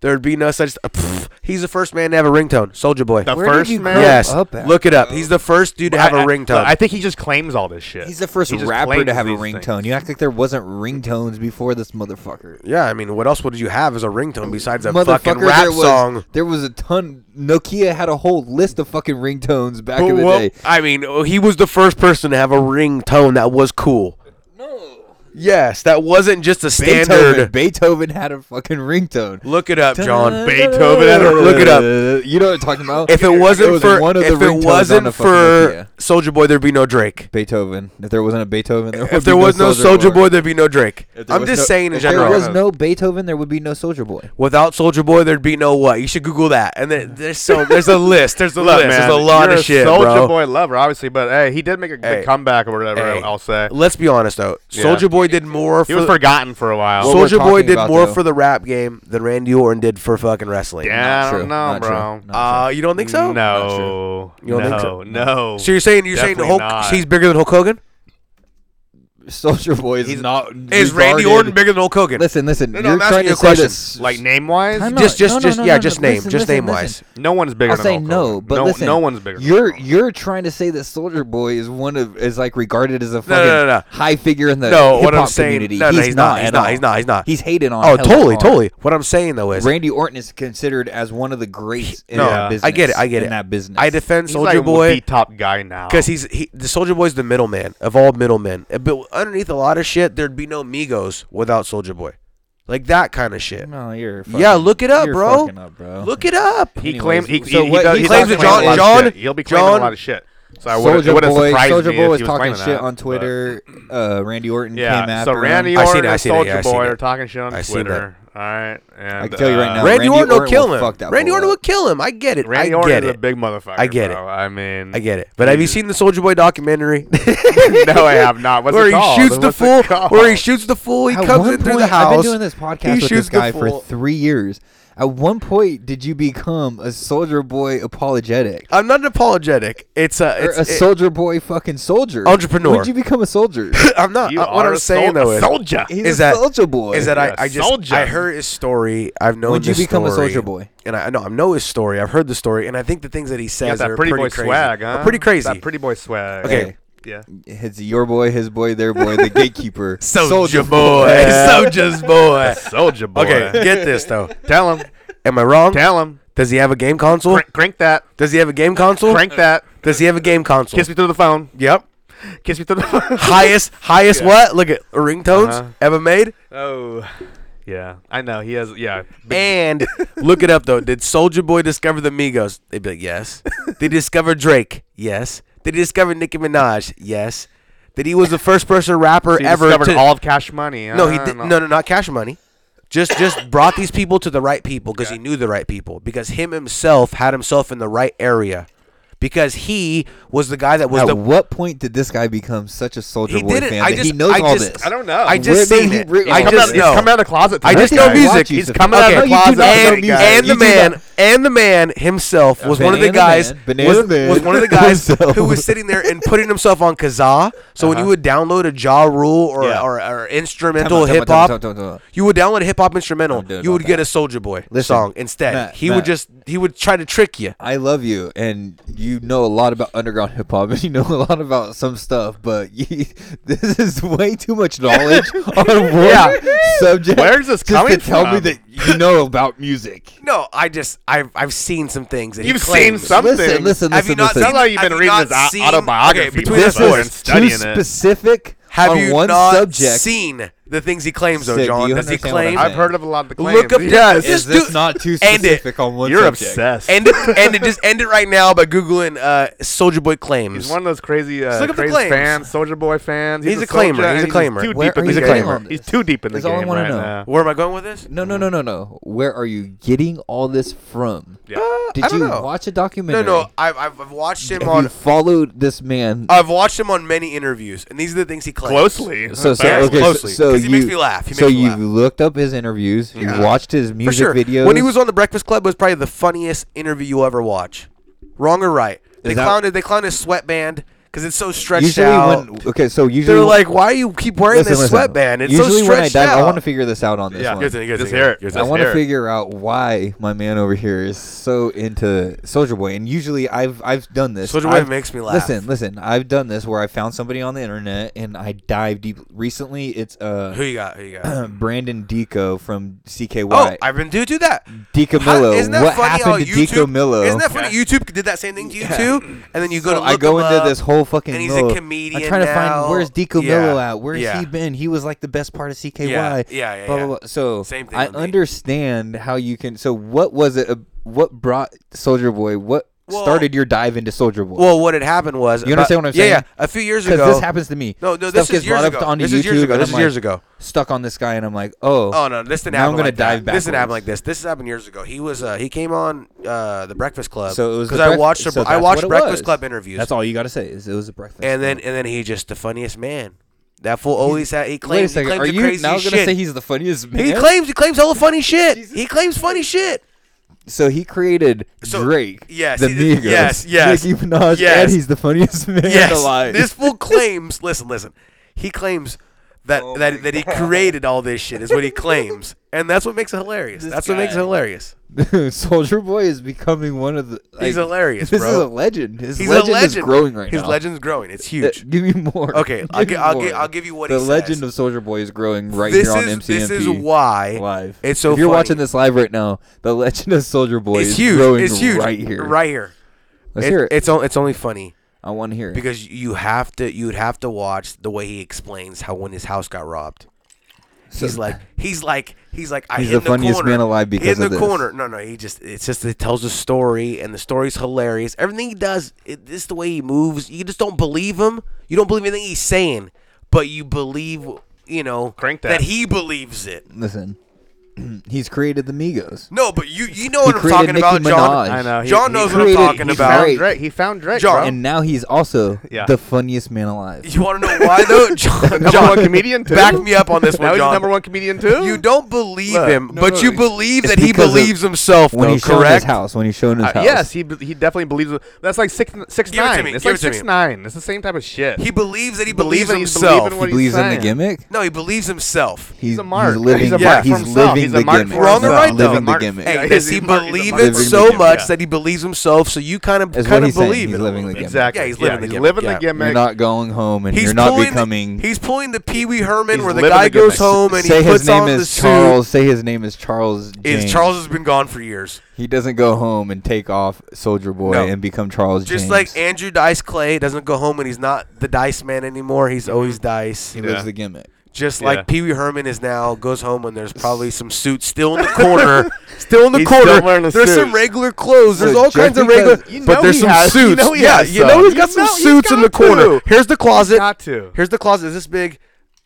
There would be no such. pff, He's the first man to have a ringtone. Soldier Boy. The Where did first you man. grow yes. up at? Look it up. He's the first dude to have I- a I- ringtone. I think he just claims all this shit. He's the first He just rapper to claims have a these ringtone. things. You act like there wasn't ringtones before this motherfucker. yeah, I mean, what else would you have as a ringtone besides a motherfucker, fucking rap there was, song? There was a ton. Nokia had a whole list of fucking ringtones back in the Well, day. I mean, oh, he was the first person to have a ringtone that was cool. No. Yes, that wasn't just a Beethoven, standard. Beethoven had a fucking ringtone. Look it up, John. Beethoven had a- Look it up. You know what I'm talking about? If it wasn't was for one of the if ringtones on it wasn't the fucking for Nokia. Soldier Boy, there'd be no Drake. Beethoven, if there wasn't a Beethoven, there would If there be was no Soldier Boy, there'd be no Drake. If there I'm was just no- saying in if There general. was no Beethoven, there would be no Soldier Boy. (laughs) Without Soldier Boy, there'd be no what. You should Google that. And there, there's so there's (laughs) a list. There's a Look, list. man, there's a lot you're of shit, Soldier bro. Boy lover, obviously, but hey, he did make a big Hey. comeback or whatever. Hey, I'll say Let's be honest though. Yeah. Soldier Boy did more. For, he was forgotten for a while. Well, we're Soldier Boy talking did about, more though. for the rap game than Randy Orton did for fucking wrestling. yeah, Not I don't true, know, not true, bro. not Uh, you don't think so? No, You don't no, think so? no. So you're saying you're saying Definitely Hulk? not. He's bigger than Hulk Hogan? Soldier Boy is not. Is Randy regarded- Orton bigger than Hulk Hogan? Listen, listen. No, no, you're I'm asking trying you to a say question. this. like name wise, Time Just out. just No, no, just no, yeah, no, just no. name, Listen, just listen, name wise. listen. no one's bigger. I'll than say Hulk no, Hogan. but no, listen. no one's bigger. You're than Hulk Hogan. you're trying to say that Soldier Boy is one of is like regarded as a fucking no, no. high figure in the No, hip what I'm hop saying- community. no, no, he's, he's not, he's at not, all. he's not, he's not. He's hated on. Oh, hella totally, hard. totally. What I'm saying though is Randy Orton is considered as one of the greats in No, that business. I get it. I get it. In that business, I defend He's Soldier like Boy the top guy now. because he's he, the Soldier Boy's the middleman of all middlemen. Uh, But underneath a lot of shit, there'd be no Migos without Soldier Boy, like that kind of shit. No, you're. yeah, fucking- look it up, you're bro. fucking up, bro. Look it up. he anyways, claims he, so he, he, what- does- he he's claims claiming that a lot of John- shit. He'll be claiming John- a lot of shit. So I would Soldier it would have Boy, surprised Soldier me Boy if was he talking claiming shit that, on but- Twitter. Uh, Randy Orton Yeah, came after so him. Randy I seen Orton it, I and seen it, yeah, Soldier I seen Boy it. are talking shit on I seen Twitter. All right, and, can tell you right uh, now, Randy, Randy Orton will Orton kill will him. fuck that Randy fool Orton will up. kill him. I get it. Randy I Orton get is a it. big motherfucker. I get it. bro. I mean, I get it. But have you Jesus. seen the Soldier Boy (laughs) documentary? No, I have not. What's where it he called? shoots the What's it fool. called? Where he shoots the fool. He At comes one in through the point- house. I've been doing this podcast he with shoots this the guy for fool. three years. At one point, did you become a Soldier Boy apologetic? I'm not apologetic. It's a. Or It's a it- Soldier Boy fucking soldier? Entrepreneur. Would you become (laughs) a soldier? I'm not. You uh, what are I'm a saying sol- though a is soldier. He's is a that- Soldier Boy. Is that You're I, a I just soldier. I heard his story. I've known. Would you this become a story, Soulja Boy? And I know I know his story. I've heard the story, and I think the things that he You got says that are pretty, boy crazy. swag, huh? Are pretty crazy. That pretty boy swag. Okay. Hey. Yeah. It's your boy, his boy, their boy, the (laughs) gatekeeper. Soldier boy, (laughs) soldier's boy. Soldier boy. Okay, (laughs) get this though. Tell him. Am I wrong? Tell him. Does he have a game console? Crank, crank that. Does he have a game console? Crank that. Does he have a game console? Kiss me through the phone. Yep. Kiss me through (laughs) the phone. highest, highest what? Look at ringtones Uh-huh. ever made. Oh. Yeah. I know. He has. Yeah. And look it up though. Did Soldier Boy discover the Migos? They'd be like, yes. Did he discover Drake? Yes. Did he discover Nicki Minaj? Yes. That he was the first person rapper He ever discovered to all of Cash Money. no, he Uh, did, no, no, not Cash Money. Just, just brought these people to the right people because he knew the right people because him himself had himself in the right area because he was the guy that was At the what point did this guy become such a Soldier he Boy did it. fan I that just, he knows I all just, this? I don't know. I just Where seen did it. he re- I come Come just out, he's know. He's coming out of the closet. I tonight, just That know guys. guy music. watches He's the- coming out Okay. of the No, you do closet. not know and, guys. music. and You the do man not- and the man himself was one of the Banana guys Man, (laughs) Banana was, Man. was one of the guys Himself. Uh-huh. who was sitting there and putting himself on Kazaa. So when you would download a Ja Rule or Yeah. or, or Time out, instrumental time out, hip time out, hop, time out, time out. you would download a hip hop instrumental. I'm doing You would all get that. a Soldier Boy Listen, song instead. Matt, he Matt. would just he would try to trick you. I love you, and you know a lot about underground hip hop, (laughs) and you know a lot about some stuff, but (laughs) you, this is way too (laughs) much knowledge on one Yeah. subject. Where's this just to coming tell me from? that you know about music? No, I just I've I've seen some things. That he You've seen claims. some- Listen, Something. listen, Have you listen, not listen. Sounds like you've Have been you reading not his au- seen- autobiography. okay, between before the this four and is too studying it. specific Have on you one not subject. seen the things he claims though, Sid, do John? you Does he understand what I'm claim? saying? I've heard of a lot of the claims. Look up Yes. This Is this dude- not too End it. specific on one You're subject? obsessed. (laughs) End it, end it, just end it right now by googling uh, Soldier Boy claims. He's one of those crazy, uh, Just look up the crazy claims. fans, Soldier Boy fans. He's a soldier, claimer. He's a and claimer. He's, too Where deep are in you the getting game. on He's this? too deep in the Is all I game wanna right know. now. Where am I going with this? No, no, no, no, no. Where are you getting all this from? Uh, Did I don't you know. watch a No, documentary? no, I've, I've I've watched him Have on. Oh, you followed this man? I've watched him on many interviews, and these are the things he claims. Closely. so, so, Yes, okay, so- closely, so 'cause he you, makes me laugh. He so makes me you laugh. looked up his interviews. You watched his for music sure. videos. When he was on the Breakfast Club, it was probably the funniest interview you'll ever watch. Wrong or right? They that- clowned. They clowned his sweatband because it's so stretched Usually out. when okay, so usually They're like, why do you keep wearing listen, this listen. sweatband? It's usually so when I stretched dive, out. I want to figure this out on this yeah, one. here's the thing, here's the Just thing, hear it. here's I the want to hair. figure out why my man over here is so into Soldier Boy, and usually I've I've done this. Soulja Boy I've- makes me laugh. Listen, listen, I've done this where I found somebody on the internet and I dive deep. Recently, it's thing. Who uh (clears throat) you got? Who you got? Brandon Deco from CKY. Oh, I've been do do that. Deco How- Millo. Isn't that What funny happened how to YouTube, Deco Millo? Isn't that funny? YouTube did that same thing to you too, and then you go So to I look go him into up, this whole fucking. And he's Millo. a comedian. I'm trying to now. find where's Deco yeah. Millo at? Where's yeah. he been? He was like the best part of CKY. Yeah, yeah, yeah, blah, blah, yeah. blah. So Same thing I with me. understand how you can. So what was it? uh, What brought Soldier Boy? What Well- started your dive into Soldier Boy? Well, what had happened was You understand about- what I'm yeah, saying? Yeah, a few years ago. because this happens to me. No, no, this Stuff is gets years brought ago. up onto This YouTube. is years ago. and This I'm is years like, ago. Stuck on this guy, and I'm like, oh, Oh no, this didn't Now I'm happen. gonna like that. dive This didn't happen backwards. like this. This happened years ago. He was uh, he came on uh, the Breakfast Club. So it was because the I breakf- watched the- so I that's watched what it Breakfast was. Club interviews. That's all you gotta say is it was a breakfast. And Club. then and then he just the funniest man. That fool always had he wait a claims he second, claims are the you crazy now gonna shit. say he's the funniest man? he claims he claims all the funny shit. He claims funny shit. So he created So- Drake, yes, the he did- Migos, (laughs) yes, yes, Nicki Minaj, yes. and he's the funniest man alive. (laughs) This fool claims. listen, listen. He claims that that, that he created all this shit is what he claims, and that's what makes it hilarious. that's what makes it hilarious. Soldier Boy is becoming one of the. He's like, hilarious, This bro. is a legend. His He's legend, a legend. is growing right His now. legend's growing. It's Uh, huge. Give me more. Okay, I'll (laughs) Give gi- me I'll more. gi- I'll give you what the he legend says. of Soldier Boy is growing right this here on is MCMP. this is why live. it's so. If you're funny. watching this live right now, the legend of Soldier Boy it's is huge. growing it's huge. right here. Right here. Let's It- hear it. It's on, it's only funny I want to hear it. because you have to you'd have to watch the way he explains how when his house got robbed. He's like he's like he's like I He's hid in the funniest corner. man alive because hid in of the this. corner. No, no, he just it's just it tells a story and the story's hilarious. Everything he does, it, this is the way he moves. You just don't believe him. You don't believe anything he's saying, but you believe you know Crank that. he believes it. Listen, (clears throat) he's created the Migos. No, but you you know He what I'm created talking Nicki about, John. Minaj. I know. He- John he knows created- what I'm talking he about. created- Found Drake. He found Drake. John. bro. And now he's also Oh. Yeah. the funniest man (laughs) alive. You want to know why (laughs) though, John? number John, one (laughs) comedian too. back me up on this Now one, he's John. number one comedian too. You don't believe Look, him, no, but no, you it's- believe it's that he because of- believes himself, When though. he's showing his correct? house, when he's showing his Uh, house. yes, he be- he definitely believes. That's like six six Give it to nine. me, It's give like it to me. six nine. It's the same type of shit. He believes that he Believe believes in- he's believing himself. what he believes in saying. the gimmick. No, he believes himself. He's, a mark. He's living, He's a yeah, mark for he's himself. living He's a the mark for gimmick. Wrong or He's right, living though? the Mark- gimmick. Yeah, Hey, he's- does he he's mar- he's a believe mark. it Living the so gimmick, much yeah. that he believes himself? So you kind of Is kind what of he's saying. believe He's it. a living little the bit. gimmick. Exactly. Yeah, he's living the he's gimmick, living the yeah. gimmick. You're not going home, and He's you're not pulling, becoming. He's pulling the Pee Wee Herman He's where the living guy the goes gimmick. home and say he puts his name on the is suit. Charles. Say his name is Charles. James. Is Charles has been gone for years. He doesn't go home and take off Soldier Boy No. and become Charles Just James. like Andrew Dice Clay doesn't go home and he's not the Dice Man anymore. He's always Dice. he lives Yeah. the gimmick. Just Yeah. like Pee Wee Herman is now goes home and there's probably some suits still in the corner, (laughs) still in the He's corner. still wearing a there's suit. some regular clothes. There's So all just kinds of because- regular, you know but there's he some has- you suits. know he yeah, has you know some. he's got You some know he's suits in the got corner. to. Here's the closet. got to. Here's the closet. Is this big?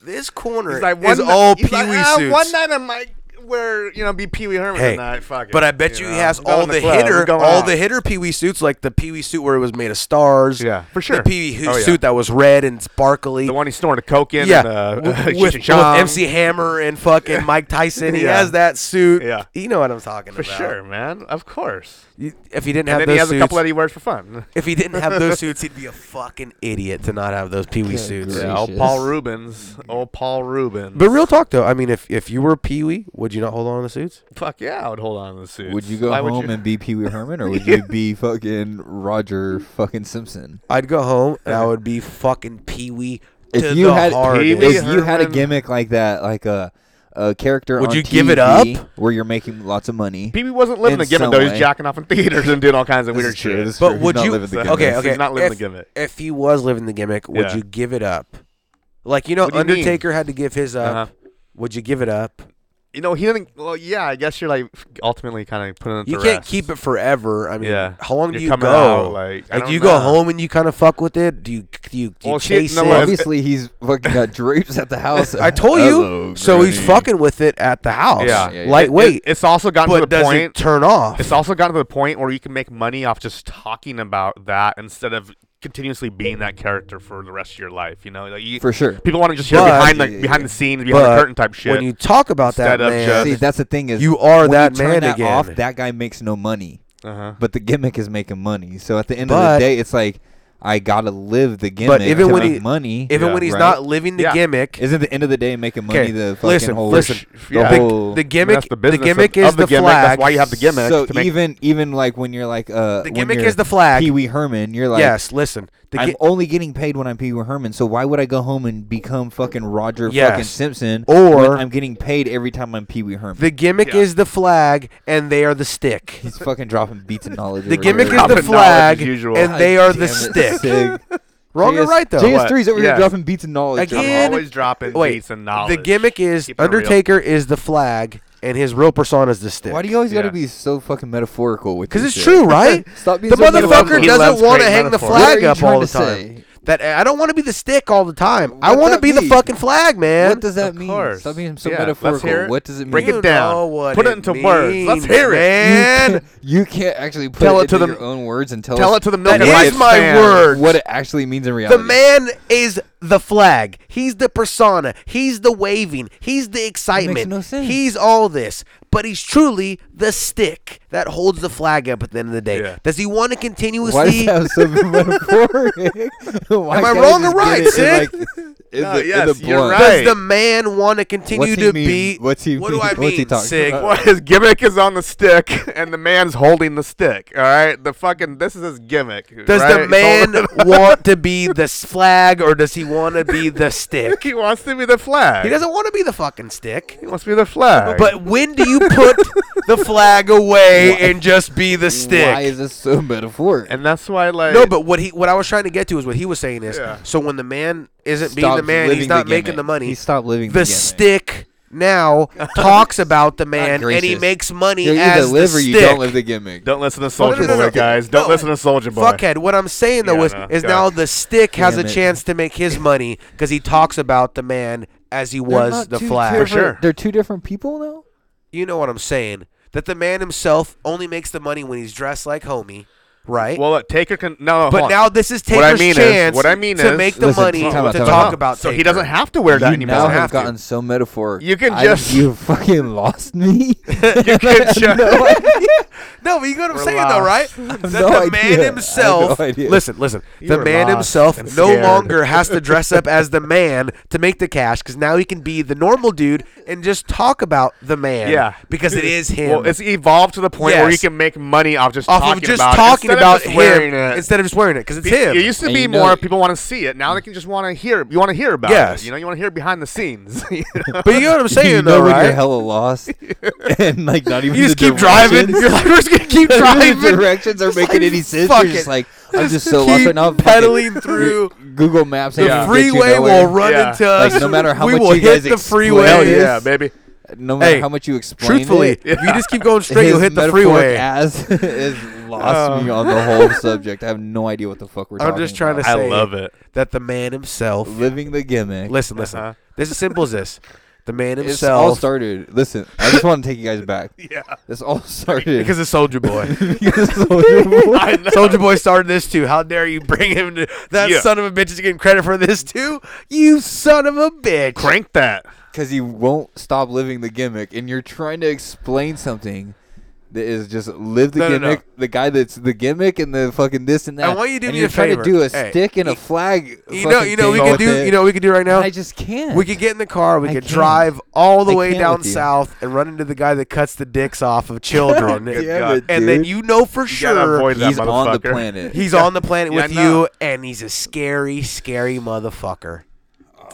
This corner He's like is one. all Pee he's Wee like, "Ah, suits. One night I might wear you know be Pee Wee Herman Hey, tonight. Fuck it. but I bet you, he know, has I'm going all to the club, I'm hitter, going all out. the hitter Pee Wee suits, like the Pee Wee suit where it was made of stars. Yeah, for sure. The Pee Wee Oh, yeah. suit that was red and sparkly. The one he's snorting a coke in. yeah, And, uh, (laughs) w- with, Cheech and with Chong. MC Hammer and (laughs) fucking Mike Tyson. He Yeah. has that suit. Yeah. you know what I'm talking For about. sure, man. Of course. You- If he didn't And have then he those has a suits, couple that he wears for fun. if (laughs) he didn't have those suits, he'd be a fucking idiot to not have those Pee Wee suits. Yeah, old Gracious. Paul Rubens. Old Paul Rubens. But real talk though, I mean, if if you were Pee Wee, would you not hold on to the suits? fuck yeah, I would hold on to the suit. Would you go home and be Pee Wee Herman, or would you be fucking Roger fucking Simpson? I'd go home and I would be fucking Pee Wee. to If you the had, hardest. Pee Wee if you had a Herman. gimmick like that, like a a character Would on you give it TV up? where you're making lots of money, (laughs) Pee Wee wasn't living In the gimmick some though. He's way. jacking off in theaters and doing all kinds of This weird is true, shit. this is But true. He's would not you? living the okay, gimmick. okay. He's not living if, the gimmick. If he was living the gimmick, would Yeah. you give it up? Like you know, What do you mean? Undertaker had to give his up. Uh-huh. Would you give it up? You know, he didn't. Well, yeah, I guess you're like ultimately kind of putting it. You to can't rest. keep it forever. I mean, Yeah. how long You're do you coming go? out, like, I don't you know. go home and you kind of fuck with it. Do you? Do you, do you Well, she- chase no, it? look, Obviously, he's fucking got drapes at the house. I told you. Hello, so he's granny. fucking with it at the house. Yeah. Yeah, yeah. Lightweight, It- it's also gotten to but the does point. it turn off? It's also gotten to the point where you can make money off just talking about that instead of continuously being that character for the rest of your life. You know, like you, For sure. people want to just hear But- behind the Yeah, yeah, behind yeah. the scenes, behind But the curtain type shit. When you talk about that, Instead of man, just- See, that's the thing is You are when that turn man that again. Off, that guy makes no money, uh-huh. but the gimmick is making money. So at the end But- of the day, it's like I gotta live the gimmick But even to when make he- money. even Yeah, when he's right? not living the Yeah. gimmick, Isn't the end of the day making money 'Kay, the fucking listen, whole listen. the Yeah. whole the That's gimmick the the, business of- gimmick of is the the, gimmick. flag. That's why you have the gimmick. So to make- even even like when you're like uh The when gimmick you're is the flag. Pee Wee Herman, you're like yes, listen. The I'm gi- only getting paid when I'm Pee Wee Herman, so why would I go home and become fucking Roger fucking Yes. Simpson? Or- when I'm getting paid every time I'm Pee Wee Herman. the gimmick Yeah. is the flag, and they are the stick. He's fucking dropping beats and knowledge. The over gimmick here. is Common the knowledge flag, as usual. and they are the stick. (laughs) Wrong or right though? JS3 is over here Yeah. dropping beats and knowledge. Again, I'm always dropping Wait, beats and knowledge. The gimmick is Keep it real. Undertaker is the flag, and his real persona is the stick. Why do you always got Yeah. to be so fucking metaphorical with? Because this it's shit? true, right? (laughs) Stop being the so metaphorical. motherfucker He loves doesn't want to great hang the metaphors. flag What are up you all the trying to time. say? That I don't want to be the stick all the time. I What want to that be mean? the fucking flag, man. What does that Of mean? course. Stop being so Yeah, let's metaphorical. hear it. What does it mean? Break You it down. know what Put it it into words. Let's means, hear it. man. You can't, (laughs) you can't actually put Tell it, it to into the- your own words and tell Tell us it to the That Milky Way is my fan. word. what it actually means in reality. The man is the flag. He's the persona. He's the waving. He's the excitement. no sense. He's all this. But he's truly the stick that holds the flag up at the end of the day. Yeah. Does he want to continuously? Why does that have so metaphoric? (laughs) Why Am I can't wrong or just get right, it in, Sid? (laughs) like, in No, the- in yes, the you're blunt? right. Does the man want to continue What's he to mean? be? What's he what mean? do I What's mean, he talking Sig? about? Well, his gimmick is on the stick, (laughs) and the man's holding the stick. All right, the fucking this is his gimmick. (laughs) Does right? the He's man holding- want to (laughs) be the s- flag or does he want to be the stick? (laughs) he wants to be the flag. He doesn't want to be the fucking stick. He wants to be the flag. But when do you put the flag away and just be the stick? Why is this so metaphoric? and that's why like no, but what he what I was trying to get to is what he was saying is Yeah. so when the man isn't being Stops the man, living he's not the making gimmick. the money. He stopped living the the gimmick. stick (laughs) now talks about the man and he gracious. makes money you either as live the or stick. you don't live the gimmick. don't listen to No, no, Soldier no, no, Boy, no. guys. Don't No, listen to Soldier Boy. Fuckhead. What I'm saying though Yeah, is, no, is God. now the stick has Damn a it. chance to make his money because he talks about the man as he They're was not the two flag. different- sure. They're two different people though. You know what I'm saying? That the man himself only makes the money when he's dressed like homie, right? Well, look, Taker can no. no, hold but on. now this is Taker's What I mean is- chance what I mean to is- make the Listen, money time to out, time talk out. about. so he Taker. doesn't have to wear that you anymore. now Doesn't have have to. gotten so metaphoric. You can I- just- (laughs) you fucking (laughs) lost me. (laughs) you can just No, but you get what I'm saying though, right? Relax. (laughs) That no the idea. I man have himself. no (laughs) idea. listen, listen. You the were man lost himself and no scared. longer has to dress up as the man to make the cash because now he can be the normal dude and just talk about the man. yeah because it is him. Well, it's evolved to the point where you Yes. can make money off just off talking of just about talking it, instead about of just him wearing it. instead of just wearing it because it's Pe- him. It used to And be you know more it- people want to see it. Now they can just want to hear. You want to hear about Yes. it. You know, you want to hear behind the scenes. (laughs) you (laughs) know? (laughs) but you know what I'm saying you know though, when right? you're (laughs) hella lost and like not even you just the keep driving. (laughs) directions- You're (laughs) like, we're just gonna keep none of driving. the directions are Just making like, any sense. fuck You're just it. like I'm just so lost keep right now. Fucking pedaling through. Google Maps. The ain't gonna get you freeway will nowhere. run Yeah. into Like, us. no matter how we much will you hell guys hit the explain freeway. Hell it (laughs) is. yeah, (laughs) baby. No matter Hey, how much you explain Truthfully, it, if you just keep going straight, you'll his hit the metaphoric freeway. Ass (laughs) is lost me on the (laughs) whole subject. I have no idea what the fuck we're I'm talking just trying to about. say I love it. (laughs) that the man himself. living the gimmick. Listen, listen. Uh-huh. This is simple as this. The man This all himself. started. Listen, I just want to take you guys (laughs) back. Yeah. This all started because it's Soldier (laughs) Boy. (laughs) (laughs) because Soldier Boy- Soldier Boy started this too. How dare you bring him to that Yeah. son of a bitch is getting credit for this too? You son of a bitch. Crank that. 'cause he won't stop living the gimmick, and you're trying to explain something that is just live the No, no, no. gimmick. The guy that's the gimmick and the fucking this and that. want you to do and me you're a trying favor. to do a Hey, stick and a flag. You know, fucking you know, we thing could with do. it. You know, what we could do right now. I just can't. We could get in the car. We I could can't. drive all the I way can't down with you. south and run into the guy that cuts the dicks off of (laughs) children. Damn God. it, and then dude. you know for gotta sure avoid that He's on the motherfucker. planet. he's on the planet Yeah, with I know. you, and he's a scary, scary motherfucker.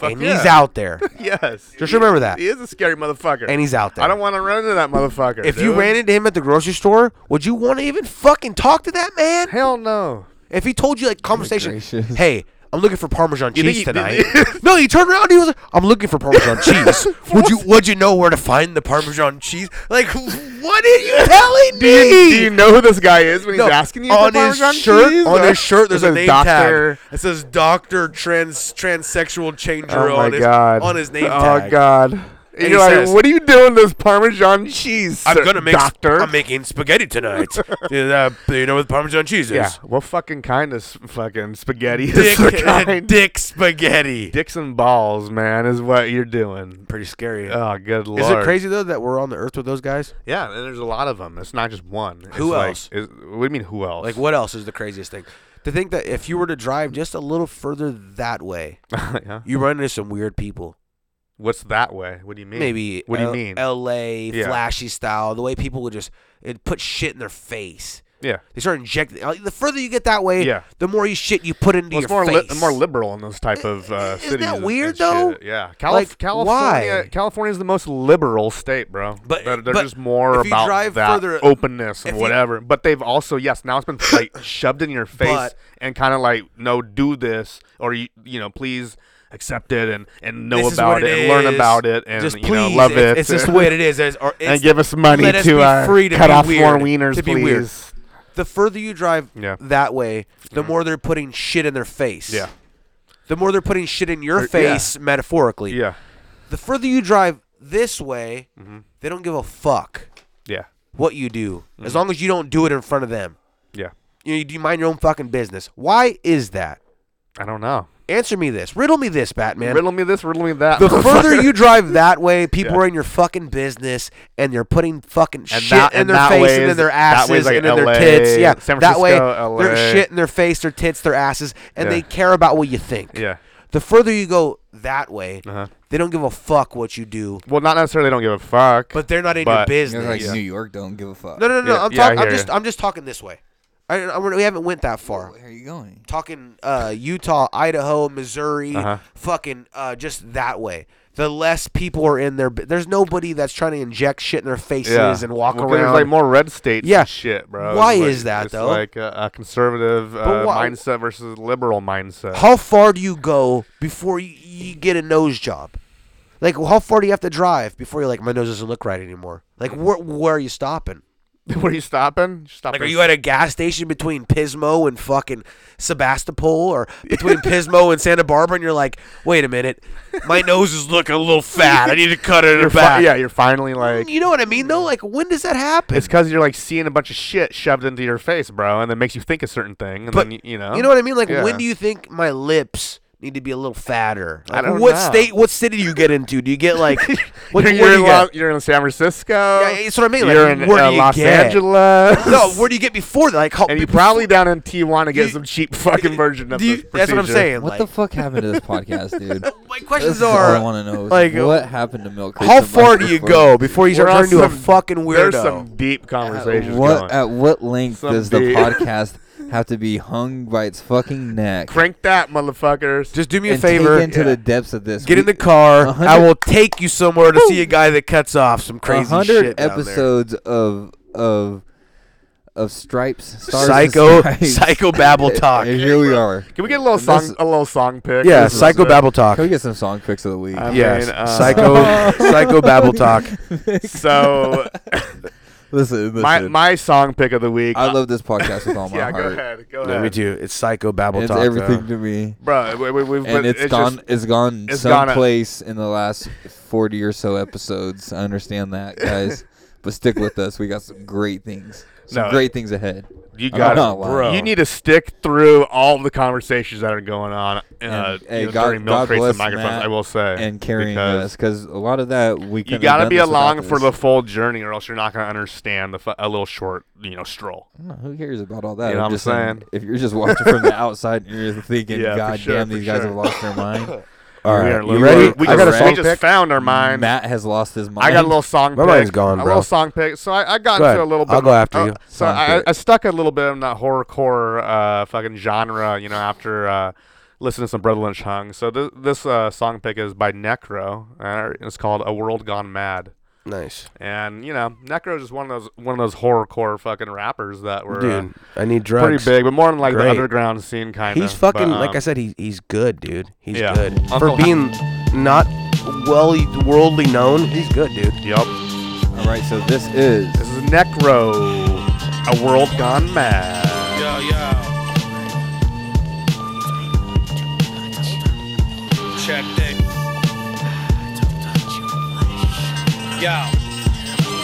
and yeah. he's out there. Yes. Just remember that. He is a scary motherfucker. And he's out there. I don't want to run into that motherfucker. If you dude. ran into him at the grocery store, would you want to even fucking talk to that man? hell no. If he told you like conversation, gracious. hey, I'm looking for Parmesan You think cheese he- tonight. (laughs) no, he turned around. He was like, I'm looking for Parmesan cheese. would you would you know where to find the Parmesan cheese? Like, what are (laughs) you telling Do you, me? do you know who this guy is when he's No, asking you on for his Parmesan shirt, cheese? on his shirt, there's a It says name doctor. tag. It says Doctor Trans Transsexual Changer Oh my on his god. on his name oh tag. god. And he you're like, says- what are you doing with this Parmesan cheese? I'm sir- gonna make doctor. I'm making spaghetti (laughs) tonight. you know, uh, you know what Parmesan cheese is? yeah. What fucking kind of s- fucking spaghetti (laughs) is the Dick, kind? dick spaghetti. Dicks and balls, man, is what you're doing. Pretty scary. Oh, good lord. Is it crazy though that we're on the earth with those guys? Yeah, and there's a lot of them. It's not just one. It's Who like- else? is- what do you mean, who else? Like, what else is the craziest thing? to think that if you were to drive just a little further that way, (laughs) yeah. you run into some weird people. What's that way? What do you mean? Maybe What do you L- mean? L.A. Yeah. flashy style, the way people would just it put shit in their face. yeah. They start injecting. like, the further you get that way, Yeah. the more you shit you put into Well, your it's more li- face. more liberal in those type of I- uh, isn't cities. that and- weird, and though? shit. Yeah, Calif- Like, California. why? California is the most liberal state, bro. But- they're, they're but just more if you about drive that further- openness and if you- whatever. but they've also yes, now it's been (coughs) like shoved in your face But- and kind of like no, do this or you you know please accept it and and know This is about what it, and learn is. about it and just you know please, love it's- it. It's just the way it is. It's- or (laughs) and it's- give us money let us to be uh, free to cut be off more weird, wieners, to be please. weird. the further you drive Yeah. Mm-hmm. that way, the more they're putting shit in their face. Yeah. The more they're putting shit in your yeah. face, metaphorically. Yeah, The Mm-hmm. further you drive this way, they don't give a fuck yeah, what you do, Mm-hmm. as long as you don't do it in front of them. yeah. You, you mind your own fucking business. Why is that? I don't know. Answer me this. Riddle me this, Batman. Riddle me this, riddle me that. (laughs) the further you drive that way, people Yeah. are in your fucking business, and they're putting fucking And shit that- in and their that face way and in is- their that way asses is like and in their LA, tits. Yeah, San that way Francisco, they're LA. shit in their face, their tits, their asses, and Yeah. they care about what you think. Yeah. Uh-huh. The further you go that way, they don't give a fuck what you do, Well, not necessarily they don't give a fuck. but they're not in your But- business. It's like New York don't give a fuck. No, no, no. Yeah, I'm, yeah, I talk- I'm hear just, ya. I'm just talking this way. I, I, we haven't went that far. Where are you going? Talking uh, Utah, Idaho, Missouri, Uh-huh. fucking uh, just that way. The less people are in there, bu- there's nobody that's trying to inject shit in their faces and walk Well, 'cause around. There's like more red states. Yeah. and shit, bro. Why It's like- is that, it's though? Like a, a conservative uh, why- mindset versus liberal mindset. (laughs) how far do you go before you, you get a nose job? Like, how far do you have to drive before you're like, my nose doesn't look right anymore? Like, where, where are you stopping? Where are you stopping? Stop. Like, are you at a gas station between Pismo and fucking Sebastopol, or (laughs) between Pismo and Santa Barbara? And you're like, wait a minute, my nose is looking a little fat. I need to cut it You're fi- back. yeah, you're finally like. Mm, You know what I mean, though? Like, when does that happen? It's because you're like seeing a bunch of shit shoved into your face, bro, and it makes you think a certain thing, and But then you, you know. You know (laughs) what I mean? Like, Yeah. when do you think my lips need to be a little fatter? I don't what know. state, what city do you get into? Do you get (laughs) like, what, where you're, you're do in you Lo- get? you're in San Francisco. Yeah, it's what I mean. Like, You're in where do uh, you Los get? Angeles. No, where do you get before that? Like, how, and you probably down in Tijuana get Oh, You- some (laughs) cheap fucking version of do you- this that's what I'm procedure. saying. What like, the fuck happened to (laughs) this podcast, dude? my This questions is all are. I want to know. is like, what happened to Milk? Crates How and far Micro do you Phones? go before you start We're on turning into a some- fucking weirdo? There's some deep At conversations what going. at what length Some does the dude- podcast have to be hung by its fucking neck? Crank that, motherfuckers. Just do me a and take favor. into the depths of this. Get in We- the car. A I hundred- will take you somewhere to see a guy that cuts off some a crazy hundred shit. down there. episodes of of of stripes, stars, and (laughs) Psycho, stripes. (laughs) psycho babble talk. And here we are. Can we get a little And this- song, a little song pick? yeah, This is psycho it. babble talk. Can we get some song picks of the week? I Yes, mean, uh, (laughs) psycho, psycho babble talk. So Listen, listen. my my song pick of the week. I love this podcast with all my Yeah, heart. go ahead, go (laughs) Yeah, ahead. me too. It's psycho babble It's talk. uh, everything though. to me. bro. We, we, we've and been, it's gone. just- it's gone it's gone a- someplace in the last forty or so episodes. I understand (laughs) that, guys. but stick with us. We got some great things. Some No. great things ahead. you I'm got not it, lying. bro. You need to stick through all the conversations that are going on uh, And, hey, you know, God- during milk God crates bless and microphones. Matt I will say and carrying because us because a lot of that we You couldn't have gotta done be this without along for the this. full journey, or else you're not gonna understand the fu- a little short, you know, stroll. No, Who cares about all that? You know what I'm just saying? If you're (laughs) just watching from the outside and you're thinking, Yeah, for God sure, damn, for these guys sure. have lost their (laughs) mind. All We right, are- you we ready? are- We I got a just, we song just pick. found our mind. Matt has lost his mind. I got a little song. My pick, mind's gone, A bro. little song pick. So I, I got Go into ahead. a little bit. uh, I'll go after you. So Song I, pick. I stuck a little bit in that horrorcore uh, fucking genre, you know, after uh, listening to some Brother Lynch Hung. So th- this uh, song pick is by Necro. Uh, it's called "A World Gone Mad." Nice, And you know, Necro is just one of those one of those horrorcore fucking rappers that were uh, dude. I need drugs. pretty big, but more in like Great. the underground scene um, kind of. He's fucking like I said. He, he's good, dude. He's Yeah. good for Uncle- being not well worldly known. He's good, dude. Yep. All right, so this is This is Necro, a world gone mad. Yo, yo. Check this. Yo.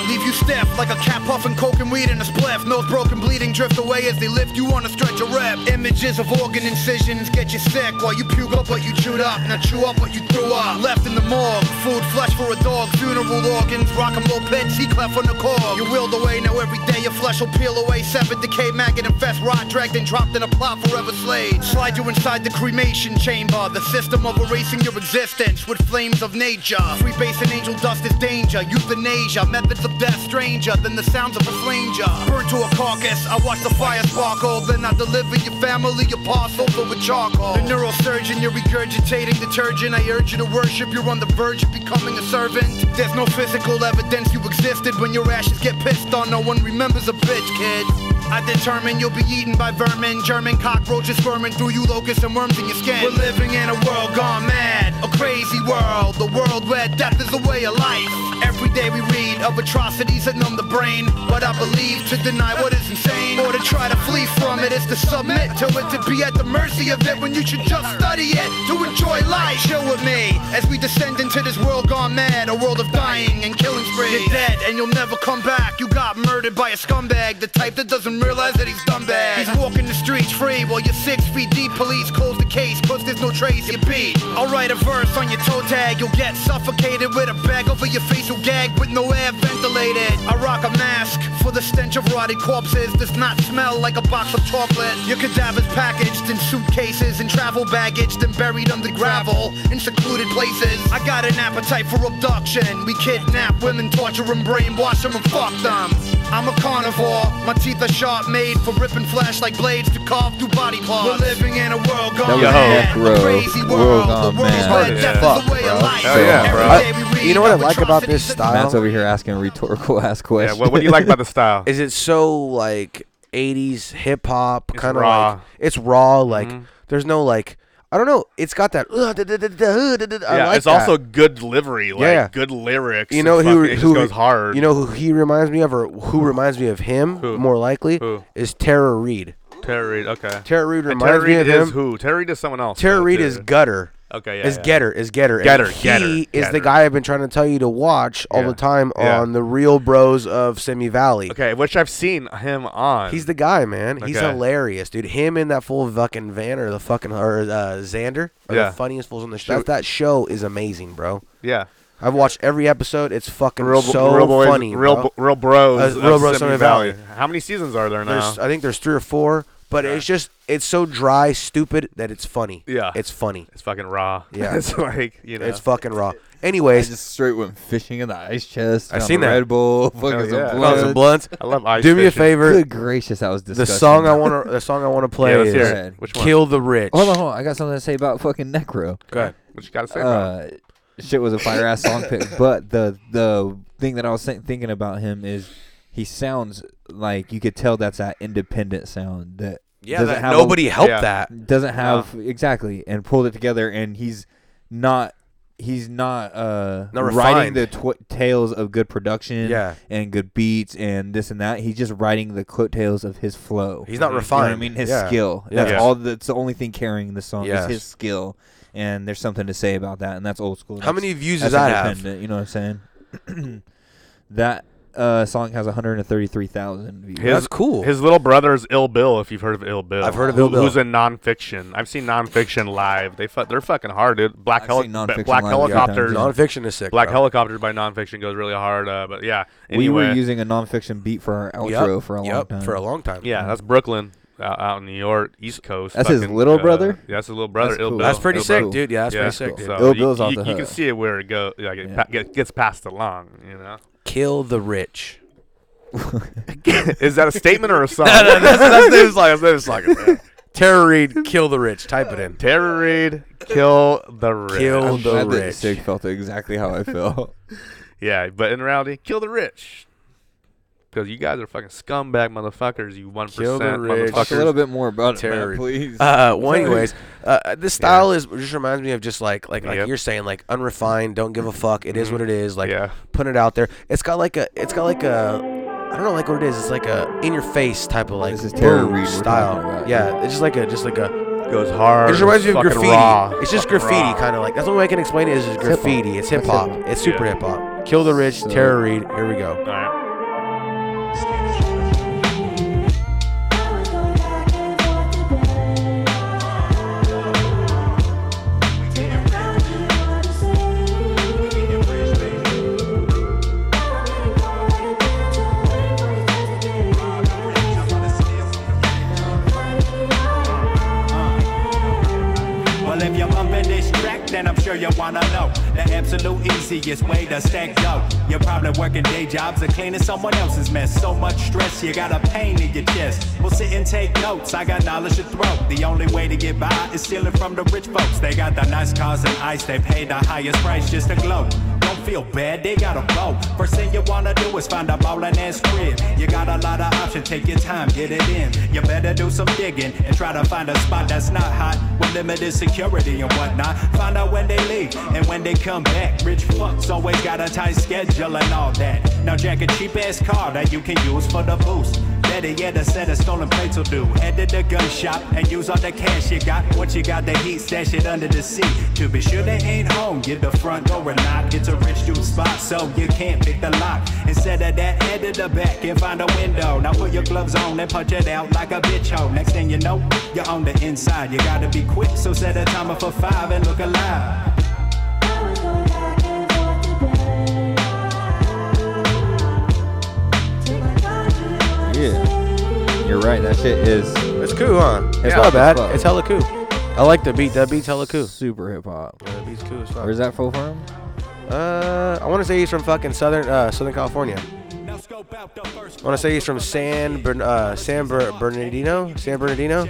Leave you stiff like a cat puffing coke and weed in a spliff. Nose broken, bleeding, drift away as they lift you on a stretcher rep. Images of organ incisions get you sick while you puke up what you chewed up. Now chew up what you threw up. Left in the morgue, food flesh for a dog, funeral organs, rock 'em low pen, C clef on the call. You willed away, now every day your flesh will peel away. Seven decay maggot infest, rod dragged and dropped in a plot forever slayed. Slide you inside the cremation chamber, the system of erasing your existence with flames of nature. Free base and angel dust is danger, euthanasia, methods of death stranger than the sounds of a flanger. Burned to a carcass, I watch the fire sparkle, then I deliver your family your parcel filled with charcoal. The neurosurgeon, you're regurgitating detergent. I urge you to worship, you're on the verge of becoming a servant. There's no physical evidence you existed when your ashes get pissed on. No one remembers a bitch, kid. I determine you'll be eaten by vermin, German cockroaches squirming through you, locusts and worms in your skin. We're living in a world gone mad, a crazy world, a world where death is a way of life. Every day we read of atrocities that numb the brain. What I believe to deny what is insane, or to try to flee from it is to submit to it, to be at the mercy of it when you should just study it, to enjoy life. Chill with me as we descend into this world gone mad, a world of dying and killing spree. You're dead and you'll never come back. You got murdered by a scumbag, the type that doesn't realize that he's done bad. He's walking the streets free while you're six feet deep. Police close the case, cause there's no trace you beat. I'll write a verse on your toe tag, you'll get suffocated with a bag over your face, you'll gag with no air ventilated. I rock a mask for the stench of rotted corpses, does not smell like a box of chocolate. Your cadavers packaged in suitcases and travel baggage, then buried under gravel in secluded places. I got an appetite for abduction. We kidnap women, torture them, brainwash them, and fuck them. I'm a carnivore, my teeth are sharp, made for ripping flesh like blades to carve through body parts. We're living in a world gone That was Yo. mad, Necro. a crazy World world, Gone the world's Mad. where Yeah. death Fuck, is the way bro. of life. Hell yeah, bro. Every day we read You know what I of like about this atrocities that style? Matt's over here asking rhetorical (laughs) ass Yeah, questions. what, what do you like (laughs) about the style? is it so like 80s hip hop It's kind of raw. Mm-hmm. like it's raw like there's no like I don't know it's got that uh, da- da- da- da- uh, da- da- da- I yeah, like it's that. also good delivery, like Yeah. good lyrics. you know and who fucking- it just who goes hard. You know who he reminds me of or who reminds me of him Who? more likely Who? is Tara Reed. Terry Reid. Okay. Tara Reid Hey, reminds Tara me Reid of is him. who? Terry Reid is someone else. Oh, Tara though, Reid too. is gutter. Okay. Yeah. Is yeah. Getter is Getter. and Getter, He Getter, is the Getter. guy I've been trying to tell you to watch all Yeah. the time Yeah. on the Real Bros of Simi Valley. Okay, which I've seen him on. He's the guy, man. He's Okay. hilarious, dude. Him and that full fucking van or the fucking or uh, Xander are Yeah. the funniest fools on the show. That, that show is amazing, bro. yeah. I've watched every episode. It's fucking Real, bo- so real boys, funny, real, bro. bo- real bros, Uh, Real of Bros Simi Simi Valley. Valley. How many seasons are there now? There's, I think there's three or four, but it's just it's so dry, stupid that it's funny. Yeah. it's funny. it's fucking raw. Yeah. (laughs) it's like you know. It's fucking raw. Anyways, I just straight went fishing in the ice chest. I found seen a that. Red Bull. Fucking Hell yeah. Found some Found blood. some (laughs) blunts. I love ice. Do me a fishing. favor. Good gracious, that was The disgusting. song I want to the song I want to play Yeah, let's is hear Go it. Which one? "Kill the Rich." Hold on, hold on. I got something to say about fucking Necro. Go ahead. What you gotta say? about Uh, shit was a fire ass song (laughs) pick, but the the thing that I was think- thinking about him is he sounds like you could tell that's that independent sound that Yeah, doesn't that, have a- nobody helped Yeah. that. doesn't have exactly and pulled it together and he's not he's not uh Not writing refined. the tw- tales of good production Yeah. and good beats and this and that he's just writing the coattails of his flow He's not You know what refined. i mean his Yeah. skill that's Yeah. all that's the only thing carrying the song Yes. is his skill and there's something to say about that and that's old school How That's- many views does that's that have? independent, you know what i'm saying (clears throat) that uh, song has 133,000 views. His- That's cool. His little brother is Ill Bill. If you've heard of Ill Bill, I've heard of Ill Bill. Who's in nonfiction? I've seen nonfiction live. They fu- they're fucking hard, dude. Black I've heli- seen b- Nonfiction black live a few times, helicopters. yeah. Nonfiction is sick. Black bro. helicopter by nonfiction goes really hard. Uh, but yeah, anyway, We were using a nonfiction beat for our outro Yep, for a long yep, time. For a long time. yeah, that's Brooklyn out, out in New York, East Coast. That's his little brother? Yeah, that's his little brother. That's Ill cool. Bill. That's pretty Ill sick, Bill. dude. Yeah, that's Yeah. pretty sick. So Dude. Ill you, Bill's you, off the you can hook. see it where it goes. Like it Yeah. pa- get- gets passed along. You know, (laughs) Kill the rich. is that a (laughs) statement or a song? no, no, that's, that's his like that's his like. (laughs) Terror Reed, (laughs) kill the rich. Type it in. Terror Reid, kill the rich. Kill I'm the glad that rich. Sig felt exactly (laughs) how I feel. Yeah, but in reality, kill the rich. Because you guys are fucking scumbag motherfuckers, you 1% Kill the rich. Talk a little motherfuckers. bit more about it, Terry. man, please. Uh, well, anyways, uh, this style is just reminds me of just like like, like Yep. you're saying like unrefined. Don't give a fuck. It is what it is. Like Yeah. putting it out there. It's got like a it's got like a I don't know like what it is. It's like a in your face type of like This is Tara boom Reid we're talking style. about. Yeah, it's just like a just like a goes hard. It just reminds me of fucking graffiti. raw, It's just fucking graffiti, raw. kind of like. That's the only way I can explain it. Is just hip-hop. graffiti. It's hip That's hop. hip-hop. It's super Yeah. hip hop. Kill the rich, So- Tara Reid. Here we go. All right. Thank you. absolute easiest way to stack dough. You're probably working day jobs or cleaning someone else's mess. So much stress, you got a pain in your chest. Well, sit and take notes. I got knowledge to throw. The only way to get by is stealing from the rich folks. They got the nice cars and ice. They pay the highest price just to glow. Don't feel bad, they got to vote. First thing you wanna do is find a ballin' ass crib. You got a lot of options, take your time, get it in. You better do some digging and try to find a spot that's not hot with limited security and whatnot. Find out when they leave and when they come back. Rich fucks always got a tight schedule and all that. Now jack a cheap ass car that you can use for the boost. Better yet, a set of stolen plates will do. Head to the gun shop and use all the cash you got. Once you got the heat, stash it under the seat. To be sure they ain't home, get the front door and knock. It's a rich dude spot, so you can't pick the lock. Instead of that, head to the back and find a window. Now put your gloves on and punch it out like a bitch hoe. Next thing you know, you're on the inside. You gotta be quick, so set a timer for five and look alive. Yeah. You're right. That shit is It's cool, huh? It's Yeah. not bad. Fuck. It's hella cool. I like the beat. That beat's hella cool. super hip hop. Yeah, that beat's cool as Where's fuck. that full from? Uh, I want to say he's from fucking southern uh, Southern California. I want to say he's from San Bern- uh, San Ber- Bernardino. San Bernardino.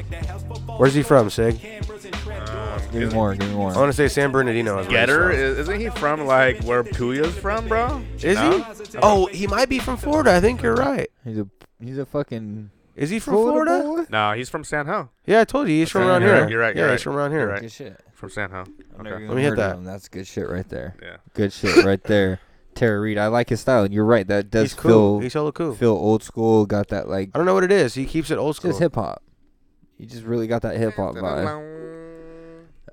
Where's he from, Sig? Give me more. Give me I more. want to say San Bernardino. Is where he's Getter from. is, isn't he from like where Puya's from, bro? Is he? Oh, he might be from Florida. I think you're right. He's a he's a fucking Is he from Florida? boy. No, he's from San Ho. Yeah, I told you he's from Okay, around you're here. right, you're right, Yeah, you're he's right. from around here. You're right. Good shit. From San Ho. I've never Okay. even Let me hit heard of that. him. That's good shit right there. Yeah. Good shit right (laughs) there. Tara Reid. I like his style. and You're right. That does He's cool. feel He's hella cool. feel old school. Got that like I don't know what it is. He keeps it old school. just hip hop. You just really got that hip hop vibe.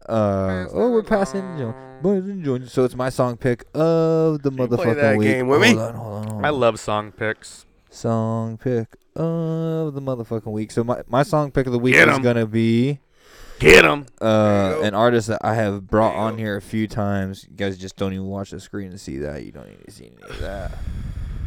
Uh, oh, we're passing. Jones. Boys and Jones. So it's my song pick of the you motherfucking play that week. game with me? hold on, hold on, hold I on. love song picks. song pick of the motherfucking week. So my, my song pick of the week Get is 'em. gonna be Get him. uh an artist that I have brought on here a few times. You guys just don't even watch the screen to see that. You don't need to see any of that.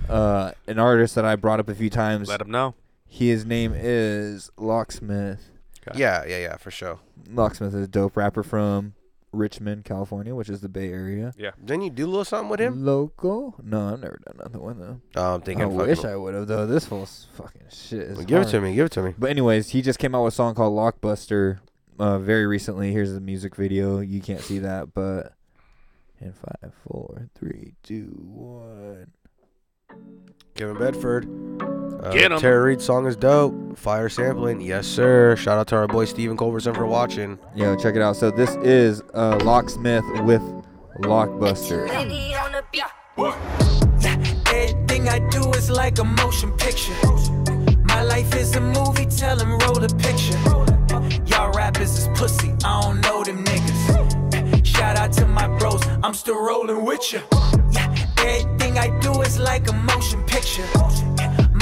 Uh, an artist that I brought up a few times. Let him know. He, his name is Locksmith. Yeah, yeah, yeah, for sure. Locksmith is a dope rapper from Richmond, California, which is the Bay Area. Didn't you do a little something with him? Local? No, I've never done nothing with him. Oh, I'm I thinking. fucking- wish I would have though. This fool's fucking shit. Is Give it hard. to me. Give it to me. But anyways, he just came out with a song called Lockbuster uh, very recently. Here's the music video. You can't see that, but in five, four, three, two, one. Kevin Bedford. Uh, Get 'em. Tara Reid's song is dope. Fire sampling. Yes, sir. Shout out to our boy Steven Culberson for watching. Yo, check it out. So this is uh, Locksmith with Lockbuster. Everything I do is like a motion picture. My life is a movie, tell 'em roll a picture. Y'all rappers is pussy, I don't know them niggas. Eh, Shout out to my bros, I'm still rolling with ya. Yeah, Everything I do is like a motion picture.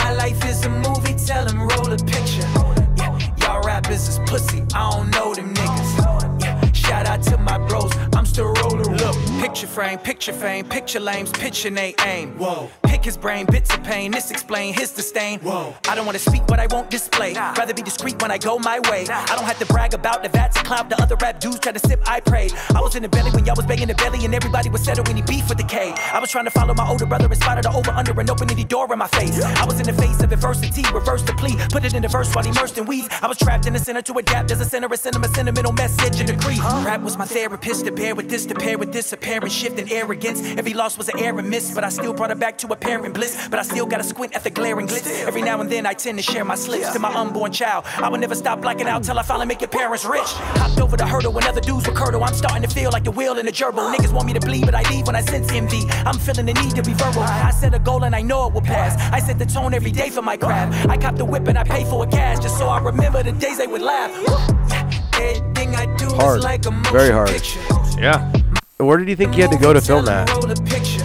My life is a movie, tell 'em roll a picture. Yeah, Y'all rappers is pussy, I don't know them niggas. Yeah, Shout out to my bros, I'm still rolling with Look, picture frame, picture fame, picture lames, picture they aim. Whoa. Pick his brain, bits of pain, this explain his disdain. Whoa. I don't wanna speak what I won't display. Rather be discreet when I go my way. I don't have to brag about the vats of clout. The other rap dudes try to sip, I prayed. I was in the belly when y'all was banging the belly, and everybody was settling any beef with the K. I was trying to follow my older brother and spotted the over under and opening the door in my face. I was in the face of adversity, reversed the plea, put it in the verse while immersed in weeds. I was trapped in the center to adapt as a center, a cinema, sentimental message and decree. Rap was my therapist to bear with this, to pair with this apparent shift in arrogance. Every loss was an error miss, but I still brought it back to apparent bliss. But I still gotta squint at the glaring glitz. Every now and then I tend to share my slips to my unborn child. I would never stop blacking out till I finally make your parents rich. Hopped over the hurdle when other dudes were curdled. I'm starting to feel like the wheel in a gerbil. Niggas want me to bleed, but I leave when I sense envy. I'm feeling the need to be verbal. I set a goal and I know it will pass. I set the tone every day for my craft. I cop the whip and I pay for it cash just so I remember the days they would laugh. Everything I do Hard. is like a motion Very hard. picture. Yeah. Where did you think he had to go to film that? Roll a picture.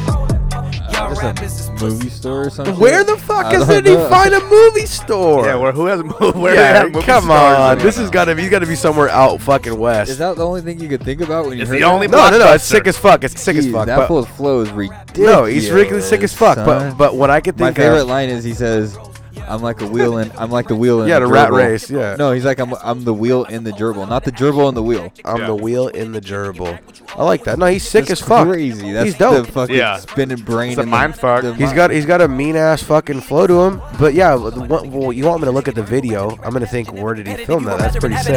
Y'all rappers is Just a pussy. movie store or something. Where the fuck I is don't did he know. find a movie store? Yeah. Where who has moved? (laughs) Where Yeah, they have movie come stars on. in This it? has got to be. He's got to be somewhere out fucking west. Is that the only thing you could think about when you It's heard the that? only no, no, no. It's sick Blockbuster. as fuck. It's sick as Jeez, fuck. That but- fool's flow is ridiculous. no, he's freaking sick as fuck. But son. but what I could my think favorite of, line is he says, I'm like a wheel in. I'm like the wheel in. Yeah, the the rat gerbil. race, yeah. No, he's like I'm. I'm the wheel in the gerbil, not the gerbil in the wheel. I'm the wheel in the gerbil. I like that. No, he's sick as fuck. Crazy. That's he's dope. the fucking spinning brain. in the- the He's mi- got he's got a mean ass fucking flow to him. But yeah, the one- well, you want me to look at the video? I'm gonna think where did he film that? That's pretty sick.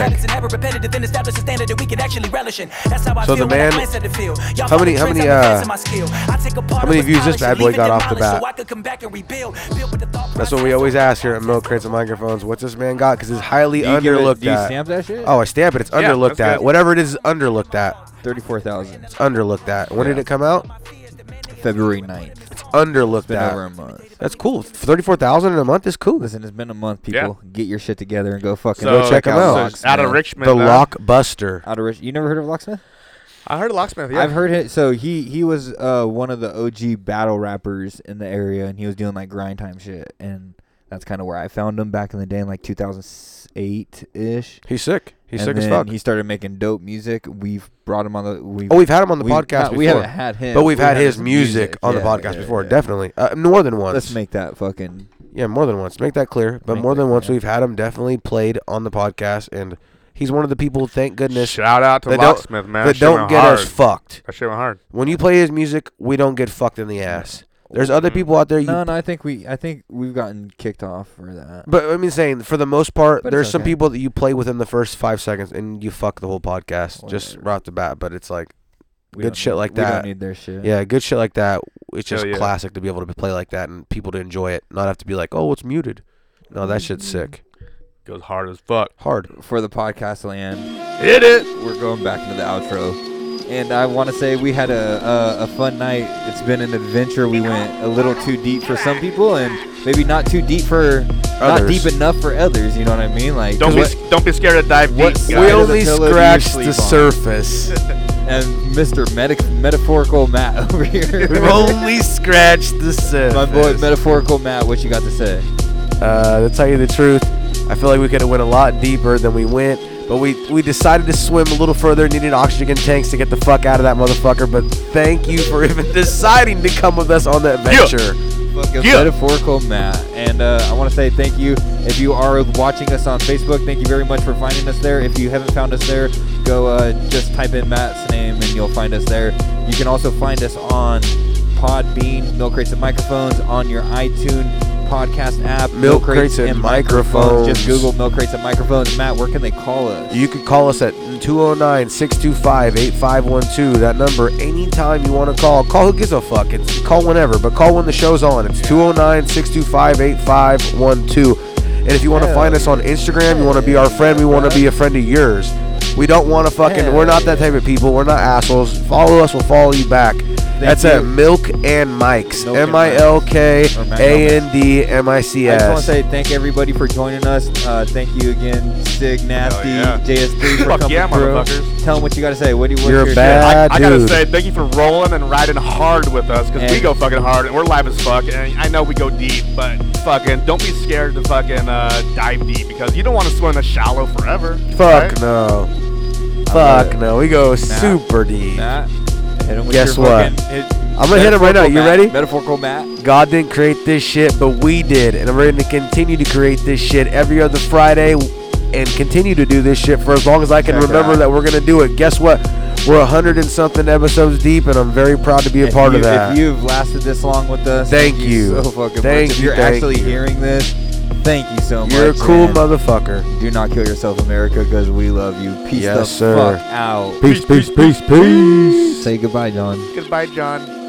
So the man, how many, how many, uh, How many views this bad boy got off the bat? That's what we always ask here at Milk Crates and Microphones. What's this man got? Because it's highly Do you give it- underlooked do you at. stamp that shit? Oh, I stamp it. It's Yeah, underlooked that's at. good. Whatever it is, is underlooked at. Thirty-four thousand. It's underlooked at. When did it come out? February 9th. It's underlooked been at. over a month. That's cool. Thirty-four thousand in a month is cool. Listen, it's been a month, people. Get your shit together and go fucking So- Go check him out. Locksmith. Out of Richmond, The huh? Lockbuster. Out of Rich. You never heard of Locksmith? I heard Locksmith. Yeah. I've heard it. So he he was uh, one of the OG battle rappers in the area, and he was doing like grind time shit, and that's kind of where I found him back in the day, in like 2008 ish. He's sick. He's And sick as then fuck. He started making dope music. We've brought him on the. We've, Oh, we've had him on the we've- podcast. not- We before. haven't had him, but we've we had had his music on yeah, the podcast yeah, before. yeah. Definitely, uh, more than once. Let's make that fucking. Yeah, more than once. Make that clear. But Make more than once, we've had him definitely played on the podcast, and he's one of the people. Thank goodness. Shout out to that don't- Locksmith, man. That That shit don't went get us hard. fucked. That shit went hard. When you play his music, we don't get fucked in the ass. There's other people out there. You, No, no, I think we, I think we've gotten kicked off for that. But I mean, saying for the most part, But it's there's some okay. people that you play within the first five seconds, and you fuck the whole podcast just right off the bat. But it's like We good don't shit need- like we don't that. need their shit. Yeah, good shit like that. It's Hell just yeah. classic to be able to play like that and people to enjoy it, not have to be like, oh, it's muted. No, that shit's Mm-hmm. sick. Goes hard as fuck. Hard. for the podcast land. Hit it. We're going back into the outro, and I want to say we had a, a a fun night. It's been an adventure. We went a little too deep for some people, and maybe not too deep for not Others. deep enough for others. You know what I mean? Like Don't 'cause be what- don't be scared to dive what deep. side guys. of pillow do you sleep on? (laughs) and Mr. Meta- metaphorical Matt (laughs) over here. We've only scratched the surface. My boy, metaphorical Matt, what you got to say? Uh, to tell you the truth, I feel like we could have went a lot deeper than we went, but we we decided to swim a little further, needed oxygen tanks to get the fuck out of that motherfucker. But thank you for (laughs) even deciding to come with us on the adventure. Fucking metaphorical Matt. And uh, I want to say thank you. If you are watching us on Facebook, thank you very much for finding us there. If you haven't found us there, go uh, just type in Matt's name and you'll find us there. You can also find us on Podbean, Milk Crates and Microphones, on your iTunes podcast app, Milk Crates and Microphones. Just Google Milk Crates and Microphones. Matt, where can they call us? You can call us at 209 625 8512. That number, anytime you want to call. Call who gives a fuck. It's call whenever, but call when the show's on. It's 209 625 8512. And if you want to find us on Instagram, you want to be our friend, we want to be a friend of yours. We don't want to fucking, we're not that type of people. We're not assholes. Follow us, we'll follow you back. That's you. at Milk and Mikes. Milk and M I L K A N D M I C I just want to S. say thank everybody for joining us. Uh, thank you again, Sig Nasty, yeah. JS3 for Fuck coming yeah, through. motherfuckers. Tell them what you got to say. What do you? what's You're a your bad I, I gotta dude. say, thank you for rolling and riding hard with us because we And- go fucking hard and we're live as fuck. And I know we go deep, but fucking don't be scared to fucking uh, dive deep because you don't want to swim in the shallow forever. Fuck no. Fuck no. We go super deep. Guess what? I'm gonna hit him right now. You ready? Metaphorical Matt. God didn't create this shit, but we did, and we're gonna continue to create this shit every other Friday, and continue to do this shit for as long as I can Check it remember out. that we're gonna do it. Guess what? We're a hundred and something episodes deep, and I'm very proud to be a If part you- of that. If you've lasted this long with us, Thank you. so fucking Thank much. If you, you're thank actually you. hearing this, thank you so much. You're a cool man. motherfucker. Do not kill yourself, America, because we love you. Peace Yes, the sir. fuck out. Peace, peace, peace, peace. Say goodbye, John. Goodbye, John.